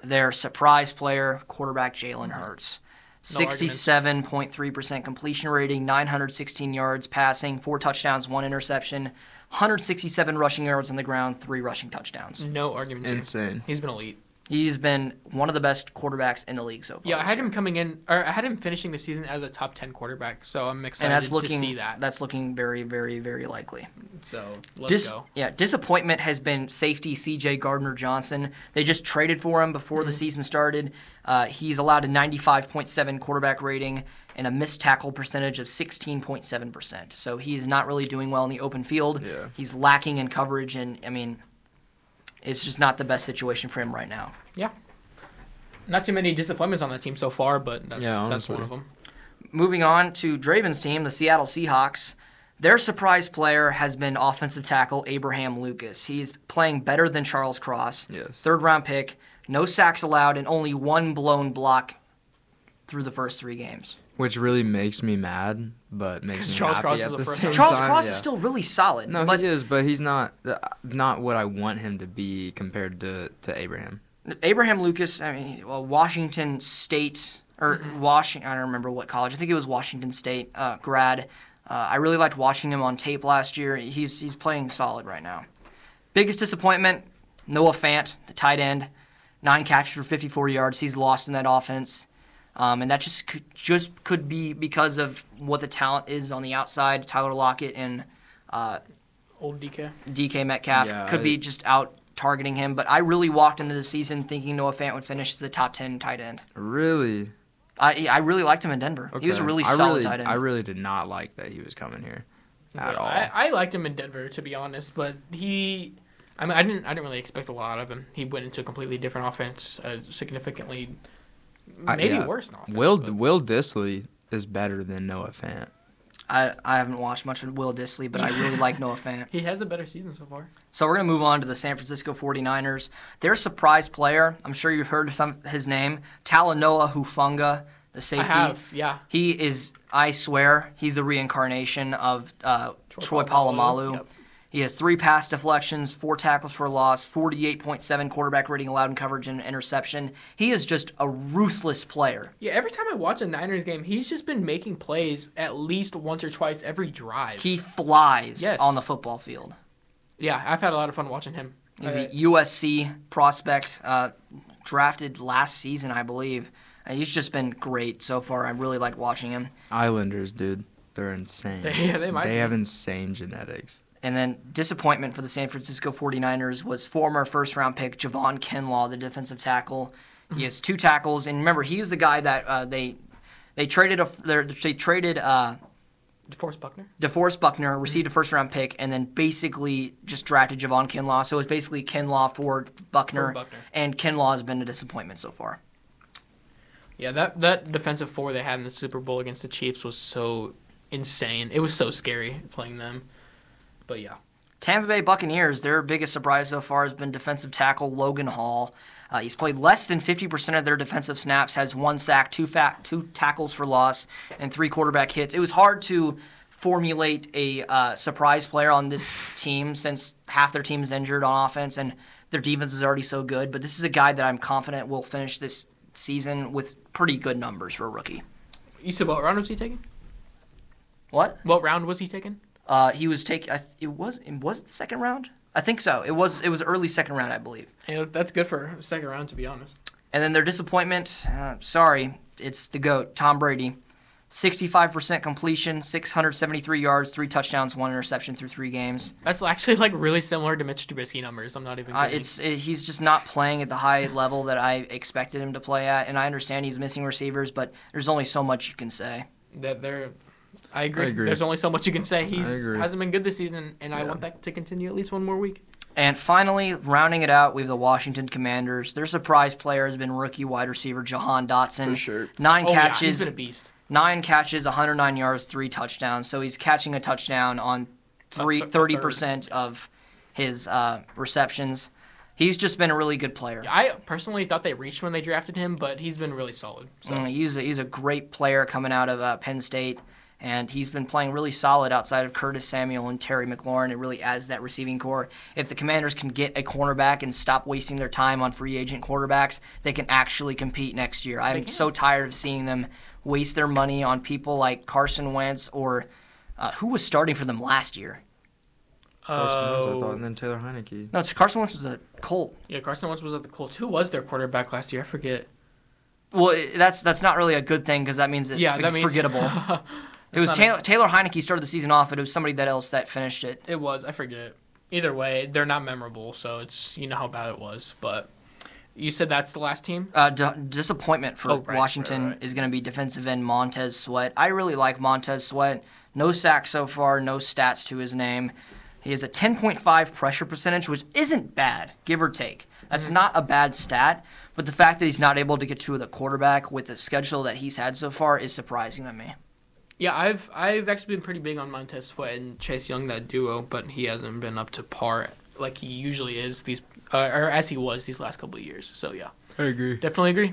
Speaker 2: Their surprise player, quarterback Jalen Hurts.
Speaker 1: Mm-hmm. No arguments.
Speaker 2: 67.3% completion rating, 916 yards passing, four touchdowns, one interception, 167 rushing yards on the ground, three rushing touchdowns.
Speaker 1: No argument. here.
Speaker 3: Insane.
Speaker 1: He's been elite.
Speaker 2: He's been one of the best quarterbacks in the league so far.
Speaker 1: Yeah, I
Speaker 2: this
Speaker 1: had
Speaker 2: year.
Speaker 1: him coming in, or I had him finishing the season as a top ten quarterback. So I'm excited
Speaker 2: and that's looking
Speaker 1: to see that.
Speaker 2: that's looking very very very likely.
Speaker 1: So let's
Speaker 2: Dis-
Speaker 1: go.
Speaker 2: Yeah, disappointment has been safety C.J. Gardner Johnson. They just traded for him before
Speaker 1: Mm-hmm.
Speaker 2: the season started. Uh, he's allowed a 95.7 quarterback rating and a missed tackle percentage of 16.7 percent. So he is not really doing well in the open field.
Speaker 3: Yeah.
Speaker 2: He's lacking in coverage, and I mean, it's just not the best situation for him right now.
Speaker 1: Yeah. Not too many disappointments on that team so far, but that's
Speaker 3: Yeah,
Speaker 1: that's
Speaker 3: honestly.
Speaker 1: one of them.
Speaker 2: Moving on to Draven's team, the Seattle Seahawks. Their surprise player has been offensive tackle Abraham Lucas. He's playing better than Charles Cross.
Speaker 3: Yes.
Speaker 2: Third round pick, no sacks allowed, and only one blown block through the first three games.
Speaker 3: Which really makes me mad, but makes
Speaker 1: 'Cause
Speaker 3: me
Speaker 1: Charles
Speaker 3: happy
Speaker 1: Cross
Speaker 3: at
Speaker 1: is a
Speaker 3: the
Speaker 1: first
Speaker 3: same
Speaker 1: round.
Speaker 2: Charles
Speaker 3: time.
Speaker 2: Cross
Speaker 3: Yeah.
Speaker 2: is still really solid.
Speaker 3: No,
Speaker 2: but
Speaker 3: he is, but he's not uh, not what I want him to be compared to to Abraham.
Speaker 2: Abraham Lucas, I mean, well, Washington State or Washington, I don't remember what college. I think it was Washington State uh, grad. Uh, I really liked watching him on tape last year. He's he's playing solid right now. Biggest disappointment: Noah Fant, the tight end, nine catches for 54 yards. He's lost in that offense, um, and that just could, just could be because of what the talent is on the outside. Tyler Lockett and uh,
Speaker 1: Old DK.
Speaker 2: DK Metcalf
Speaker 3: Yeah,
Speaker 2: could
Speaker 3: I-
Speaker 2: be just out targeting him, but I really walked into the season thinking Noah Fant would finish as the top ten tight end.
Speaker 3: Really,
Speaker 2: I I really liked him in Denver. He was a
Speaker 3: Okay.
Speaker 2: really
Speaker 3: I
Speaker 2: solid
Speaker 3: really,
Speaker 2: tight end.
Speaker 3: I really did not like that he was coming here at
Speaker 1: Yeah,
Speaker 3: all.
Speaker 1: I, I liked him in Denver to be honest, but he, I mean, I didn't I didn't really expect a lot of him. He went into a completely different offense, uh, significantly,
Speaker 3: I-
Speaker 1: maybe
Speaker 3: Uh, yeah.
Speaker 1: worse. Than offense,
Speaker 3: Will
Speaker 1: but-
Speaker 3: Will Disley is better than Noah Fant.
Speaker 2: I, I haven't watched much of Will Disley, but I really like Noah Fant.
Speaker 1: he has a better season so far.
Speaker 2: So we're going to move on to the San Francisco 49ers. Their surprise player, I'm sure you've heard some his name, Talanoa Hufunga, the safety.
Speaker 1: I have, yeah.
Speaker 2: He is, I swear, he's the reincarnation of uh,
Speaker 1: Troy
Speaker 2: Troy, Polamalu.
Speaker 1: Polamalu, yep.
Speaker 2: He has three pass deflections, four tackles for a loss, 48.7 quarterback rating allowed in coverage and interception. He is just a ruthless player.
Speaker 1: Yeah, every time I watch a Niners game, he's just been making plays at least once or twice every drive.
Speaker 2: He flies
Speaker 1: Yes.
Speaker 2: on the football field.
Speaker 1: yeah, I've had a lot of fun watching him.
Speaker 2: He's
Speaker 1: Uh,
Speaker 2: a USC prospect, uh, drafted last season, I believe. And he's just been great so far. I really like watching him.
Speaker 3: Islanders, dude, they're insane.
Speaker 1: They- yeah, they might
Speaker 3: They
Speaker 1: be.
Speaker 3: have insane genetics.
Speaker 2: And then disappointment for the San Francisco 49ers was former first round pick Javon Kinlaw, the defensive tackle. He has two tackles, and remember, he is the guy that uh, they they traded a their- they traded uh,
Speaker 1: DeForest Buckner.
Speaker 2: DeForest Buckner, received a first round pick, and then basically just drafted Javon Kinlaw. So it's basically Kinlaw for Buckner,
Speaker 1: For Buckner.
Speaker 2: and Kinlaw has been a disappointment so far.
Speaker 1: Yeah, that that defensive four they had in the Super Bowl against the Chiefs was so insane. It was so scary playing them. But yeah,
Speaker 2: Tampa Bay Buccaneers, their biggest surprise so far has been defensive tackle Logan Hall. Uh, he's played less than 50% of their defensive snaps, has one sack, two, fa- two tackles for loss, and three quarterback hits. It was hard to formulate a uh, surprise player on this team since half their team is injured on offense and their defense is already so good. But this is a guy that I'm confident will finish this season with pretty good numbers for a rookie.
Speaker 1: you said what round was he taking?
Speaker 2: What?
Speaker 1: What round was he taking?
Speaker 2: Uh, he was taken. It was. It was the second round. I think so. It was. It was early second round, I believe.
Speaker 1: Yeah, that's good for a second round, to be honest.
Speaker 2: And then their disappointment, uh, sorry, it's the GOAT, Tom Brady. 65% completion, 673 yards, three touchdowns, one interception through three games.
Speaker 1: That's actually like really similar to Mitch Trubisky numbers. I'm not even.
Speaker 2: Uh,
Speaker 1: kidding.
Speaker 2: it's it, he's just not playing at the high level that I expected him to play at, and I understand he's missing receivers, but there's only so much you can say.
Speaker 1: that they're. I agree.
Speaker 3: I agree.
Speaker 1: There's only so much you can say. He's
Speaker 3: agree.
Speaker 1: hasn't been good this season, and I
Speaker 3: Yeah.
Speaker 1: want that to continue at least one more week.
Speaker 2: And finally, rounding it out, we have the Washington Commanders. Their surprise player has been rookie wide receiver Jahan Dotson.
Speaker 3: For sure.
Speaker 2: Nine
Speaker 1: Oh yeah, he's
Speaker 2: catches,
Speaker 1: been a beast.
Speaker 2: nine catches, 109 yards, three touchdowns. So he's catching a touchdown on three,
Speaker 1: A th- a third.
Speaker 2: 30% of his uh, receptions. He's just been a really good player.
Speaker 1: I personally thought they reached when they drafted him, but he's been really solid. So
Speaker 2: Mm, he's, a, he's a great player coming out of uh, Penn State, and he's been playing really solid outside of Curtis Samuel and Terry McLaurin. It really adds that receiving core. If the Commanders can get a cornerback and stop wasting their time on free agent quarterbacks, they can actually compete next year. I'm so tired of seeing them waste their money on people like Carson Wentz or uh, who was starting for them last year.
Speaker 3: Carson Wentz, I thought, and
Speaker 1: Oh.
Speaker 3: then Taylor Heineke.
Speaker 2: No, it's Carson Wentz was a Colt.
Speaker 1: yeah, Carson Wentz was at the Colts. Who was their quarterback last year? I forget.
Speaker 2: Well, i- that's that's not really a good thing because that means it's
Speaker 1: yeah,
Speaker 2: for-
Speaker 1: that means
Speaker 2: forgettable. it was
Speaker 1: not a-
Speaker 2: Taylor, Taylor Heineke started the season off, but it was somebody that else that finished it.
Speaker 1: It was. I forget. Either way, they're not memorable, so it's you know how bad it was. But you said that's the last team.
Speaker 2: Uh, d- disappointment for
Speaker 1: Oh, right, right,
Speaker 2: Washington
Speaker 1: right.
Speaker 2: is going to be defensive end Montez Sweat. I really like Montez Sweat. No sacks so far, no stats to his name. He has a 10.5 pressure percentage, which isn't bad, give or take. That's
Speaker 1: Mm.
Speaker 2: not a bad stat, but the fact that he's not able to get to the quarterback with the schedule that he's had so far is surprising to me.
Speaker 1: Yeah, I've I've actually been pretty big on Montez Sweat and Chase Young that duo, but he hasn't been up to par like he usually is these uh, or as he was these last couple of years. So yeah.
Speaker 3: I agree.
Speaker 1: Definitely agree.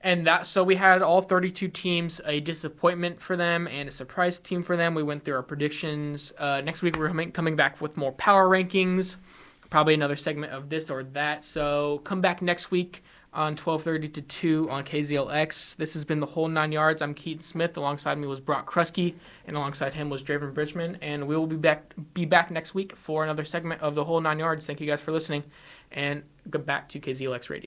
Speaker 1: And that so we had all 32 teams a disappointment for them and a surprise team for them. We went through our predictions. Uh, next week we're coming, coming back with more power rankings, probably another segment of this or that. So come back next week on 12:30 to 2 on KZLX. This has been the whole nine yards. I'm Keaton Smith. Alongside me was Brock Krusky, and alongside him was Draven Bridgman. And we will be back be back next week for another segment of the whole nine yards. Thank you guys for listening, and go back to KZLX Radio.